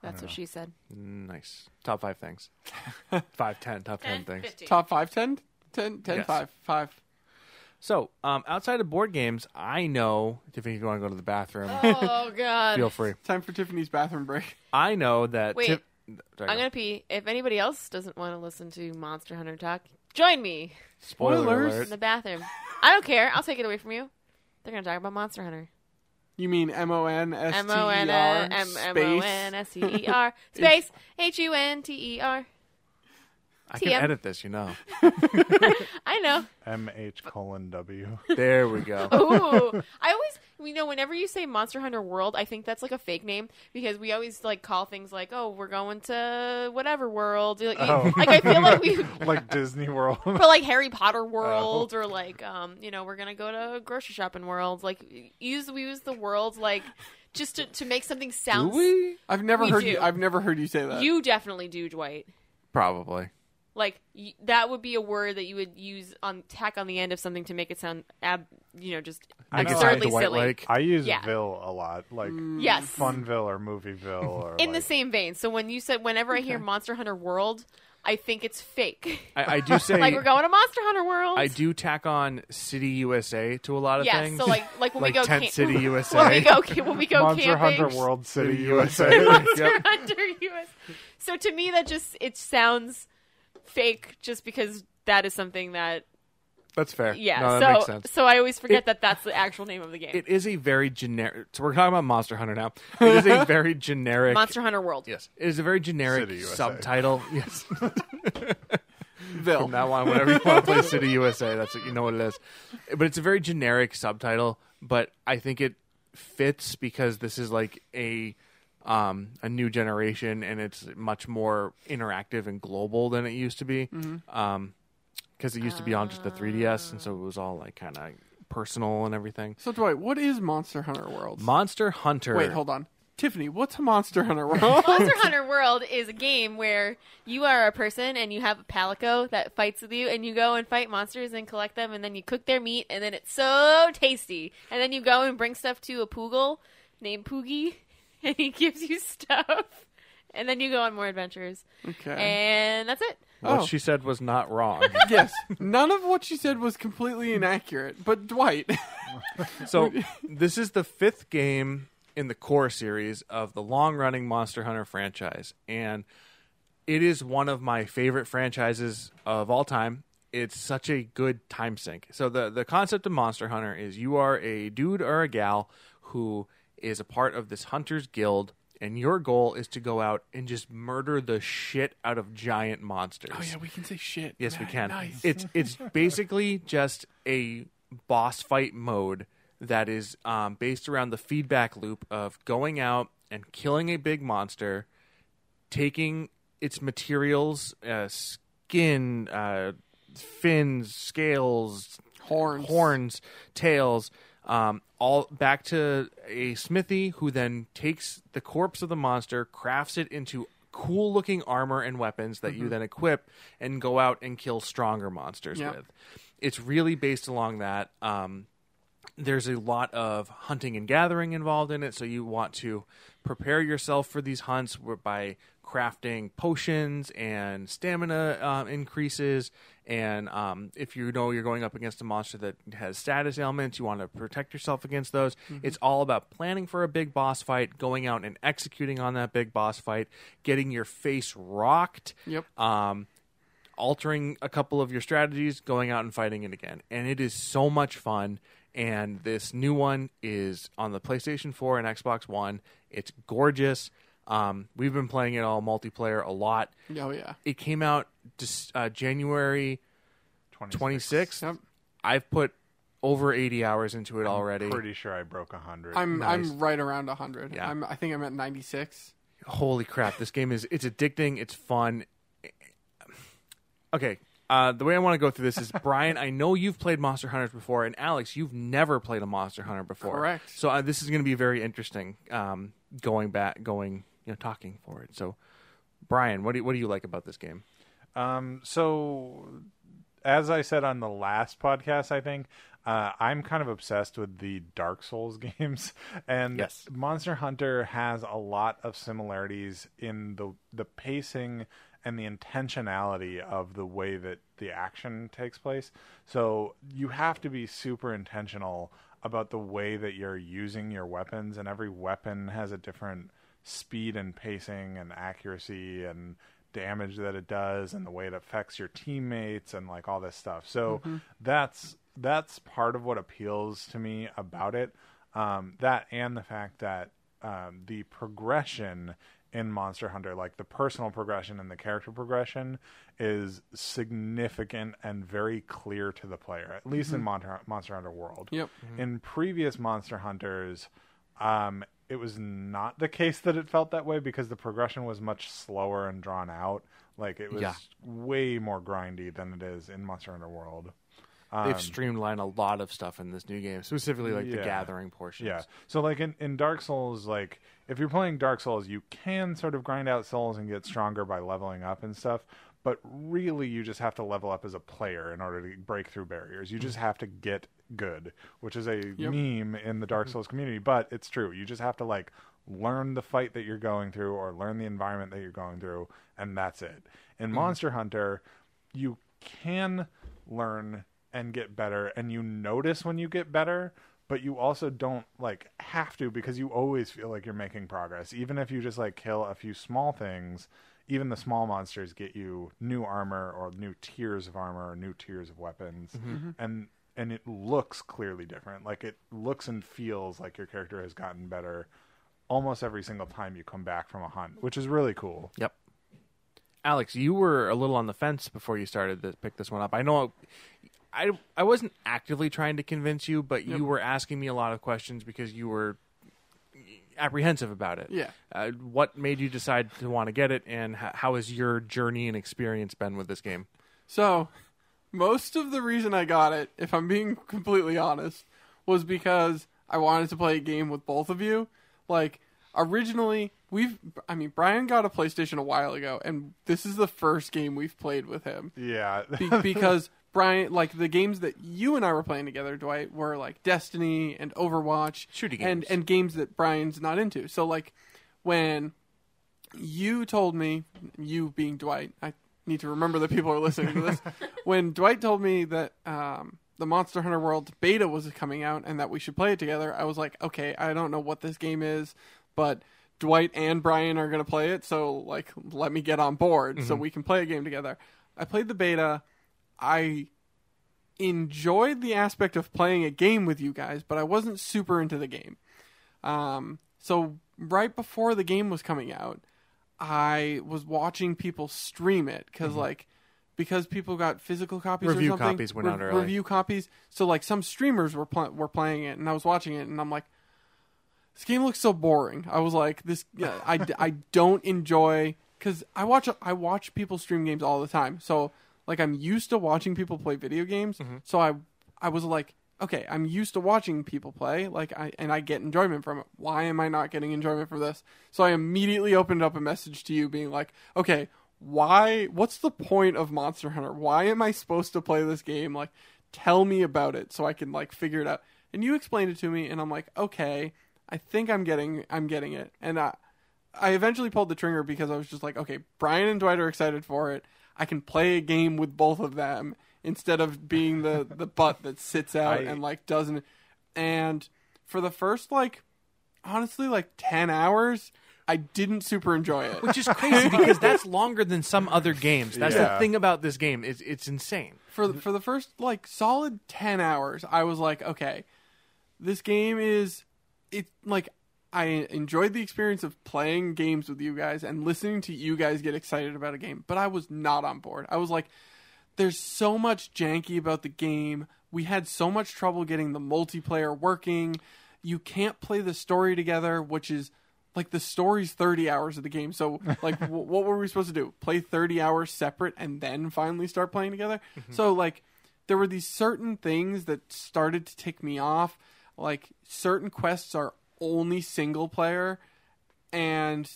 Speaker 3: That's what she said.
Speaker 2: Nice top five things, five ten top ten things.
Speaker 1: Top 5, 10, 10, 10
Speaker 2: Yes.
Speaker 1: 5, 5.
Speaker 2: So um, outside of board games, I know Tiffany, if you want to go to the bathroom,
Speaker 3: Oh God.
Speaker 2: feel free.
Speaker 1: Time for Tiffany's bathroom break.
Speaker 2: I know that.
Speaker 3: Wait.
Speaker 2: Tip- Sorry,
Speaker 3: I'm
Speaker 2: go.
Speaker 3: gonna pee. If anybody else doesn't want to listen to Monster Hunter talk, join me
Speaker 2: spoiler
Speaker 1: Spoilers.
Speaker 2: alert.
Speaker 3: in the bathroom. I don't care. I'll take it away from you. They're gonna talk about Monster Hunter.
Speaker 1: You mean M O N S
Speaker 3: M
Speaker 1: T
Speaker 3: O N
Speaker 1: E
Speaker 3: A-
Speaker 1: R
Speaker 3: M M O N
Speaker 1: space?
Speaker 3: S T E R space H U N T E R.
Speaker 2: I can
Speaker 3: TM.
Speaker 2: edit this, you know.
Speaker 3: I know.
Speaker 4: M H colon W.
Speaker 2: There we
Speaker 3: Oh,
Speaker 2: go.
Speaker 1: Oh.
Speaker 3: Ooh, I always, you know, whenever you say Monster Hunter World, I think that's like a fake name because we always like call things like, oh, we're going to whatever world. Like,
Speaker 4: Oh.
Speaker 3: like, I feel like we,
Speaker 4: like Disney World.
Speaker 3: but like Harry Potter
Speaker 1: Oh.
Speaker 3: World or like, um, you know, we're gonna go to grocery shopping world. Like, use we use the world like just to, to make something
Speaker 2: Do
Speaker 3: sound.
Speaker 2: we?
Speaker 1: I've never
Speaker 3: We
Speaker 1: heard
Speaker 3: do.
Speaker 1: you. I've never heard you say that.
Speaker 3: You definitely do, Dwight.
Speaker 2: Probably.
Speaker 3: Like y- that would be a word that you would use on tack on the end of something to make it sound ab, you know, just
Speaker 4: I know.
Speaker 3: absurdly
Speaker 2: Except Dwight
Speaker 3: silly.
Speaker 2: Lake.
Speaker 4: I use
Speaker 3: Yeah. Mm.
Speaker 4: Ville a lot, like
Speaker 3: Yes.
Speaker 4: Funville or Movieville. Or
Speaker 3: in the
Speaker 4: like,
Speaker 3: same vein. So when you said whenever I hear Monster Hunter World, I think it's fake.
Speaker 2: I, I do say
Speaker 3: like we're going to Monster Hunter World.
Speaker 2: I do tack on City USA to a lot of
Speaker 3: Yeah.
Speaker 2: things.
Speaker 3: So like like when we go
Speaker 2: Tent
Speaker 3: camp-
Speaker 2: City
Speaker 3: when we
Speaker 2: USA.
Speaker 3: go ca- when we go
Speaker 4: Monster
Speaker 3: camping.
Speaker 4: Hunter World City
Speaker 2: City
Speaker 4: USA.
Speaker 2: USA.
Speaker 3: Monster
Speaker 2: Yep.
Speaker 3: Hunter US. So to me, that just it sounds fake, just because that is something that
Speaker 2: That's fair.
Speaker 3: yeah.
Speaker 2: No, that
Speaker 3: so
Speaker 2: makes sense.
Speaker 3: so I always forget that that's the actual name of the game.
Speaker 2: It is a very generic. So we're talking about Monster Hunter now. It is a very generic.
Speaker 3: Monster Hunter World.
Speaker 2: Yes, it is a very generic
Speaker 4: City USA.
Speaker 2: subtitle. Yes,
Speaker 1: Ville.
Speaker 2: from that one, whenever you want to play City USA, that's what you know what it is. But it's a very generic subtitle. But I think it fits because this is like a um, a new generation, and it's much more interactive and global than it used to be. Because
Speaker 1: Mm-hmm.
Speaker 2: it used to be on just the 3DS, and so it was all like kind of personal and everything.
Speaker 1: So Dwight, what is Monster Hunter World?
Speaker 2: Monster Hunter.
Speaker 1: Wait, hold on. Tiffany, what's Monster Hunter World?
Speaker 3: Monster Hunter World is a game where you are a person and you have a palico that fights with you, and you go and fight monsters and collect them, and then you cook their meat, and then it's so tasty. And then you go and bring stuff to a poogle named Poogie, and he gives you stuff. And then you go on more adventures.
Speaker 1: okay.
Speaker 3: And that's it.
Speaker 2: What
Speaker 1: Oh.
Speaker 2: she said was not wrong.
Speaker 1: yes. None of what she said was completely inaccurate, but Dwight.
Speaker 2: So this is the fifth game in the core series of the long-running Monster Hunter franchise, and it is one of my favorite franchises of all time. It's such a good time sink. So the the concept of Monster Hunter is you are a dude or a gal who is a part of this hunters guild, and your goal is to go out and just murder the shit out of giant monsters.
Speaker 1: oh yeah, we can say shit.
Speaker 2: Yes, we
Speaker 1: Right,
Speaker 2: can.
Speaker 1: Nice.
Speaker 2: It's it's basically just a boss fight mode that is um, based around the feedback loop of going out and killing a big monster, taking its materials, uh, skin, uh, fins, scales,
Speaker 1: Horns.
Speaker 2: horns, tails, um, all back to a smithy who then takes the corpse of the monster, crafts it into cool looking armor and weapons that you then equip and go out and kill stronger monsters
Speaker 1: Yeah.
Speaker 2: with. It's really based along that. Um, there's a lot of hunting and gathering involved in it, so you want to prepare yourself for these hunts wi- by crafting potions and stamina um, increases. And um, if you know you're going up against a monster that has status ailments, you want to protect yourself against those. It's all about planning for a big boss fight, going out and executing on that big boss fight, getting your face rocked.
Speaker 1: Yep.
Speaker 2: Um, altering a couple of your strategies, going out and fighting it again. And it is so much fun. And this new one is on the PlayStation 4 and Xbox One. It's gorgeous. Um, we've been playing it all multiplayer a lot.
Speaker 1: Oh yeah.
Speaker 2: It came out dis- uh, January 26th.
Speaker 1: Yep.
Speaker 2: I've put over 80 hours into it already.
Speaker 4: Pretty sure I broke a 100.
Speaker 1: I'm
Speaker 2: Nice.
Speaker 1: I'm right around 100.
Speaker 2: Yeah.
Speaker 1: I'm I think I'm at 96.
Speaker 2: holy crap this game is it's addicting it's fun okay uh, the way i want to go through this is brian i know you've played monster hunters before and alex you've never played a monster hunter before
Speaker 1: Correct.
Speaker 2: so uh, this is going to be very interesting um, going back going you know talking forward so brian what do you, what do you like about this game
Speaker 4: Um, so, as I said on the last podcast, I think uh, I'm kind of obsessed with the Dark Souls games, and
Speaker 2: Yes.
Speaker 4: Monster Hunter has a lot of similarities in the the pacing and the intentionality of the way that the action takes place. So you have to be super intentional about the way that you're using your weapons, and every weapon has a different speed and pacing and accuracy and damage that it does and the way it affects your teammates and like all this stuff. So that's that's part of what appeals to me about it. Um, that and the fact that um, the progression in Monster Hunter, like the personal progression and the character progression, is significant and very clear to the player. At least in Monster Monster Hunter World.
Speaker 1: Yep.
Speaker 4: Mm-hmm. In previous Monster Hunters, um, it was not the case that it felt that way because the progression was much slower and drawn out. Like it was
Speaker 2: Yeah.
Speaker 4: way more grindy than it is in Monster Hunter World.
Speaker 2: they've streamlined a lot of stuff in this new game specifically like the
Speaker 4: Um, Yeah.
Speaker 2: gathering portions
Speaker 4: Yeah. So like in, in Dark Souls, like if you're playing Dark Souls, you can sort of grind out souls and get stronger by leveling up and stuff. But really, you just have to level up as a player in order to break through barriers. You just have to get good, which is a meme in the Dark Souls community, but it's true. You just have to like learn the fight that you're going through or learn the environment that you're going through, and that's it. In Monster Hunter, you can learn and get better and you notice when you get better but you also don't like have to because you always feel like you're making progress even if you just like kill a few small things even the small monsters get you new armor or new tiers of armor or new tiers of weapons and and it looks clearly different like it looks and feels like your character has gotten better almost every single time you come back from a hunt which is really cool
Speaker 2: Yep. Alex, you were a little on the fence before you started to pick this one up. I know I I wasn't actively trying to convince you, but you were asking me a lot of questions because you were apprehensive about it.
Speaker 1: Yeah.
Speaker 2: Uh, what made you decide to want to get it, and h- how has your journey and experience been with this game?
Speaker 1: So, most of the reason I got it, if I'm being completely honest, was because I wanted to play a game with both of you. Like, originally, we've, I mean, Brian got a PlayStation a while ago, and this is the first game we've played with him.
Speaker 4: Yeah.
Speaker 1: Be- because Brian, like, the games that you and I were playing together, Dwight, were like Destiny and Overwatch.
Speaker 2: Shooting
Speaker 1: And,
Speaker 2: games.
Speaker 1: and games that Brian's not into. So, like, when you told me, you being Dwight, I need to remember that people are listening to this. when Dwight told me that um, the Monster Hunter World beta was coming out and that we should play it together, I was like, okay, I don't know what this game is, but Dwight and Brian are going to play it, so like, let me get on board
Speaker 2: Mm-hmm.
Speaker 1: so we can play a game together. I played the beta. I enjoyed the aspect of playing a game with you guys, but I wasn't super into the game. Um, so right before the game was coming out, I was watching people stream it because like because people got physical copies.
Speaker 2: Mm-hmm. Review
Speaker 1: or something,
Speaker 2: copies went out early.
Speaker 1: Review copies. So like some streamers were pl- were playing it, and I was watching it, and I'm like, this game looks so boring. I was like, this yeah, I, I don't enjoy because I watch I watch people stream games all the time. So like I'm used to watching people play video games. So I I was like, okay, I'm used to watching people play. Like I and I get enjoyment from it. Why am I not getting enjoyment from this? So I immediately opened up a message to you, being like, okay. Why? What's the point of Monster Hunter? Why am I supposed to play this game? Like, tell me about it so I can like figure it out. And you explained it to me, and I'm like, okay, I think I'm getting I'm getting it. And I I eventually pulled the trigger because I was just like, okay, Brian and Dwight are excited for it. I can play a game with both of them instead of being the the butt that sits out
Speaker 4: I-
Speaker 1: and like doesn't. And for the first like honestly like ten hours, I didn't super enjoy it.
Speaker 2: Which is crazy because that's longer than some other games. That's the
Speaker 4: Yeah.
Speaker 2: thing about this game; it's, it's insane.
Speaker 1: for for the first like solid 10 hours i was like okay this game is it like i enjoyed the experience of playing games with you guys and listening to you guys get excited about a game but i was not on board i was like there's so much janky about the game we had so much trouble getting the multiplayer working you can't play the story together which is like the story's 30 hours of the game so like w- what were we supposed to do play 30 hours separate and then finally start playing together so like there were these certain things that started to tick me off like certain quests are only single player and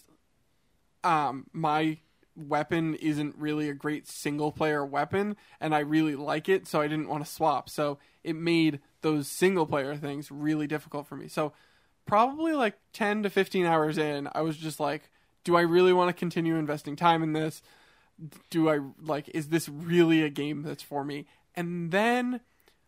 Speaker 1: um my weapon isn't really a great single player weapon and I really like it so I didn't want to swap so it made those single player things really difficult for me so probably like 10 to 15 hours in I was just like do I really want to continue investing time in this do I like is this really a game that's for me? And then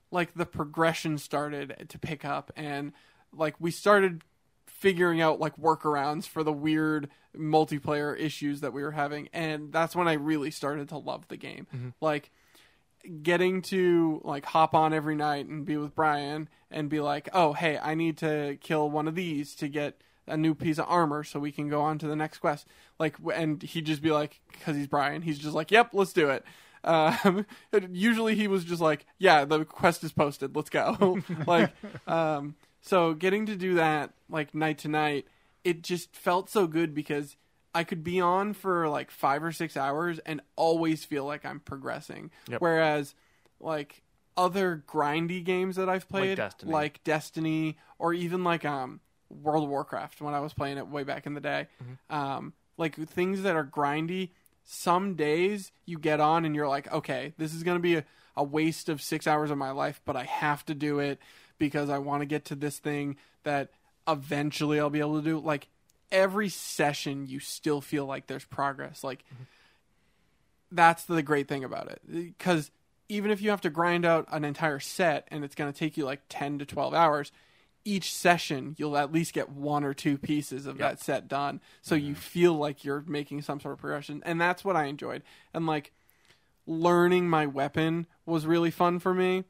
Speaker 1: like the progression started to pick up and like we started figuring out like workarounds for the weird multiplayer issues that we were having and that's when I really started to love the game. Like getting to like hop on every night and be with Brian and be like, "Oh, hey, I need to kill one of these to get a new piece of armor so we can go on to the next quest." Like w- and he'd just be like cuz he's Brian, he's just like, "Yep, let's do it." Um, usually he was just like, "Yeah, the quest is posted. Let's go." like um so getting to do that like night to night, it just felt so good because I could be on for like 5 or 6 hours and always feel like I'm progressing.
Speaker 2: Yep.
Speaker 1: Whereas, like other grindy games that I've played,
Speaker 2: Destiny.
Speaker 1: like Destiny, or even like um World of Warcraft when I was playing it way back in the day, um, like things that are grindy. Some days you get on and you're like, okay, this is gonna be a, a waste of six hours of my life, but I have to do it because I want to get to this thing that eventually I'll be able to do. Like every session, you still feel like there's progress. Like that's the great thing about it because even if you have to grind out an entire set and it's going to take you like 10 to 12 hours each session you'll at least get one or two pieces of that set done so you feel like you're making some sort of progression and that's what i enjoyed and like learning my weapon was really fun for me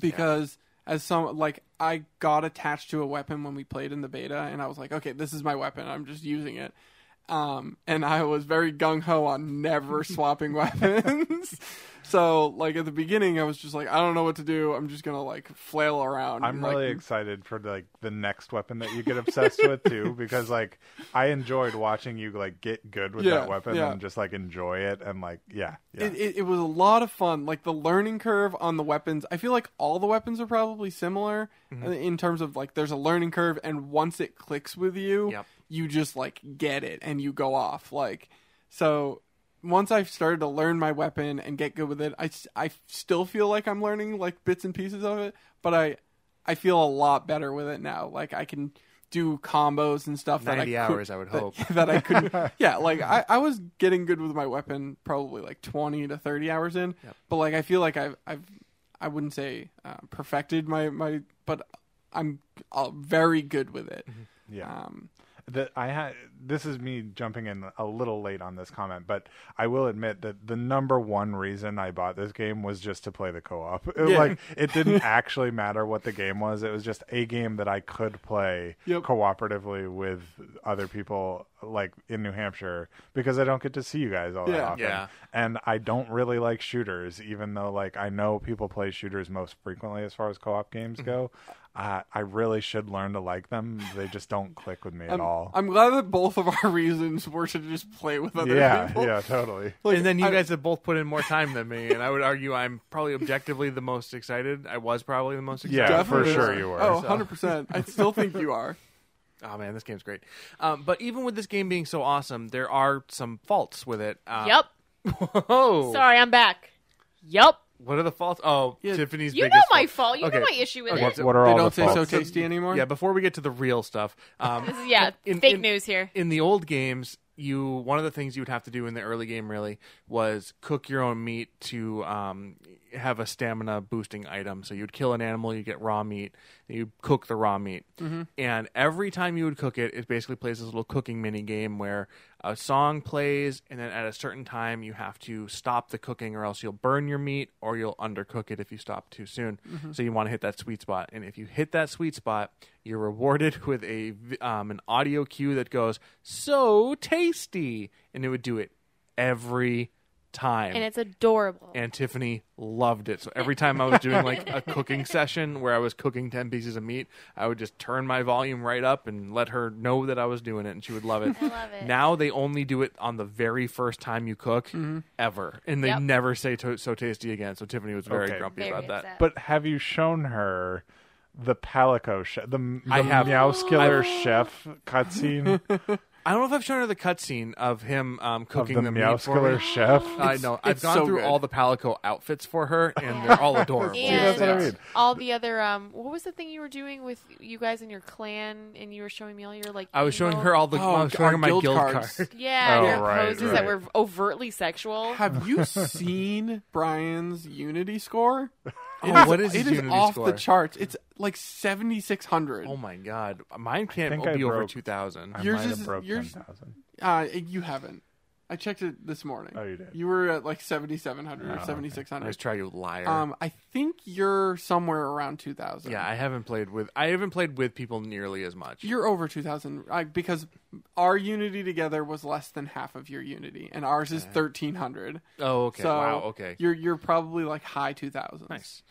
Speaker 1: because as some like I got attached to a weapon when we played in the beta, and I was like, okay, this is my weapon. I'm just using it. Um, and I was very gung ho on never swapping weapons. So like at the beginning, I was just like, I don't know what to do. I'm just gonna like flail around.
Speaker 4: I'm
Speaker 1: and, like, mm.
Speaker 4: really excited for like the next weapon that you get obsessed with too, because like I enjoyed watching you like get good with
Speaker 1: Yeah,
Speaker 4: that weapon
Speaker 1: yeah.
Speaker 4: and just like enjoy it and like yeah, yeah.
Speaker 1: It, it, it was a lot of fun. Like the learning curve on the weapons, I feel like all the weapons are probably similar
Speaker 2: Mm-hmm.
Speaker 1: uh, in terms of like there's a learning curve, and once it clicks with you,
Speaker 2: Yep.
Speaker 1: you just like get it and you go off. Like so, once I've started to learn my weapon and get good with it, I s- I still feel like I'm learning like bits and pieces of it, but I I feel a lot better with it now. Like I can do combos and stuff that I
Speaker 2: 90
Speaker 1: could-
Speaker 2: hours, I would
Speaker 1: that-
Speaker 4: Oh.
Speaker 2: hope.
Speaker 1: that I couldn't. yeah, like I, I was getting good with my weapon probably like twenty to thirty hours in,
Speaker 2: Yep.
Speaker 1: but like I feel like I've I've I wouldn't say uh, perfected my my, but I'm uh, very good with it.
Speaker 4: yeah.
Speaker 1: Um,
Speaker 4: that I had this is me jumping in a little late on this comment, but I will admit that the number one reason I bought this game was just to play the co-op. It,
Speaker 1: Yeah.
Speaker 4: Like it didn't actually matter what the game was; it was just a game that I could play
Speaker 1: Yep.
Speaker 4: cooperatively with other people, like in New Hampshire, because I don't get to see you guys all that
Speaker 1: Yeah.
Speaker 4: often,
Speaker 2: Yeah.
Speaker 4: and I don't really like shooters, even though like I know people play shooters most frequently as far as co-op
Speaker 1: Mm-hmm.
Speaker 4: games go. Uh, I really should learn to like them. They just don't click with me at
Speaker 1: I'm,
Speaker 4: all
Speaker 1: I'm glad that both of our reasons were to just play with other
Speaker 4: yeah,
Speaker 1: people.
Speaker 4: yeah, totally.
Speaker 1: Like,
Speaker 2: and then you
Speaker 1: I-
Speaker 2: guys have both put in more time than me, and I would argue I'm probably objectively the most excited. I was probably the most excited.
Speaker 4: Yeah, for
Speaker 1: Definitely.
Speaker 4: sure you were.
Speaker 1: Oh, 100%. I still think you are.
Speaker 2: Oh man, this game's great. Um, but even with this game being so awesome, there are some faults with it. Uh,
Speaker 3: Yep.
Speaker 2: Whoa.
Speaker 3: Sorry, I'm back. Yep.
Speaker 2: What are the faults? Oh,
Speaker 1: Yeah.
Speaker 2: Tiffany's.
Speaker 3: You
Speaker 2: biggest
Speaker 3: know my
Speaker 2: fault.
Speaker 3: fault. You know
Speaker 2: Okay.
Speaker 3: my issue with
Speaker 2: Okay,
Speaker 3: it.
Speaker 2: so-
Speaker 4: what are
Speaker 1: They
Speaker 4: all
Speaker 1: don't
Speaker 4: the
Speaker 1: say so
Speaker 4: faults?
Speaker 1: tasty anymore.
Speaker 2: Yeah. Before we get to the real stuff, um,
Speaker 3: yeah,
Speaker 2: in-
Speaker 3: fake
Speaker 2: in-
Speaker 3: news here.
Speaker 2: in the old games you one of the things you would have to do in the early game really was cook your own meat to um, have a stamina boosting item so you'd kill an animal you get raw meat you cook the raw meat and every time you would cook it it basically plays this little cooking mini game where a song plays and then at a certain time you have to stop the cooking or else you'll burn your meat or you'll undercook it if you stop too soon so you want to hit that sweet spot and if you hit that sweet spot you're rewarded with a vi- um, an audio cue that goes so tasty and it would do it every time
Speaker 3: And it's adorable.
Speaker 2: and Tiffany loved it. So every time I was doing like a cooking session where I was cooking 10 pieces of meat, I would just turn my volume right up and let her know that I was doing it and she would love it.
Speaker 3: I love it.
Speaker 2: Now they only do it on the very first time you cook
Speaker 1: Mm-hmm.
Speaker 2: ever and they
Speaker 3: Yep.
Speaker 2: never say to- so tasty again. So Tiffany was very
Speaker 4: Okay.
Speaker 2: grumpy
Speaker 3: Very
Speaker 2: about that.
Speaker 3: upset.
Speaker 4: But have you shown her the Palico chef, the, the
Speaker 2: I have-
Speaker 4: Meowskiller chef cutscene
Speaker 2: I don't know if I've shown her the cutscene of him um,
Speaker 4: of the,
Speaker 2: cooking the, meat for
Speaker 4: Meowskiller
Speaker 2: me.
Speaker 4: chef?
Speaker 1: Uh,
Speaker 2: I know. I've
Speaker 1: it's
Speaker 2: gone
Speaker 1: so
Speaker 2: through
Speaker 1: good.
Speaker 2: all the Palico outfits for her, and they're all adorable.
Speaker 4: Yeah, that's what I mean.
Speaker 3: And all the other um, what was the thing you were doing with you guys in your clan, and you were showing me all your like.
Speaker 2: I was showing
Speaker 3: emo-
Speaker 2: her all the.
Speaker 1: Oh,
Speaker 2: I was showing
Speaker 1: our
Speaker 2: her my guild,
Speaker 1: guild
Speaker 2: cards.
Speaker 1: cards.
Speaker 3: Yeah,
Speaker 4: Oh,
Speaker 3: your
Speaker 4: right,
Speaker 3: poses that
Speaker 4: right.
Speaker 3: were overtly sexual.
Speaker 1: Have you seen Brian's Unity score?
Speaker 2: Oh, what is
Speaker 1: it
Speaker 2: his
Speaker 1: is
Speaker 2: Unity
Speaker 1: off
Speaker 2: score?
Speaker 1: the charts. It's like seventy six hundred.
Speaker 2: Oh my god, mine can't
Speaker 4: think
Speaker 2: be
Speaker 4: I
Speaker 2: over
Speaker 4: broke-
Speaker 2: two thousand.
Speaker 4: I
Speaker 1: Yours
Speaker 4: might have
Speaker 1: is-
Speaker 4: broke
Speaker 1: yours-
Speaker 4: 10,000.
Speaker 1: Uh, you haven't. I checked it this morning.
Speaker 4: Oh, you did.
Speaker 1: You were at like seventy seven hundred
Speaker 4: Oh,
Speaker 1: or
Speaker 4: okay.
Speaker 1: seventy six hundred.
Speaker 2: Nice try, you liar.
Speaker 1: Um, I think you're somewhere around two thousand.
Speaker 2: yeah, I haven't played with. I haven't played with people nearly as much.
Speaker 1: you're over two thousand because our Unity together was less than half of your Unity, and ours is thirteen hundred.
Speaker 2: oh, Uh, okay.
Speaker 1: So
Speaker 2: wow. Okay.
Speaker 1: you're you're probably like high two thousands.
Speaker 2: Nice.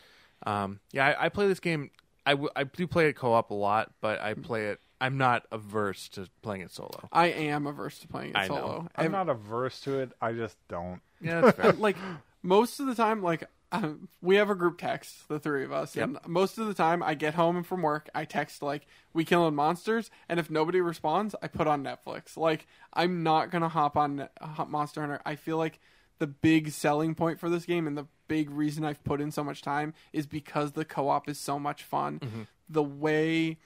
Speaker 2: Um, yeah, I, I play this game. I, w- I do play it co-op a lot, but I play it. I'm not averse to playing it solo.
Speaker 1: I am averse to playing it
Speaker 2: I know.
Speaker 1: solo.
Speaker 4: I'm
Speaker 1: Ev-
Speaker 4: not averse to it. I just don't.
Speaker 2: Yeah, that's fair.
Speaker 1: like most of the time like um, we have a group text the three of us and most of the time i get home from work i text like we killing monsters and if nobody responds i put on netflix like i'm not gonna hop on uh, monster hunter i feel like the big selling point for this game and the big reason i've put in so much time is because the co-op is so much fun
Speaker 2: Mm-hmm.
Speaker 1: the way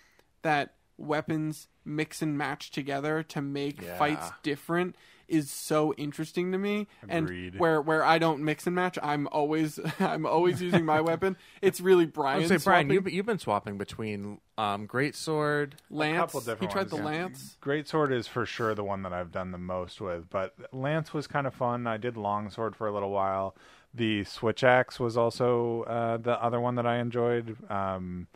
Speaker 1: that weapons mix and match together to make
Speaker 2: Yeah.
Speaker 1: fights different is so interesting to me
Speaker 4: Agreed.
Speaker 1: and where where I don't mix and match, I'm always I'm always using my weapon. It's really
Speaker 2: I
Speaker 1: Brian's
Speaker 2: would say, Brian,
Speaker 1: swapping
Speaker 2: you've, you've been swapping between um, Great Sword.
Speaker 1: lance.
Speaker 4: couple different
Speaker 1: he tried
Speaker 4: ones,
Speaker 1: the
Speaker 4: yeah.
Speaker 1: lance.
Speaker 4: Greatsword is for sure the one that I've done the most with, but Lance was kind of fun. I did Longsword for a little while. The Switch Axe was also uh, the other one that I enjoyed. Um,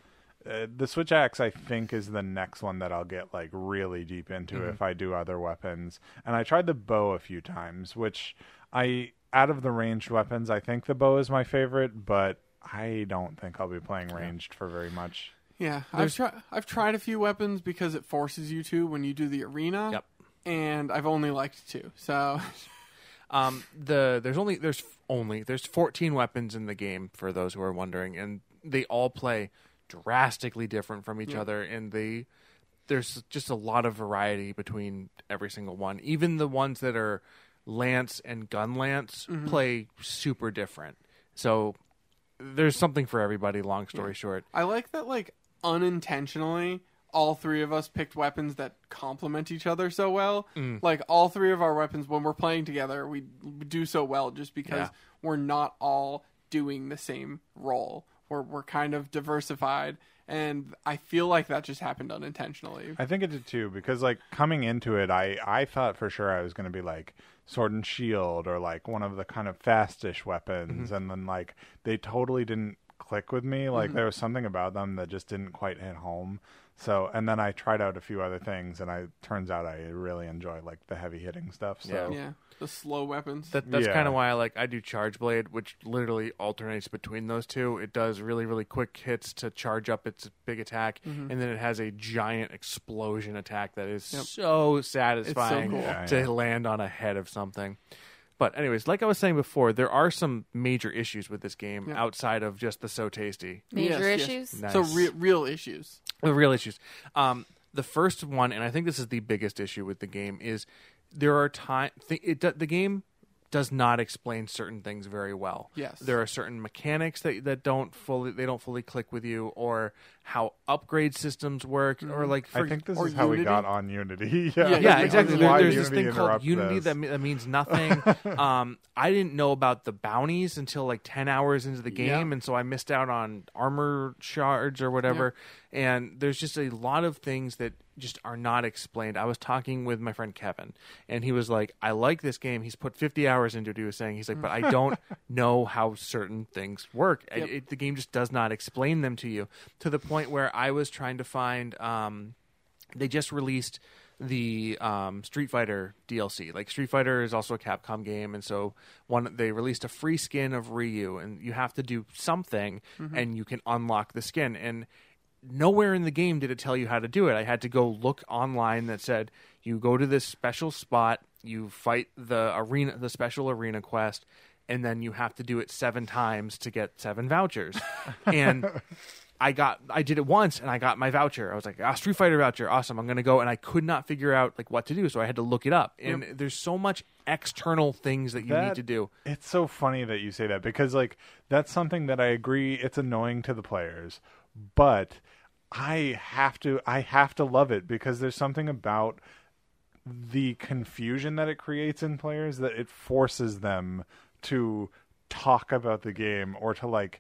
Speaker 4: uh, the Switch Axe, I think, is the next one that I'll get like really deep into if I do other weapons. And I tried the bow a few times, which I out of the ranged weapons, I think the bow is my favorite, but I don't think I'll be playing ranged for very much.
Speaker 1: Yeah, I've, tri- I've tried a few weapons because it forces you to when you do the arena.
Speaker 2: Yep.
Speaker 1: And I've only liked two. So,
Speaker 2: Um, the there's only there's only there's 14 weapons in the game for those who are wondering, and they all play drastically different from each other, and they there's just a lot of variety between every single one. Even the ones that are lance and gun lance play super different. So there's something for everybody. Long story short,
Speaker 1: I like that, like, unintentionally, all three of us picked weapons that complement each other so well.
Speaker 2: Mm.
Speaker 1: Like, all three of our weapons, when we're playing together, we do so well just because
Speaker 2: Yeah.
Speaker 1: we're not all doing the same role. We're, we're kind of diversified. And I feel like that just happened unintentionally.
Speaker 4: I think it did too, because like coming into it, I I thought for sure I was going to be like sword and shield or like one of the kind of fastish weapons,
Speaker 2: Mm-hmm.
Speaker 4: and then like they totally didn't click with me. Like
Speaker 2: Mm-hmm.
Speaker 4: there was something about them that just didn't quite hit home. So and then I tried out a few other things, and I turns out I really enjoy like the heavy hitting stuff. So
Speaker 1: Yeah, the slow weapons.
Speaker 2: That, that's
Speaker 4: Yeah.
Speaker 2: kind of why I like I do charge blade, which literally alternates between those two. It does really really quick hits to charge up its big attack, and then it has a giant explosion attack that is
Speaker 1: Mm-hmm. Yep.
Speaker 2: so satisfying
Speaker 1: cool.
Speaker 4: Yeah,
Speaker 2: to
Speaker 4: yeah.
Speaker 2: land on a head of something. But anyways, like I was saying before, there are some major issues with this game
Speaker 1: Yeah.
Speaker 2: outside of just the so tasty.
Speaker 3: Major
Speaker 1: Yes, yes.
Speaker 3: issues.
Speaker 2: Nice.
Speaker 1: So, re- real issues.
Speaker 2: The real issues. Um, the first one, and I think this is the biggest issue with the game, is there are time. Th- it do- the game does not explain certain things very well.
Speaker 1: Yes.
Speaker 2: there are certain mechanics that that don't fully they don't fully click with you, or how upgrade systems work, or like for,
Speaker 4: Mm-hmm. I think this
Speaker 1: or
Speaker 4: is how we
Speaker 1: Unity?
Speaker 4: got on Unity. Yeah,
Speaker 1: Yeah,
Speaker 2: yeah,
Speaker 1: yeah,
Speaker 2: exactly.
Speaker 1: on
Speaker 2: There-
Speaker 1: why
Speaker 2: there's
Speaker 1: did
Speaker 2: this thing called
Speaker 4: interrupt
Speaker 2: Unity
Speaker 4: this?
Speaker 2: that, me- that means nothing. um, I didn't know about the bounties until like ten hours into the game,
Speaker 1: Yeah.
Speaker 2: and so I missed out on armor shards or whatever. And there's just a lot of things that just are not explained. I was talking with my friend Kevin, and he was like, "I like this game. He's put 50 hours into it." He was saying, "He's like, but I don't know how certain things work. I-
Speaker 1: Yep.
Speaker 2: it, the game just does not explain them to you." To the point where I was trying to find. Um, they just released the um, Street Fighter DLC. Like Street Fighter is also a Capcom game, and so one they released a free skin of Ryu, and you have to do something, and you can unlock the skin. And nowhere in the game did it tell you how to do it. I had to go look online that said you go to this special spot, you fight the arena, the special arena quest. And then you have to do it seven times to get seven vouchers. And I got I did it once and I got my voucher. I was like, ah, Street Fighter voucher, awesome. I'm gonna go and I could not figure out like what to do, so I had to look it up. And there's so much external things that you need
Speaker 4: That-
Speaker 2: to do.
Speaker 4: It's so funny that you say that because like that's something that I agree it's annoying to the players, but I have to I have to love it because there's something about the confusion that it creates in players that it forces them to talk about the game or to like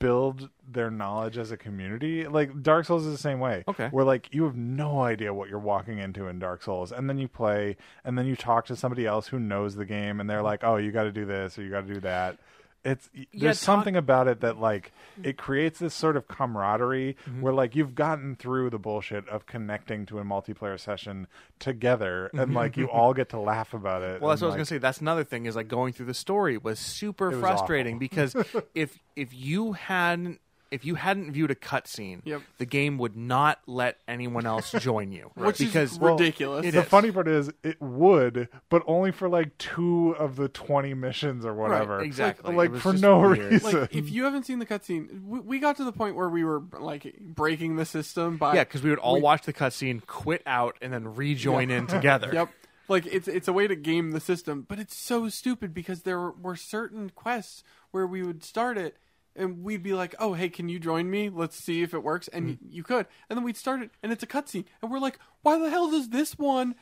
Speaker 4: build their knowledge as a community. Like Dark Souls is the same way.
Speaker 2: Okay.
Speaker 4: Where like you have no idea what you're walking into in Dark Souls and then you play and then you talk to somebody else who knows the game and they're like, "Oh, you got to do this or you got to do that." It's there's
Speaker 2: talk-
Speaker 4: something about it that like it creates this sort of camaraderie
Speaker 2: Mm-hmm.
Speaker 4: where like you've gotten through the bullshit of connecting to a multiplayer session together and like you all get to laugh about it.
Speaker 2: Well, that's
Speaker 4: and,
Speaker 2: what I was gonna
Speaker 4: like,
Speaker 2: say. That's another thing is like going through the story was super
Speaker 4: was
Speaker 2: frustrating because if if you hadn't if you hadn't viewed a cutscene,
Speaker 1: Yep.
Speaker 2: the game would not let anyone else join you.
Speaker 1: Which is
Speaker 2: because
Speaker 1: Well, ridiculous.
Speaker 2: it
Speaker 4: the
Speaker 2: is.
Speaker 4: funny part is it would, but only for like two of the twenty missions or whatever.
Speaker 2: exactly.
Speaker 4: Like,
Speaker 2: It was
Speaker 4: for
Speaker 2: just
Speaker 4: no
Speaker 2: weird.
Speaker 4: reason.
Speaker 1: like if you haven't seen the cutscene, we, we got to the point where we were like breaking the system by
Speaker 2: Yeah, because we would all watch the cutscene, quit out, and then rejoin in together.
Speaker 1: yep. Like it's it's a way to game the system, but it's so stupid because there were, were certain quests where we would start it and we'd be like, "Oh, hey, can you join me? Let's see if it works." And y- you could, and then we'd start it, and it's a cutscene, and we're like, "Why the hell does this one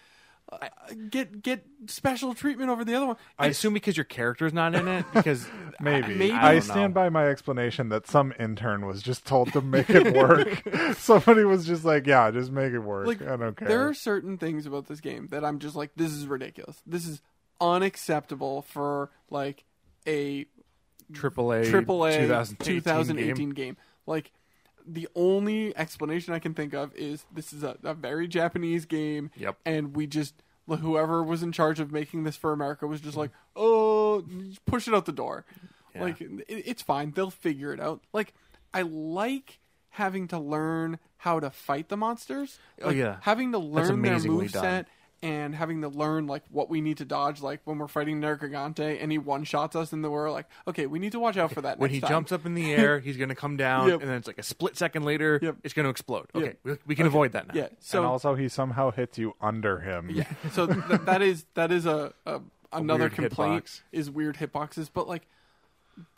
Speaker 1: uh, get get special treatment over the other one?"
Speaker 2: I assume because your character's not in it. Because uh,
Speaker 4: Maybe.
Speaker 1: Maybe.
Speaker 2: I,
Speaker 4: I,
Speaker 2: don't
Speaker 4: stand
Speaker 2: know.
Speaker 4: by my explanation that some intern was just told to make it work. Somebody was just like, "Yeah, just make it work.
Speaker 1: like
Speaker 4: I don't care."
Speaker 1: there are certain things about this game that I'm just like this is ridiculous. This is unacceptable for like a
Speaker 2: triple A,
Speaker 1: triple A
Speaker 2: 2018,
Speaker 1: 2018
Speaker 2: game.
Speaker 1: game. Like the only explanation I can think of is this is a, a very Japanese game,
Speaker 2: Yep.
Speaker 1: and we just whoever was in charge of making this for America was just like, oh, oh, push it out the door.
Speaker 2: Mm-hmm. Yeah.
Speaker 1: Like it, it's fine. They'll figure it out. Like I like having to learn how to fight the monsters.
Speaker 2: Oh,
Speaker 1: Like,
Speaker 2: yeah.
Speaker 1: having to learn their
Speaker 2: amazingly
Speaker 1: move
Speaker 2: done.
Speaker 1: set and having to learn like what we need to dodge. Like when we're fighting Nergigante and he one shots us, and then we're like, okay, we need to watch out for that.
Speaker 2: when
Speaker 1: next
Speaker 2: he
Speaker 1: time.
Speaker 2: jumps up in the air, he's going to come down,
Speaker 1: Yep.
Speaker 2: and then it's like a split second later,
Speaker 1: Yep.
Speaker 2: it's going to explode.
Speaker 1: Yeah.
Speaker 2: Okay, we, we can avoid that now.
Speaker 1: yeah. So
Speaker 4: and also, he somehow hits you under him.
Speaker 1: Yeah. So th- that is that is a, a another
Speaker 2: weird
Speaker 1: complaint
Speaker 2: hitbox.
Speaker 1: is weird hitboxes, but like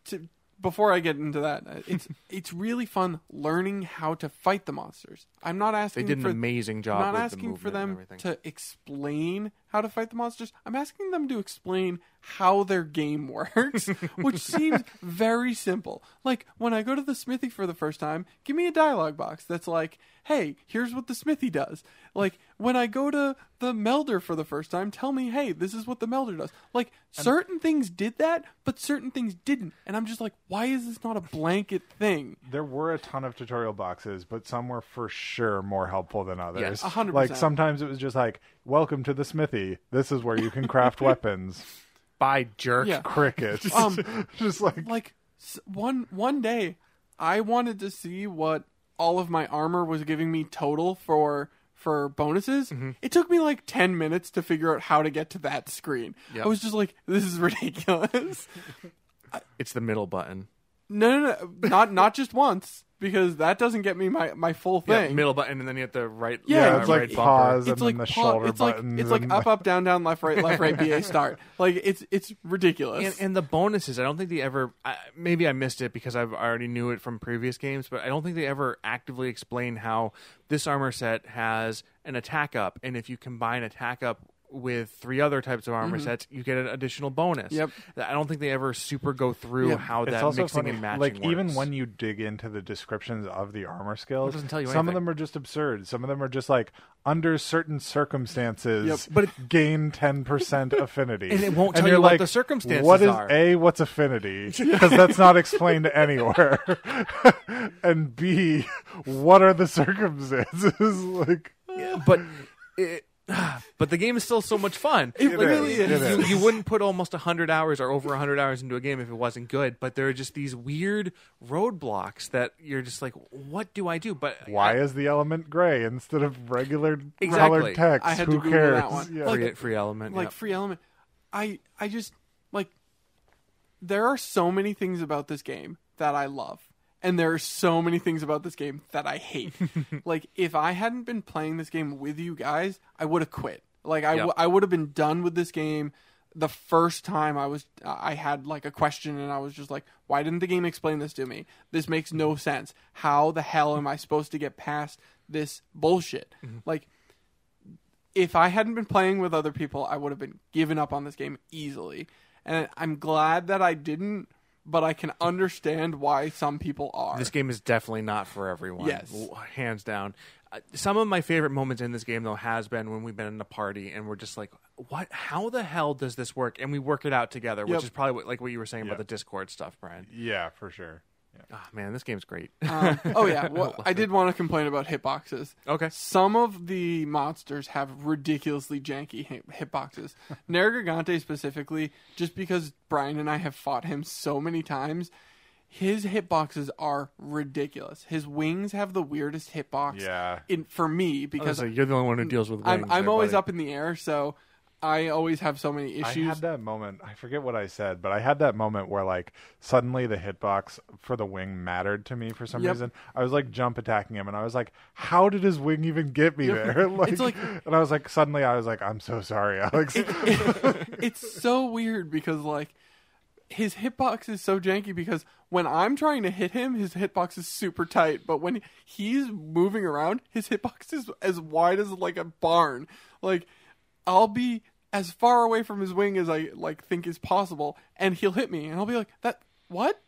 Speaker 1: to, before I get into that, uh, it's it's really fun learning how to fight the monsters. I'm not
Speaker 2: They
Speaker 1: asking
Speaker 2: did an
Speaker 1: for
Speaker 2: amazing job.
Speaker 1: not
Speaker 2: with the
Speaker 1: asking
Speaker 2: movement
Speaker 1: for
Speaker 2: and
Speaker 1: them
Speaker 2: everything.
Speaker 1: to explain how to fight the monsters. I'm asking them to explain how their game works, which seems very simple. Like when I go to the smithy for the first time, give me a dialogue box that's like, "Hey, here's what the smithy does." Like when I go to the melder for the first time, tell me, "Hey, this is what the melder does." Like certain things did that, but certain things didn't, and I'm just like, "Why is this not a blanket thing?"
Speaker 4: There were a ton of tutorial boxes, but some were for sure more helpful than others.
Speaker 2: Yes. A
Speaker 1: hundred
Speaker 4: Like
Speaker 1: percent.
Speaker 4: sometimes it was just like, "Welcome to the smithy. This is where you can craft weapons."
Speaker 2: by jerk.
Speaker 1: Yeah.
Speaker 4: Crickets.
Speaker 1: Um,
Speaker 4: just like
Speaker 1: like s- one one day i wanted to see what all of my armor was giving me total for for bonuses
Speaker 4: Mm-hmm.
Speaker 1: it took me like 10 minutes to figure out how to get to that screen
Speaker 2: Yep.
Speaker 1: i was just like this is ridiculous
Speaker 2: It's the middle button.
Speaker 1: no no no not not just once because that doesn't get me my my full
Speaker 2: Yeah,
Speaker 1: thing
Speaker 2: middle button, and then you have the right.
Speaker 1: Yeah,
Speaker 2: uh,
Speaker 1: it's
Speaker 4: like
Speaker 2: right bumper.
Speaker 4: pause.
Speaker 1: it's
Speaker 4: and
Speaker 1: like
Speaker 4: then the
Speaker 1: pa-
Speaker 4: shoulder
Speaker 1: it's like
Speaker 4: buttons
Speaker 1: it's like
Speaker 4: and
Speaker 1: up
Speaker 4: the-
Speaker 1: up down down left right left right ba start like it's it's ridiculous
Speaker 2: And, and the bonuses, I don't think they ever. I, maybe I missed it because I've already knew it from previous games, but I don't think they ever actively explain how this armor set has an attack up, and if you combine attack up with three other types of armor sets, you get an additional bonus.
Speaker 1: Mm-hmm. Yep.
Speaker 2: I don't think they ever super go through
Speaker 1: Yep.
Speaker 2: how
Speaker 4: it's
Speaker 2: that
Speaker 4: also
Speaker 2: mixing
Speaker 4: funny,
Speaker 2: and matching
Speaker 4: like
Speaker 2: works.
Speaker 4: even when you dig into the descriptions of the armor skills,
Speaker 2: doesn't tell you
Speaker 4: some
Speaker 2: anything.
Speaker 4: of them are just absurd. Some of them are just like under certain circumstances,
Speaker 1: Yep.
Speaker 2: But
Speaker 4: gain ten percent affinity,
Speaker 2: And it won't tell
Speaker 4: you're
Speaker 2: you what
Speaker 4: like,
Speaker 2: the circumstances
Speaker 4: What is
Speaker 2: are."
Speaker 4: a? What's affinity? Because that's not explained anywhere. and b, what are the circumstances? like
Speaker 2: Yeah, but it, but the game is still so much fun.
Speaker 1: It really
Speaker 2: you-
Speaker 1: is.
Speaker 2: You,
Speaker 4: It is.
Speaker 2: you wouldn't put almost hundred hours or over hundred hours into a game if it wasn't good. But there are just these weird roadblocks that you're just like, what do I do? But
Speaker 4: why
Speaker 2: I,
Speaker 4: is the element gray instead of regular
Speaker 2: Exactly.
Speaker 4: colored text?
Speaker 1: I had to
Speaker 4: Who
Speaker 1: Google
Speaker 4: cares?
Speaker 1: that one.
Speaker 4: Yeah.
Speaker 1: Like,
Speaker 2: free, free element?
Speaker 1: like
Speaker 2: yeah.
Speaker 1: free element i i just like there are so many things about this game that i love and there are so many things about this game that i hate like if i hadn't been playing this game with you guys i would have quit like I, w-
Speaker 2: Yep.
Speaker 1: I would have been done with this game the first time i was i had like a question and i was just like why didn't the game explain this to me this makes no sense how the hell am i supposed to get past this bullshit
Speaker 2: Mm-hmm.
Speaker 1: like if I hadn't been playing with other people, I would have been given up on this game easily. And I'm glad that I didn't, but I can understand why some people are.
Speaker 2: This game is definitely not for everyone.
Speaker 1: Yes.
Speaker 2: w- hands down. Uh, Some of my favorite moments in this game though has been when we've been in a party and we're just like, what? How the hell does this work? And we work it out together,
Speaker 1: Yep.
Speaker 2: which is probably what, like what you were saying
Speaker 4: Yeah.
Speaker 2: about the Discord stuff, Brian.
Speaker 4: yeah, for sure. Yeah.
Speaker 2: Oh, man, this game's great.
Speaker 1: Um, oh yeah, well, I did want to complain about hitboxes.
Speaker 2: Okay.
Speaker 1: Some of the monsters have ridiculously janky hit- hitboxes. Nergigante specifically, just because Brian and I have fought him so many times, his hitboxes are ridiculous. His wings have the weirdest hitbox.
Speaker 4: Yeah.
Speaker 1: In, for me, because
Speaker 2: Honestly, you're the only one who deals with
Speaker 1: I'm,
Speaker 2: wings
Speaker 1: I'm
Speaker 2: there,
Speaker 1: always
Speaker 2: buddy.
Speaker 1: up in the air, so I always have so many
Speaker 4: I
Speaker 1: issues.
Speaker 4: had that moment. I forget what I said, but I had that moment where like suddenly the hitbox for the wing mattered to me for some
Speaker 1: Yep.
Speaker 4: reason. I was like jump attacking him, and I was like, "How did his wing even get me there?" like,
Speaker 1: It's like-
Speaker 4: and I was like, suddenly I was like, "I'm so sorry, Alex."
Speaker 1: it's so weird because like his hitbox is so janky because when I'm trying to hit him, his hitbox is super tight, but when he's moving around, his hitbox is as wide as like a barn. Like I'll be as far away from his wing as I like think is possible, and he'll hit me, and I'll be like, "That what?"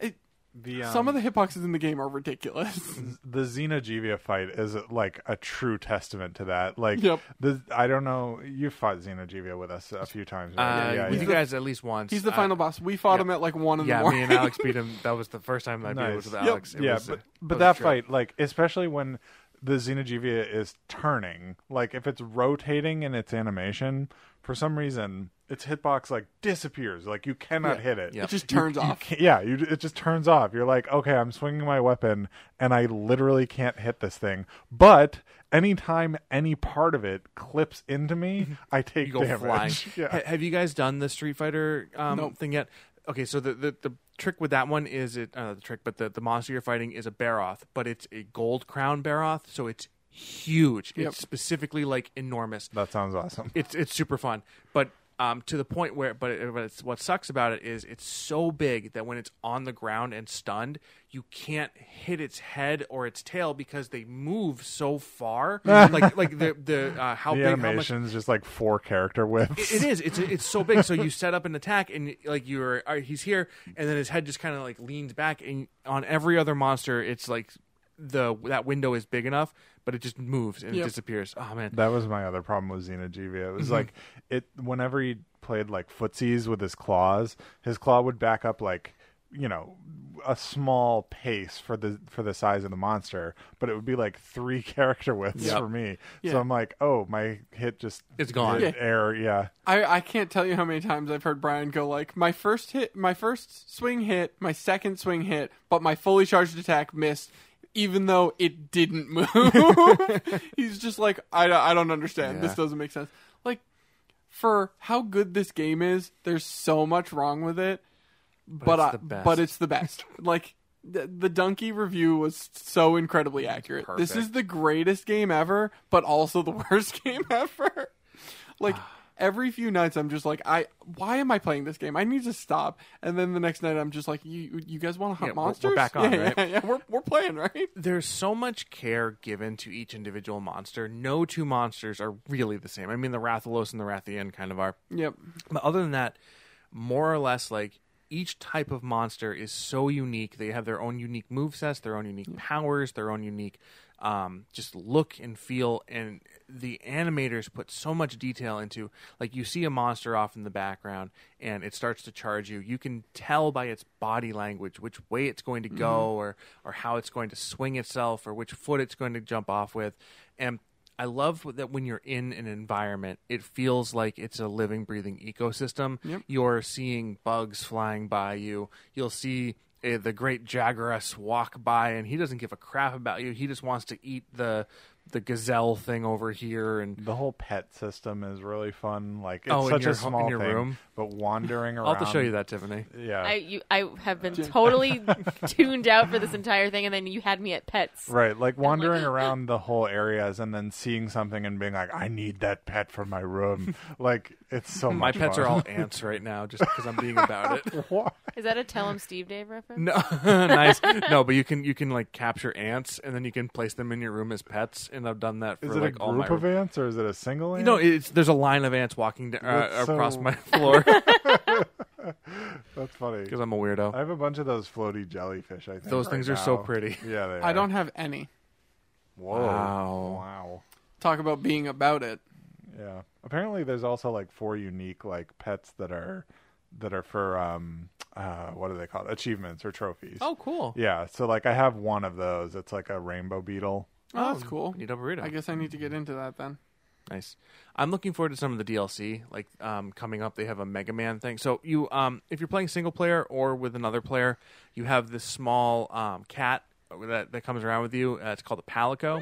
Speaker 1: It,
Speaker 4: the,
Speaker 1: Some of the hitboxes in the game are ridiculous.
Speaker 4: the Xenogevia fight is like a true testament to that. Like,
Speaker 1: Yep.
Speaker 4: the I don't know. You fought Xenogevia with us a few times. Right?
Speaker 2: Uh,
Speaker 4: yeah,
Speaker 2: with
Speaker 4: yeah.
Speaker 2: you guys at least once.
Speaker 1: He's the
Speaker 2: Uh,
Speaker 1: final boss. We fought
Speaker 2: yeah.
Speaker 1: him at like one in
Speaker 2: Yeah,
Speaker 1: the
Speaker 2: me
Speaker 1: morning.
Speaker 2: and Alex beat him. That was the first time I beat it with
Speaker 4: Nice.
Speaker 2: Alex. It
Speaker 4: yeah,
Speaker 2: was, uh,
Speaker 4: but
Speaker 2: it was
Speaker 4: but
Speaker 2: a
Speaker 4: that
Speaker 2: trip.
Speaker 4: fight, like especially when the Xenogeavia is turning, like if it's rotating in its animation, for some reason its hitbox like disappears. Like you cannot
Speaker 2: Yeah.
Speaker 4: hit it.
Speaker 2: Yeah.
Speaker 1: It just turns
Speaker 4: You
Speaker 1: off.
Speaker 4: can't- yeah, you, it just turns off. You're like, okay, I'm swinging my weapon, and I literally can't hit this thing. But anytime any part of it clips into me, I take
Speaker 2: Mm-hmm. you go
Speaker 4: damage.
Speaker 2: flying.
Speaker 4: Yeah.
Speaker 2: Ha- have you guys done the Street Fighter um,
Speaker 1: Nope.
Speaker 2: thing yet? Okay, so the, the, the trick with that one is it uh, the trick, but the, the monster you're fighting is a Baroth, but it's a gold crown Baroth, so it's huge.
Speaker 1: Yep.
Speaker 2: It's specifically like enormous.
Speaker 4: That sounds awesome.
Speaker 2: It's it's super fun, but um, to the point where, but, it, but it's, what sucks about it is it's so big that when it's on the ground and stunned, you can't hit its head or its tail because they move so far. like like the the uh, how
Speaker 4: The
Speaker 2: big how much
Speaker 4: animation's just like four character whips.
Speaker 2: it is. It's it's so big. So you set up an attack, and like you're uh, he's here, and then his head just kind of like leans back. And on every other monster, it's like the that window is big enough, but it just moves and
Speaker 1: Yep.
Speaker 2: it disappears. Oh man,
Speaker 4: That was my other problem with Xenogeavia. It was
Speaker 2: Mm-hmm.
Speaker 4: like it whenever he played like footsies with his claws, his claw would back up like you know a small pace for the for the size of the monster, but it would be like three character widths
Speaker 2: Yep.
Speaker 4: for me.
Speaker 1: Yeah.
Speaker 4: So I'm like, oh, my hit just
Speaker 2: It's gone.
Speaker 4: did Air, yeah.
Speaker 1: I, I can't tell you how many times I've heard Brian go like my first hit, my first swing hit, my second swing hit, but my fully charged attack missed, even though it didn't move. He's just like I, don't- I don't understand. This
Speaker 2: Yeah.
Speaker 1: doesn't make sense. Like for how good this game is, there's so much wrong with it, but
Speaker 2: it's
Speaker 1: I,
Speaker 2: the best.
Speaker 1: but it's the best. like the, the Donkey review was so incredibly accurate. This is
Speaker 2: perfect.
Speaker 1: the greatest game ever, but also the worst game ever. Like
Speaker 2: Ah.
Speaker 1: every few nights, I'm just like, I why am I playing this game? I need to stop. And then the next night, I'm just like, you you guys want to hunt
Speaker 2: Yeah, we're- we're
Speaker 1: monsters?
Speaker 2: back on,
Speaker 1: yeah,
Speaker 2: right?
Speaker 1: yeah, yeah, we're we're playing, right?
Speaker 2: there's so much care given to each individual monster. No two monsters are really the same. I mean, the Rathalos and the Rathian kind of are.
Speaker 1: Yep.
Speaker 2: But other than that, more or less, like each type of monster is so unique. They have their own unique movesets, their own unique powers, their own unique um, just look and feel. And the animators put so much detail into, like, you see a monster off in the background and it starts to charge you. You can tell by its body language which way it's going to go or, or how it's going to swing itself or which foot it's going to jump off with. And I love that when you're in an environment, it feels like it's a living, breathing ecosystem. You're seeing bugs flying by you. You'll see uh, the great jaguaress walk by, and he doesn't give a crap about you. He just wants to eat the the gazelle thing over here. And
Speaker 4: The whole pet system is really fun. Like it's
Speaker 2: Oh, in
Speaker 4: such
Speaker 2: your
Speaker 4: a
Speaker 2: ho- in
Speaker 4: small
Speaker 2: your
Speaker 4: thing,
Speaker 2: room?
Speaker 4: but wandering around.
Speaker 2: I'll have to show you that, Tiffany.
Speaker 4: Yeah,
Speaker 3: I you I have been totally tuned out for this entire thing, and then you had me at pets.
Speaker 4: Right, like wandering around the whole areas and then seeing something and being like, "I need that pet for my room." like it's so
Speaker 2: My
Speaker 4: much
Speaker 2: pets
Speaker 4: fun.
Speaker 2: are all ants right now, just because I'm being about it.
Speaker 4: Why?
Speaker 3: Is that a Tell 'em Steve Dave reference?
Speaker 2: No, nice. No, but you can you can like capture ants, and then you can place them in your room as pets. And I've done that for
Speaker 4: Is it
Speaker 2: like
Speaker 4: a
Speaker 2: all my
Speaker 4: group of ants or is it a single ant?
Speaker 2: No, it's there's a line of ants walking d- uh,
Speaker 4: That's so-
Speaker 2: across my floor
Speaker 4: that's funny.
Speaker 2: because I'm a
Speaker 4: I
Speaker 2: weirdo.
Speaker 4: have a bunch of those floaty jellyfish. I think
Speaker 2: Those
Speaker 4: right
Speaker 2: things are so
Speaker 4: now.
Speaker 2: pretty.
Speaker 4: Yeah, they.
Speaker 1: I
Speaker 4: are.
Speaker 1: don't have any.
Speaker 4: Whoa!
Speaker 2: Wow.
Speaker 1: Talk about being about it.
Speaker 4: Yeah. Apparently, there's also like four unique like pets that are that are for um uh what are they called achievements or trophies.
Speaker 2: Oh, cool.
Speaker 4: Yeah. So like I have one of those. It's like a rainbow beetle.
Speaker 1: Oh, that's cool.
Speaker 2: Need a burrito.
Speaker 1: I guess I need to get into that then.
Speaker 2: Nice. I'm looking forward to some of the DLC. Like um, coming up, they have a Mega Man thing. So you, um, if you're playing single player or with another player, you have this small um, cat that that comes around with you. Uh, it's called a Palico,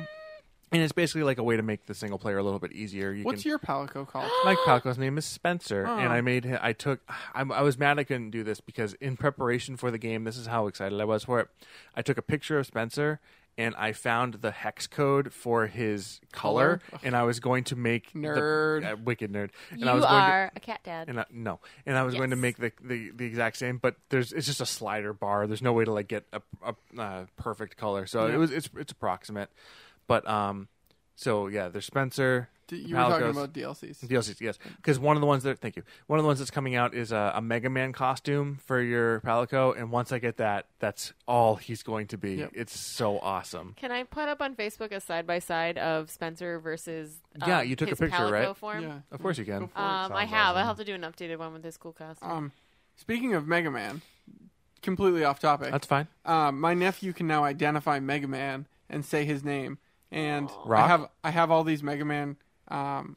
Speaker 2: and it's basically like a way to make the single player a little bit easier. You
Speaker 1: What's
Speaker 2: can,
Speaker 1: your palico called?
Speaker 2: Mike Palco's name is Spencer, and I
Speaker 3: Oh.
Speaker 2: made him. I took. I'm, I was mad I couldn't do this because in preparation for the game, this is how excited I was for it. I took a picture of Spencer and I found the hex code for his color, and I was going to make the-
Speaker 1: Nerd.
Speaker 2: uh, wicked nerd, and
Speaker 3: You
Speaker 2: I was going to
Speaker 3: are a cat dad.
Speaker 2: and I, no, and I was going to
Speaker 3: Yes.
Speaker 2: make the, the the exact same, but there's it's just a slider bar. There's no way to like get a, a, uh perfect color, so it was it's it's approximate, but um, so yeah, there's Spencer.
Speaker 1: D- You were talking
Speaker 2: Palicos.
Speaker 1: about DLCs.
Speaker 2: DLCs, yes, because one of the ones that thank you, one of the ones that's coming out is a, a Mega Man costume for your Palico, and once I get that, that's all he's going to be.
Speaker 1: Yep.
Speaker 2: It's so awesome.
Speaker 3: Can I put up on Facebook a side by side of Spencer versus um,
Speaker 2: Yeah, you took a
Speaker 3: his
Speaker 2: picture,
Speaker 3: Palico
Speaker 2: right?
Speaker 3: Form?
Speaker 1: Yeah.
Speaker 2: Of course you can.
Speaker 1: for it.
Speaker 3: Um, I
Speaker 4: Sounds
Speaker 3: have. I'll
Speaker 4: awesome.
Speaker 3: have to do an updated one with his cool costume.
Speaker 1: Um, speaking of Mega Man, completely off topic.
Speaker 2: That's fine.
Speaker 1: Uh, my nephew can now identify Mega Man and say his name. and I
Speaker 2: Rock?
Speaker 1: have I have all these Mega Man um,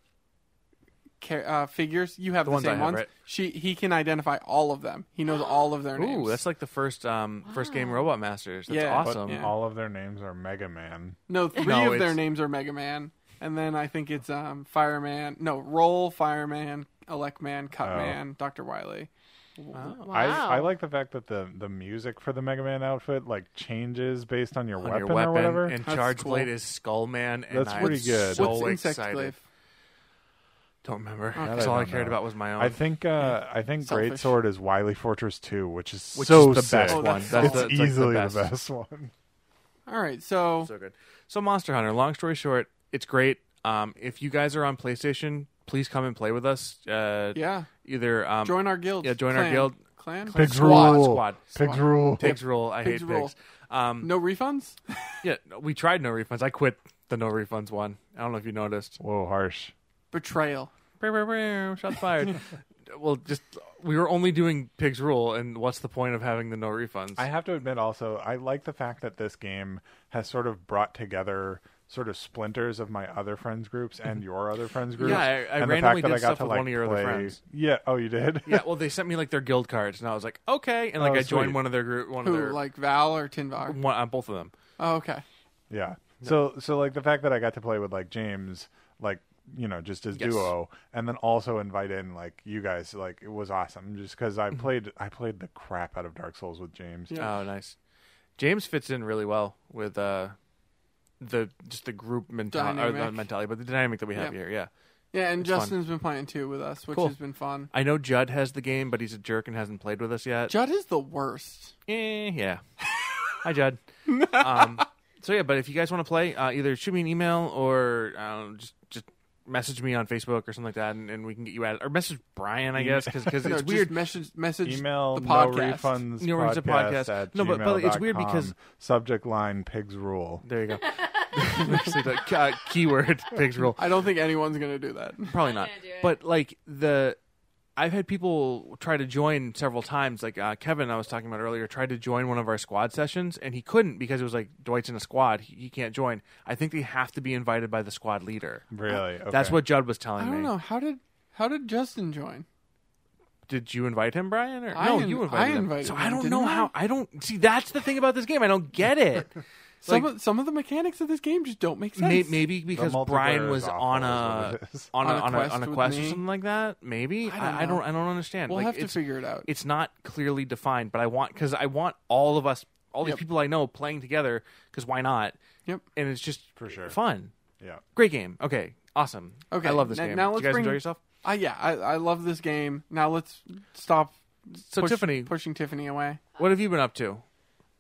Speaker 1: ca- uh, figures. You have the,
Speaker 2: ones I
Speaker 1: same
Speaker 2: have,
Speaker 1: ones.
Speaker 2: right?
Speaker 1: She he can identify all of them. He knows all of their names.
Speaker 2: Ooh, that's like the first um first game Robot Masters. That's
Speaker 1: Yeah.
Speaker 4: But
Speaker 2: awesome.
Speaker 1: Yeah.
Speaker 4: all of their names are Mega Man.
Speaker 1: no, three
Speaker 2: No,
Speaker 1: of their
Speaker 2: it's-
Speaker 1: names are Mega Man, and then I think it's um, Fireman. No, Roll, Fireman, Elecman, Cutman, Doctor Wily.
Speaker 2: Wow.
Speaker 3: Wow.
Speaker 4: I, I like the fact that the, the music for the Mega Man outfit like changes based on your,
Speaker 2: On
Speaker 4: weapon,
Speaker 2: your weapon
Speaker 4: or whatever.
Speaker 2: and
Speaker 1: That's
Speaker 2: Charge
Speaker 1: cool.
Speaker 2: Blade is Skullman and
Speaker 4: That's
Speaker 2: I'm
Speaker 4: pretty good.
Speaker 2: so
Speaker 1: What's
Speaker 2: excited.
Speaker 1: Insectglaive?
Speaker 2: Don't remember.
Speaker 4: that
Speaker 2: That's
Speaker 4: I
Speaker 2: all I
Speaker 4: don't
Speaker 2: cared
Speaker 4: know.
Speaker 2: about was my own.
Speaker 4: I think uh, I think
Speaker 1: Selfish.
Speaker 4: Great Sword is Wily Fortress 2, which is
Speaker 2: which
Speaker 4: so
Speaker 2: is the
Speaker 4: sick.
Speaker 2: best
Speaker 1: Oh,
Speaker 2: one.
Speaker 1: that's
Speaker 2: That's
Speaker 4: it's
Speaker 2: the, it's like
Speaker 4: easily
Speaker 2: the best.
Speaker 4: the best one.
Speaker 1: All right, so
Speaker 2: So good. So Monster Hunter. Long story short, it's great. Um, if you guys are on PlayStation, please come and play with us. Uh,
Speaker 1: yeah,
Speaker 2: Either um,
Speaker 1: join our guild.
Speaker 2: yeah, join our
Speaker 1: Clan.
Speaker 2: guild.
Speaker 1: Clan.
Speaker 4: Pigs
Speaker 2: Squad,
Speaker 4: rule.
Speaker 2: squad.
Speaker 4: Pigs rule.
Speaker 2: pigs rule. I
Speaker 1: Pigs
Speaker 2: hate
Speaker 1: rule.
Speaker 2: pigs. Um,
Speaker 1: No refunds.
Speaker 2: yeah, we tried no refunds. I quit the no refunds one. I don't know if you noticed.
Speaker 4: Whoa, harsh.
Speaker 1: Betrayal.
Speaker 2: Brr, brr, brr, Shots fired. well, just we were only doing pigs rule, and what's the point of having the no refunds?
Speaker 4: I have to admit also, I like the fact that this game has sort of brought together sort of splinters of my other friends groups and your other friends groups.
Speaker 2: Yeah, I- I
Speaker 4: and the fact that
Speaker 2: randomly
Speaker 4: I
Speaker 2: did
Speaker 4: got
Speaker 2: stuff
Speaker 4: to
Speaker 2: with
Speaker 4: like
Speaker 2: one of your other
Speaker 4: play-
Speaker 2: friends.
Speaker 4: Yeah, oh you did?
Speaker 2: yeah, well, they sent me like their guild cards, and I was like, okay, and like
Speaker 4: Oh,
Speaker 2: I joined
Speaker 4: sweet.
Speaker 2: one of their group, one of
Speaker 1: Who
Speaker 2: their
Speaker 1: like Val or Tinvar?
Speaker 2: one, uh, both of them.
Speaker 1: Oh, okay.
Speaker 4: Yeah. So so like the fact that I got to play with like James, like you know, just as
Speaker 2: Yes.
Speaker 4: duo, and then also invite in like you guys, like it was awesome. Just because
Speaker 2: Mm-hmm.
Speaker 4: I played, I played the crap out of Dark Souls with James.
Speaker 1: Yeah.
Speaker 2: Oh, nice. James fits in really well with uh, the just the group mentality, or the
Speaker 1: Dynamic.
Speaker 2: mentality, but the dynamic that we have
Speaker 1: Yeah.
Speaker 2: here. Yeah,
Speaker 1: Yeah, and
Speaker 2: It's fun.
Speaker 1: Justin's been playing too with us, which
Speaker 2: Cool.
Speaker 1: has been fun.
Speaker 2: I know Judd has the game, but he's a jerk and hasn't played with us yet.
Speaker 1: Judd is the worst.
Speaker 2: Eh, yeah. Hi, Judd. um, so yeah, but if you guys want to play, uh, either shoot me an email or I don't know, just just message me on Facebook or something like that, and, and we can get you added. Or message Brian, I guess, because
Speaker 1: No,
Speaker 2: it's
Speaker 1: just
Speaker 2: weird.
Speaker 1: Message, message
Speaker 4: Email
Speaker 1: the
Speaker 4: no
Speaker 1: podcast.
Speaker 4: refunds.
Speaker 2: No refunds to podcast.
Speaker 4: At
Speaker 2: No, but- but it's weird
Speaker 4: gmail.com.
Speaker 2: because-
Speaker 4: subject line pigs rule.
Speaker 2: There you go. Actually, the, uh, keyword pigs rule.
Speaker 1: I don't think anyone's gonna do that.
Speaker 2: Probably not.
Speaker 3: gonna do it.
Speaker 2: But like the. I've had people try to join several times. Like uh, Kevin, I was talking about earlier, tried to join one of our squad sessions, and he couldn't because it was like Dwight's in a squad. He, he can't join. I think they have to be invited by the squad leader.
Speaker 4: Really,
Speaker 2: That's
Speaker 4: Okay.
Speaker 2: what Judd was telling
Speaker 1: I don't
Speaker 2: me.
Speaker 1: know how did how did Justin join?
Speaker 2: Did you invite him, Brian? Or
Speaker 1: I
Speaker 2: no,
Speaker 1: in-
Speaker 2: you invited
Speaker 1: I
Speaker 2: him.
Speaker 1: invited
Speaker 2: so
Speaker 1: him,
Speaker 2: I don't
Speaker 1: didn't
Speaker 2: know
Speaker 1: I?
Speaker 2: how. I don't see. That's the thing about this game. I don't get it.
Speaker 1: Some
Speaker 2: Like-
Speaker 1: of, some of the mechanics of this game just don't make sense.
Speaker 2: May- maybe because
Speaker 4: multiplayer
Speaker 2: Brian
Speaker 4: is
Speaker 2: was
Speaker 4: awful,
Speaker 2: on
Speaker 4: is
Speaker 2: a
Speaker 4: what it is.
Speaker 2: on a on a,
Speaker 1: quest
Speaker 2: on a
Speaker 1: with
Speaker 2: quest or
Speaker 1: me.
Speaker 2: something like that. Maybe
Speaker 1: I
Speaker 2: I
Speaker 1: don't
Speaker 2: I, don't
Speaker 1: know.
Speaker 2: I don't understand.
Speaker 1: we'll
Speaker 2: like,
Speaker 1: have to
Speaker 2: it's,
Speaker 1: figure it out.
Speaker 2: It's not clearly defined, but I want because I want all of us, all these
Speaker 1: Yep.
Speaker 2: people I know, playing together. Because why not?
Speaker 1: Yep.
Speaker 2: And it's just
Speaker 4: For sure.
Speaker 2: fun.
Speaker 4: Yeah.
Speaker 2: Great game. Okay. Awesome.
Speaker 1: Okay,
Speaker 2: I love this
Speaker 1: now-
Speaker 2: game.
Speaker 1: now
Speaker 2: Did
Speaker 1: let's
Speaker 2: you guys
Speaker 1: bring-
Speaker 2: enjoy yourself?
Speaker 1: Ah, yeah, I, I love this game. Now let's stop.
Speaker 2: So
Speaker 1: push-
Speaker 2: Tiffany,
Speaker 1: pushing Tiffany away.
Speaker 2: what have you been up to?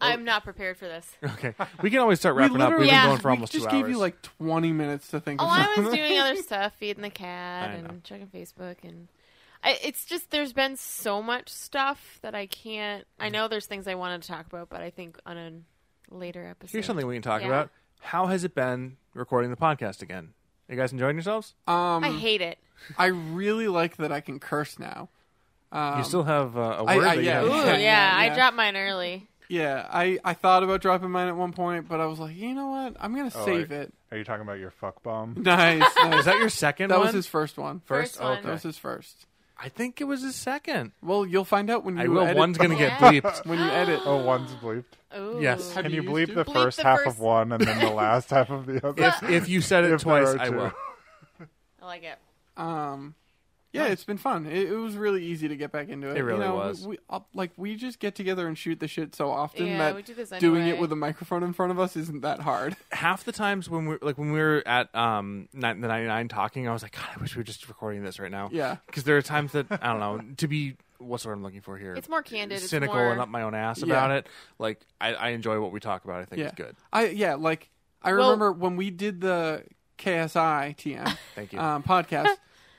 Speaker 3: I'm not prepared for this.
Speaker 2: Okay, we can always start wrapping up. We've been
Speaker 3: Yeah.
Speaker 2: going for
Speaker 1: we
Speaker 2: almost
Speaker 1: just
Speaker 2: two
Speaker 1: gave
Speaker 2: hours.
Speaker 1: you like twenty minutes to think.
Speaker 3: Oh,
Speaker 1: of
Speaker 3: I
Speaker 1: something.
Speaker 3: was doing other stuff, feeding the cat
Speaker 2: I know.
Speaker 3: and checking Facebook, and I, it's just there's been so much stuff that I can't. I
Speaker 2: Mm.
Speaker 3: know there's things I wanted to talk about, but I think on a later episode.
Speaker 2: Here's something we can talk
Speaker 3: Yeah.
Speaker 2: about. How has it been recording the podcast again? You guys enjoying yourselves?
Speaker 1: Um,
Speaker 3: I hate it.
Speaker 1: I really like that I can curse now. Um,
Speaker 2: you still have uh, a word.
Speaker 1: I- I-
Speaker 2: that you
Speaker 1: yeah.
Speaker 3: Ooh,
Speaker 2: haven't-
Speaker 3: yeah,
Speaker 1: yeah, yeah.
Speaker 3: I dropped mine early.
Speaker 1: Yeah, I, I thought about dropping mine at one point, but I was like, you know what? I'm gonna
Speaker 4: Oh,
Speaker 1: save
Speaker 4: I-
Speaker 1: it.
Speaker 4: Are you talking about your fuck bomb?
Speaker 1: Nice. nice.
Speaker 2: Is that your second?
Speaker 1: that
Speaker 2: one?
Speaker 1: was his first one.
Speaker 2: first.
Speaker 3: First one.
Speaker 2: okay.
Speaker 1: That was his first.
Speaker 2: I think it was his second.
Speaker 1: Well, you'll find out when you
Speaker 2: I will.
Speaker 1: edit.
Speaker 2: One's gonna get
Speaker 3: Yeah.
Speaker 2: bleeped.
Speaker 1: when you edit.
Speaker 4: Oh, one's bleeped.
Speaker 3: Ooh.
Speaker 2: Yes.
Speaker 1: Have
Speaker 4: Can you
Speaker 1: you
Speaker 4: bleep
Speaker 1: used
Speaker 4: the
Speaker 1: it?
Speaker 3: Bleep
Speaker 4: first
Speaker 3: the
Speaker 4: half
Speaker 3: first-
Speaker 4: of one and then the last half of the other?
Speaker 2: If, if you said it
Speaker 4: If there
Speaker 2: twice,
Speaker 4: are
Speaker 2: I
Speaker 4: two.
Speaker 2: will.
Speaker 3: I like it.
Speaker 1: Um, yeah, it's been fun. It, it was really easy to get back into it.
Speaker 2: It really
Speaker 1: you know,
Speaker 2: was.
Speaker 1: We, we, uh, like we just get together and shoot the shit so often
Speaker 3: Yeah,
Speaker 1: that
Speaker 3: we do this
Speaker 1: doing
Speaker 3: anyway.
Speaker 1: it with a microphone in front of us isn't that hard.
Speaker 2: Half the times when we are like when we were at um nine, the ninety nine talking, I was like, God, I wish we were just recording this right now.
Speaker 1: Yeah.
Speaker 2: Because there are times that I don't know to be what's the word I'm looking for here.
Speaker 3: It's more candid. It's
Speaker 2: cynical,
Speaker 3: more-
Speaker 2: and up my own ass
Speaker 1: Yeah.
Speaker 2: about it. Like I, I enjoy what we talk about. I think
Speaker 1: yeah,
Speaker 2: it's good.
Speaker 1: I yeah, like I
Speaker 3: Well-
Speaker 1: remember when we did the KSI TM
Speaker 2: Thank you.
Speaker 1: um, podcast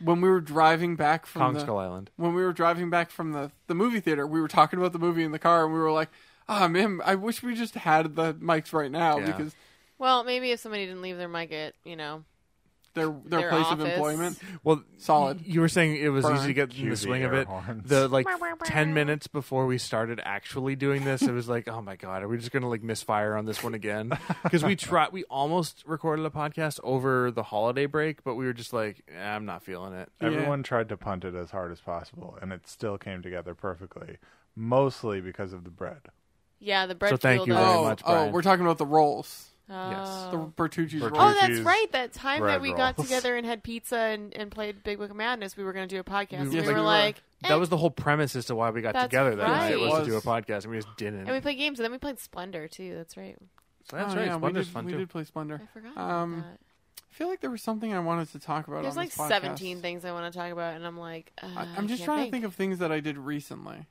Speaker 1: when we were driving back from
Speaker 2: Kong
Speaker 1: the,
Speaker 2: Skull Island.
Speaker 1: when we were driving back from the, the movie theater, we were talking about the movie in the car, and we were like, "Ah, man, I wish we just had the mics right now
Speaker 2: Yeah.
Speaker 1: because
Speaker 3: Well, maybe if somebody didn't leave their mic at you know
Speaker 1: their their,
Speaker 3: Their
Speaker 1: place of
Speaker 3: office.
Speaker 1: employment.
Speaker 2: Well,
Speaker 1: Solid.
Speaker 2: y- You were saying it was
Speaker 1: Burn.
Speaker 2: easy to get in
Speaker 4: Cue
Speaker 2: the
Speaker 4: the
Speaker 2: swing of
Speaker 4: air
Speaker 2: it.
Speaker 4: horns.
Speaker 2: The like
Speaker 3: Wow, wow, wow.
Speaker 2: ten minutes before we started actually doing this, it was like, oh my god, are we just gonna like misfire on this one again? Because we tried, we almost recorded a podcast over the holiday break, but we were just like, eh, I'm not feeling it.
Speaker 1: Yeah.
Speaker 4: Everyone tried to punt it as hard as possible, and it still came together perfectly, mostly because of the bread.
Speaker 3: Yeah, the bread.
Speaker 2: So thank
Speaker 3: field
Speaker 2: you
Speaker 3: of-
Speaker 2: very
Speaker 1: oh,
Speaker 2: much,
Speaker 1: oh,
Speaker 2: Brian.
Speaker 1: we're talking about the rolls.
Speaker 3: Oh.
Speaker 1: The Bertucci's
Speaker 4: Bertucci.
Speaker 1: rolls.
Speaker 3: Oh, that's
Speaker 4: Cheese,
Speaker 3: right. That time that
Speaker 4: bread
Speaker 3: we got
Speaker 4: rolls.
Speaker 3: together and had pizza and, and played Big Book of Madness, we were going to do a podcast.
Speaker 1: Yes,
Speaker 3: we
Speaker 1: we
Speaker 3: were
Speaker 1: were.
Speaker 3: like, eh.
Speaker 2: That was the whole premise as to why we got
Speaker 3: That's
Speaker 2: together. That night.
Speaker 3: right.
Speaker 2: it was,
Speaker 1: It
Speaker 2: to do a
Speaker 1: was.
Speaker 2: podcast, and we just didn't.
Speaker 3: and we played games, and then we played Splendor too. That's right.
Speaker 2: so that's
Speaker 1: Oh,
Speaker 2: right.
Speaker 1: Yeah, we
Speaker 2: Splendor's
Speaker 1: did,
Speaker 2: fun
Speaker 1: we
Speaker 2: too.
Speaker 1: did play Splendor.
Speaker 3: I forgot about
Speaker 1: Um,
Speaker 3: that.
Speaker 1: I feel like there was something I wanted to talk about.
Speaker 3: There's
Speaker 1: on
Speaker 3: like
Speaker 1: this podcast.
Speaker 3: 17 things I want to talk about, and I'm like, uh,
Speaker 1: I, I'm just trying to think of things that I did recently.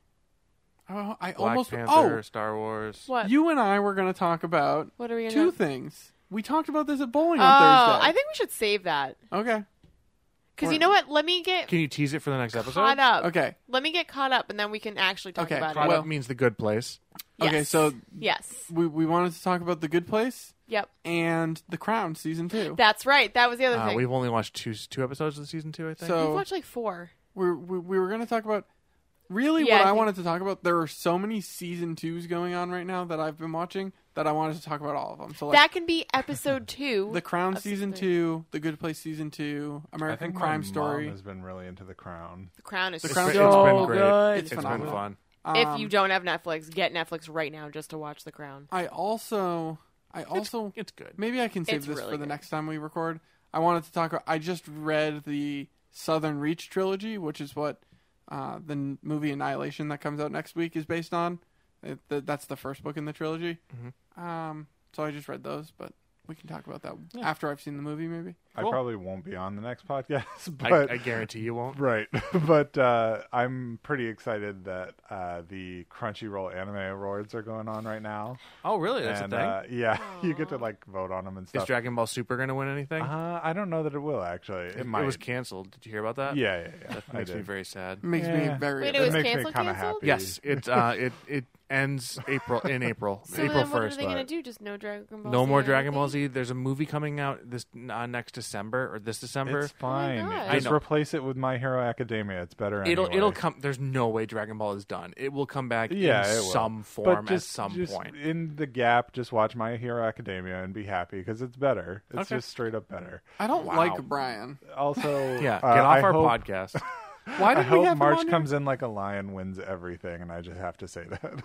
Speaker 1: Oh, I
Speaker 2: Black
Speaker 1: almost.
Speaker 2: Panther, Star Wars.
Speaker 1: oh,
Speaker 3: what.
Speaker 1: you and I were going to talk about
Speaker 3: what are we gonna?
Speaker 1: two things. We talked about this at bowling
Speaker 3: oh,
Speaker 1: on Thursday.
Speaker 3: I think we should save that
Speaker 1: okay.
Speaker 3: because
Speaker 1: Or-
Speaker 3: you know what? Let me get
Speaker 2: Can you tease it for the next episode?
Speaker 3: caught up.
Speaker 1: Okay.
Speaker 3: Let me get caught up, and then we can actually talk
Speaker 1: Okay,
Speaker 3: about
Speaker 2: Caught
Speaker 3: it.
Speaker 1: well-
Speaker 2: up means the good place.
Speaker 1: Okay,
Speaker 3: Yes.
Speaker 1: so-
Speaker 3: yes,
Speaker 1: We we wanted to talk about the Good Place
Speaker 3: yep,
Speaker 1: and The Crown season two.
Speaker 3: that's right. That was the other
Speaker 2: Uh,
Speaker 3: thing.
Speaker 2: we've only watched two two episodes of the season two, I think.
Speaker 1: So-
Speaker 3: We've watched like four.
Speaker 1: we we we were going to talk about. Really,
Speaker 3: Yeah, I
Speaker 1: what I,
Speaker 3: think-
Speaker 1: wanted to talk about. There are so many season twos going on right now that I've been watching that I wanted to talk about all of them. So like
Speaker 3: that can be episode two.
Speaker 1: The Crown
Speaker 3: of
Speaker 1: season
Speaker 3: season three.
Speaker 1: two, The Good Place season two,
Speaker 4: I
Speaker 1: American
Speaker 4: think
Speaker 1: Crime
Speaker 4: my
Speaker 1: Story.
Speaker 4: Mom has been really into the crown.
Speaker 3: The Crown is
Speaker 1: The
Speaker 2: It's
Speaker 1: Crown
Speaker 2: been-
Speaker 1: is
Speaker 2: it's
Speaker 1: so
Speaker 2: been great.
Speaker 1: good. It's
Speaker 2: it's been
Speaker 1: phenomenal.
Speaker 2: fun.
Speaker 1: Um,
Speaker 3: If you don't have Netflix, get Netflix right now just to watch The Crown.
Speaker 1: I also, I also,
Speaker 2: It's good.
Speaker 1: maybe I can save
Speaker 3: It's
Speaker 1: this
Speaker 3: really
Speaker 1: for the
Speaker 3: good.
Speaker 1: next time we record. I wanted to talk. about I just read the Southern Reach trilogy, which is what uh, the n- movie Annihilation that comes out next week is based on. It, th- that's the first book in the trilogy.
Speaker 2: Mm-hmm.
Speaker 1: Um, so I just read those, but we can talk about that after I've seen the movie, maybe.
Speaker 2: Cool.
Speaker 4: I probably won't be on the next podcast,
Speaker 2: I,
Speaker 4: but
Speaker 2: I guarantee you won't.
Speaker 4: right. but uh, I'm pretty excited that uh, the Crunchyroll Anime Awards are going on right now,
Speaker 2: Oh, really? That's
Speaker 4: and
Speaker 2: a thing.
Speaker 4: uh, yeah, you get to like vote on them and
Speaker 2: Is
Speaker 4: stuff.
Speaker 2: Dragon Ball Super going to win anything?
Speaker 3: Uh-huh.
Speaker 4: uh, I don't know that it will actually. It, might.
Speaker 2: was canceled. Did you hear about that?
Speaker 4: yeah, yeah, yeah. I
Speaker 2: makes me
Speaker 4: did. Mm-hmm.
Speaker 2: very sad.
Speaker 1: Makes me
Speaker 4: Yeah.
Speaker 1: very.
Speaker 3: Wait, it
Speaker 1: upset.
Speaker 3: was
Speaker 4: makes me
Speaker 3: canceled.
Speaker 4: kinda
Speaker 3: Canceled.
Speaker 4: happy.
Speaker 2: Yes, it uh, it it ends April in April.
Speaker 3: So
Speaker 2: April
Speaker 3: then, what are
Speaker 2: first.
Speaker 3: they
Speaker 4: but-
Speaker 3: going to do? Just no Dragon Ball.
Speaker 2: No
Speaker 3: Z
Speaker 2: more
Speaker 3: or
Speaker 2: Dragon Ball
Speaker 3: anything?
Speaker 2: Z. There's a movie coming out this uh, next December or this December.
Speaker 4: It's fine.
Speaker 3: Oh God.
Speaker 2: I
Speaker 4: Just
Speaker 2: know.
Speaker 4: replace it with My Hero Academia. It's better.
Speaker 2: It'll
Speaker 4: anyway.
Speaker 2: it'll come. There's no way Dragon Ball is done. It will come back
Speaker 4: Yeah, it
Speaker 2: in
Speaker 4: will.
Speaker 2: some
Speaker 4: But
Speaker 2: form
Speaker 4: just-
Speaker 2: at some
Speaker 4: just
Speaker 2: point.
Speaker 4: In the gap, just watch My Hero Academia and be happy because it's better. It's
Speaker 2: Okay.
Speaker 4: just straight up better.
Speaker 1: I don't
Speaker 2: Wow.
Speaker 1: like Brian.
Speaker 4: Also,
Speaker 2: Yeah, get
Speaker 4: uh,
Speaker 2: off
Speaker 4: I
Speaker 2: our
Speaker 4: hope,
Speaker 2: podcast.
Speaker 1: Why
Speaker 4: I
Speaker 1: did we
Speaker 4: hope
Speaker 1: have him
Speaker 4: March
Speaker 1: on here?
Speaker 4: comes in like a lion, wins everything, and I just have to say that.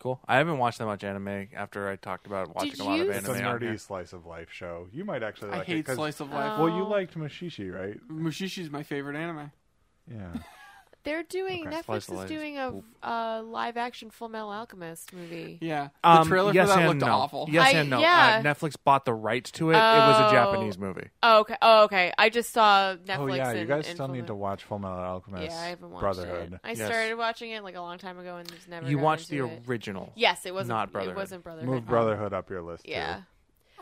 Speaker 2: Cool. I haven't watched that much anime after I talked about watching
Speaker 3: Did
Speaker 2: a lot of
Speaker 3: you
Speaker 4: it's
Speaker 2: anime.
Speaker 4: a
Speaker 2: on
Speaker 4: nerdy
Speaker 2: here.
Speaker 4: slice of life show. You might actually
Speaker 1: I
Speaker 4: like
Speaker 1: hate
Speaker 4: it. 'cause-
Speaker 1: slice of life.
Speaker 3: Oh.
Speaker 4: well, you liked Mushishi, right?
Speaker 1: Mushishi's my favorite anime.
Speaker 4: Yeah.
Speaker 3: They're doing
Speaker 2: Okay, slice of
Speaker 3: Netflix
Speaker 2: life.
Speaker 3: is doing a uh, live action Full Metal Alchemist movie.
Speaker 1: Yeah,
Speaker 2: Um,
Speaker 1: the trailer
Speaker 2: yes
Speaker 1: for that
Speaker 2: and
Speaker 1: looked
Speaker 2: no.
Speaker 1: awful.
Speaker 2: Yes
Speaker 3: I-
Speaker 2: and no.
Speaker 3: yeah.
Speaker 2: Uh, Netflix bought the rights to it. It was a
Speaker 3: Oh.
Speaker 2: Japanese movie.
Speaker 3: Oh, okay. Oh, okay. I just saw Netflix.
Speaker 4: oh yeah, you
Speaker 3: and-
Speaker 4: guys
Speaker 3: and
Speaker 4: still
Speaker 3: Full
Speaker 4: need to
Speaker 3: Metal-
Speaker 4: watch Full Metal Alchemist
Speaker 3: Yeah, I haven't watched
Speaker 4: Brotherhood.
Speaker 3: it. I
Speaker 2: Yes.
Speaker 3: started watching it like a long time ago and just never.
Speaker 2: You
Speaker 3: got
Speaker 2: watched the
Speaker 3: into it.
Speaker 2: original.
Speaker 3: Yes, it wasn't.
Speaker 2: not
Speaker 3: It
Speaker 2: Brotherhood.
Speaker 3: wasn't Brotherhood.
Speaker 4: Move Brotherhood up your list. too.
Speaker 3: Yeah.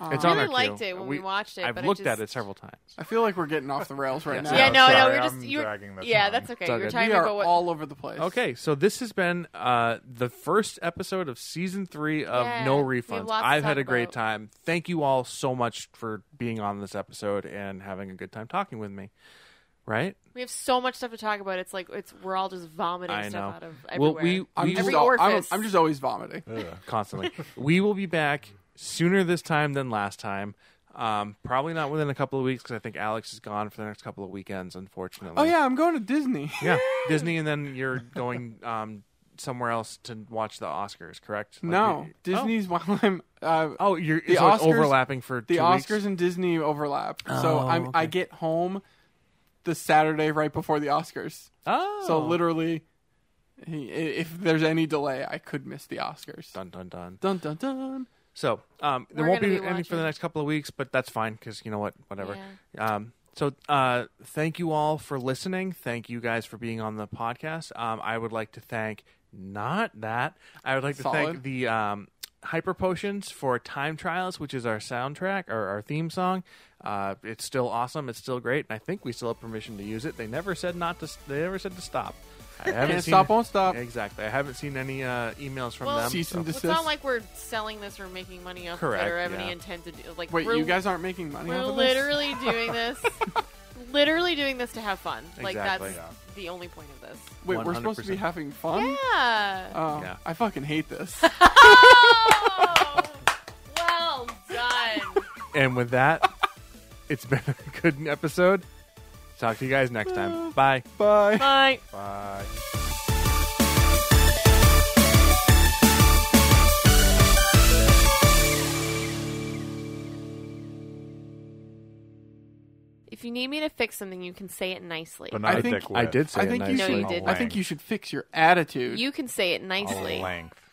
Speaker 1: Um,
Speaker 2: It's
Speaker 3: I
Speaker 2: on
Speaker 3: really
Speaker 2: our
Speaker 3: liked
Speaker 2: queue.
Speaker 3: it when we, watched it.
Speaker 2: I've
Speaker 3: but
Speaker 2: looked
Speaker 3: it just...
Speaker 2: at it several times.
Speaker 1: I feel like we're getting off the rails right
Speaker 2: Yes.
Speaker 1: now.
Speaker 3: Yeah,
Speaker 4: I'm
Speaker 3: no, no,
Speaker 4: sorry,
Speaker 3: we're just
Speaker 4: I'm
Speaker 3: you.
Speaker 4: dragging this
Speaker 3: Yeah,
Speaker 4: on.
Speaker 3: that's okay.
Speaker 2: It's all good.
Speaker 3: You're
Speaker 1: we
Speaker 3: talking
Speaker 1: are
Speaker 3: about what
Speaker 1: all over the place.
Speaker 2: Okay, so this has been uh, the first episode of season three of
Speaker 3: Yeah,
Speaker 2: No
Speaker 3: we have
Speaker 2: Refunds.
Speaker 3: lots to
Speaker 2: I've had
Speaker 3: talk
Speaker 2: a great
Speaker 3: about.
Speaker 2: time. Thank you all so much for being on this episode and having a good time talking with me. Right?
Speaker 3: we have so much stuff to talk about. It's like it's we're all just vomiting
Speaker 2: I know.
Speaker 3: stuff out of
Speaker 2: Well,
Speaker 3: everywhere.
Speaker 2: we-
Speaker 1: I'm
Speaker 2: we
Speaker 1: just,
Speaker 3: Every
Speaker 1: al- I'm,
Speaker 3: orifice.
Speaker 1: I'm just always vomiting.
Speaker 4: Ugh.
Speaker 2: Constantly. we will be back sooner this time than last time. Um, probably not within a couple of weeks because I think Alex is gone for the next couple of weekends, unfortunately.
Speaker 1: Oh yeah, I'm going to Disney.
Speaker 2: Yeah, Disney, and then you're going um, somewhere else to watch the Oscars, correct? Like,
Speaker 1: no,
Speaker 2: you-
Speaker 1: Disney's while I'm uh,
Speaker 2: Oh, you're
Speaker 1: The
Speaker 2: so it's
Speaker 1: Oscars-
Speaker 2: overlapping for
Speaker 1: the
Speaker 2: two
Speaker 1: Oscars
Speaker 2: Weeks?
Speaker 1: and Disney overlap. so
Speaker 2: Oh,
Speaker 1: I'm I
Speaker 2: okay.
Speaker 1: get home the Saturday right before the Oscars.
Speaker 2: Oh,
Speaker 1: So literally, i- if there's any delay, I could miss the Oscars.
Speaker 2: dun dun dun.
Speaker 1: Dun dun dun.
Speaker 2: So um, there
Speaker 3: We're
Speaker 2: won't
Speaker 3: gonna
Speaker 2: be,
Speaker 3: be
Speaker 2: any for the
Speaker 3: watching.
Speaker 2: next couple of weeks, but that's fine because you know what, whatever. Um, so uh, thank you all for listening. Thank you guys for being on the podcast. Um, I would like to thank not that. I would like to thank
Speaker 1: Solid.
Speaker 2: the um, Hyper Potions for Time Trials, which is our soundtrack or our theme song. Uh, it's still awesome. It's still great, and I think we still have permission to use it. They never said not to. They never said to stop. I haven't
Speaker 1: Can't
Speaker 2: seen
Speaker 1: stop, won't stop.
Speaker 2: Exactly. I haven't seen any uh, emails from
Speaker 3: Well,
Speaker 2: them.
Speaker 1: Cease and
Speaker 2: so-
Speaker 1: desist.
Speaker 3: It's not like we're selling this or making money off
Speaker 2: Correct,
Speaker 3: of it or have any
Speaker 2: yeah.
Speaker 3: intent to do like
Speaker 1: Wait,
Speaker 3: we're,
Speaker 1: you guys aren't making money
Speaker 3: we're
Speaker 1: off of this?
Speaker 3: literally doing this. literally doing this to have fun. Like
Speaker 2: Exactly.
Speaker 3: that's the only point of this.
Speaker 1: Wait, we're supposed to be
Speaker 2: 100%.
Speaker 1: having fun?
Speaker 3: Yeah.
Speaker 1: Oh,
Speaker 2: Yeah.
Speaker 1: I fucking hate this.
Speaker 3: Oh, well done.
Speaker 2: and with that, it's been a good episode. Talk to you guys next time. Bye.
Speaker 1: Bye.
Speaker 3: Bye.
Speaker 4: Bye.
Speaker 3: If you need me to fix something, you can say it nicely.
Speaker 4: But not
Speaker 1: I
Speaker 4: a
Speaker 1: think-
Speaker 4: dick width.
Speaker 1: I think you
Speaker 3: No,
Speaker 1: should.
Speaker 3: you didn't.
Speaker 1: I think you should fix your attitude.
Speaker 3: You can say it
Speaker 4: A
Speaker 3: nicely.
Speaker 4: length.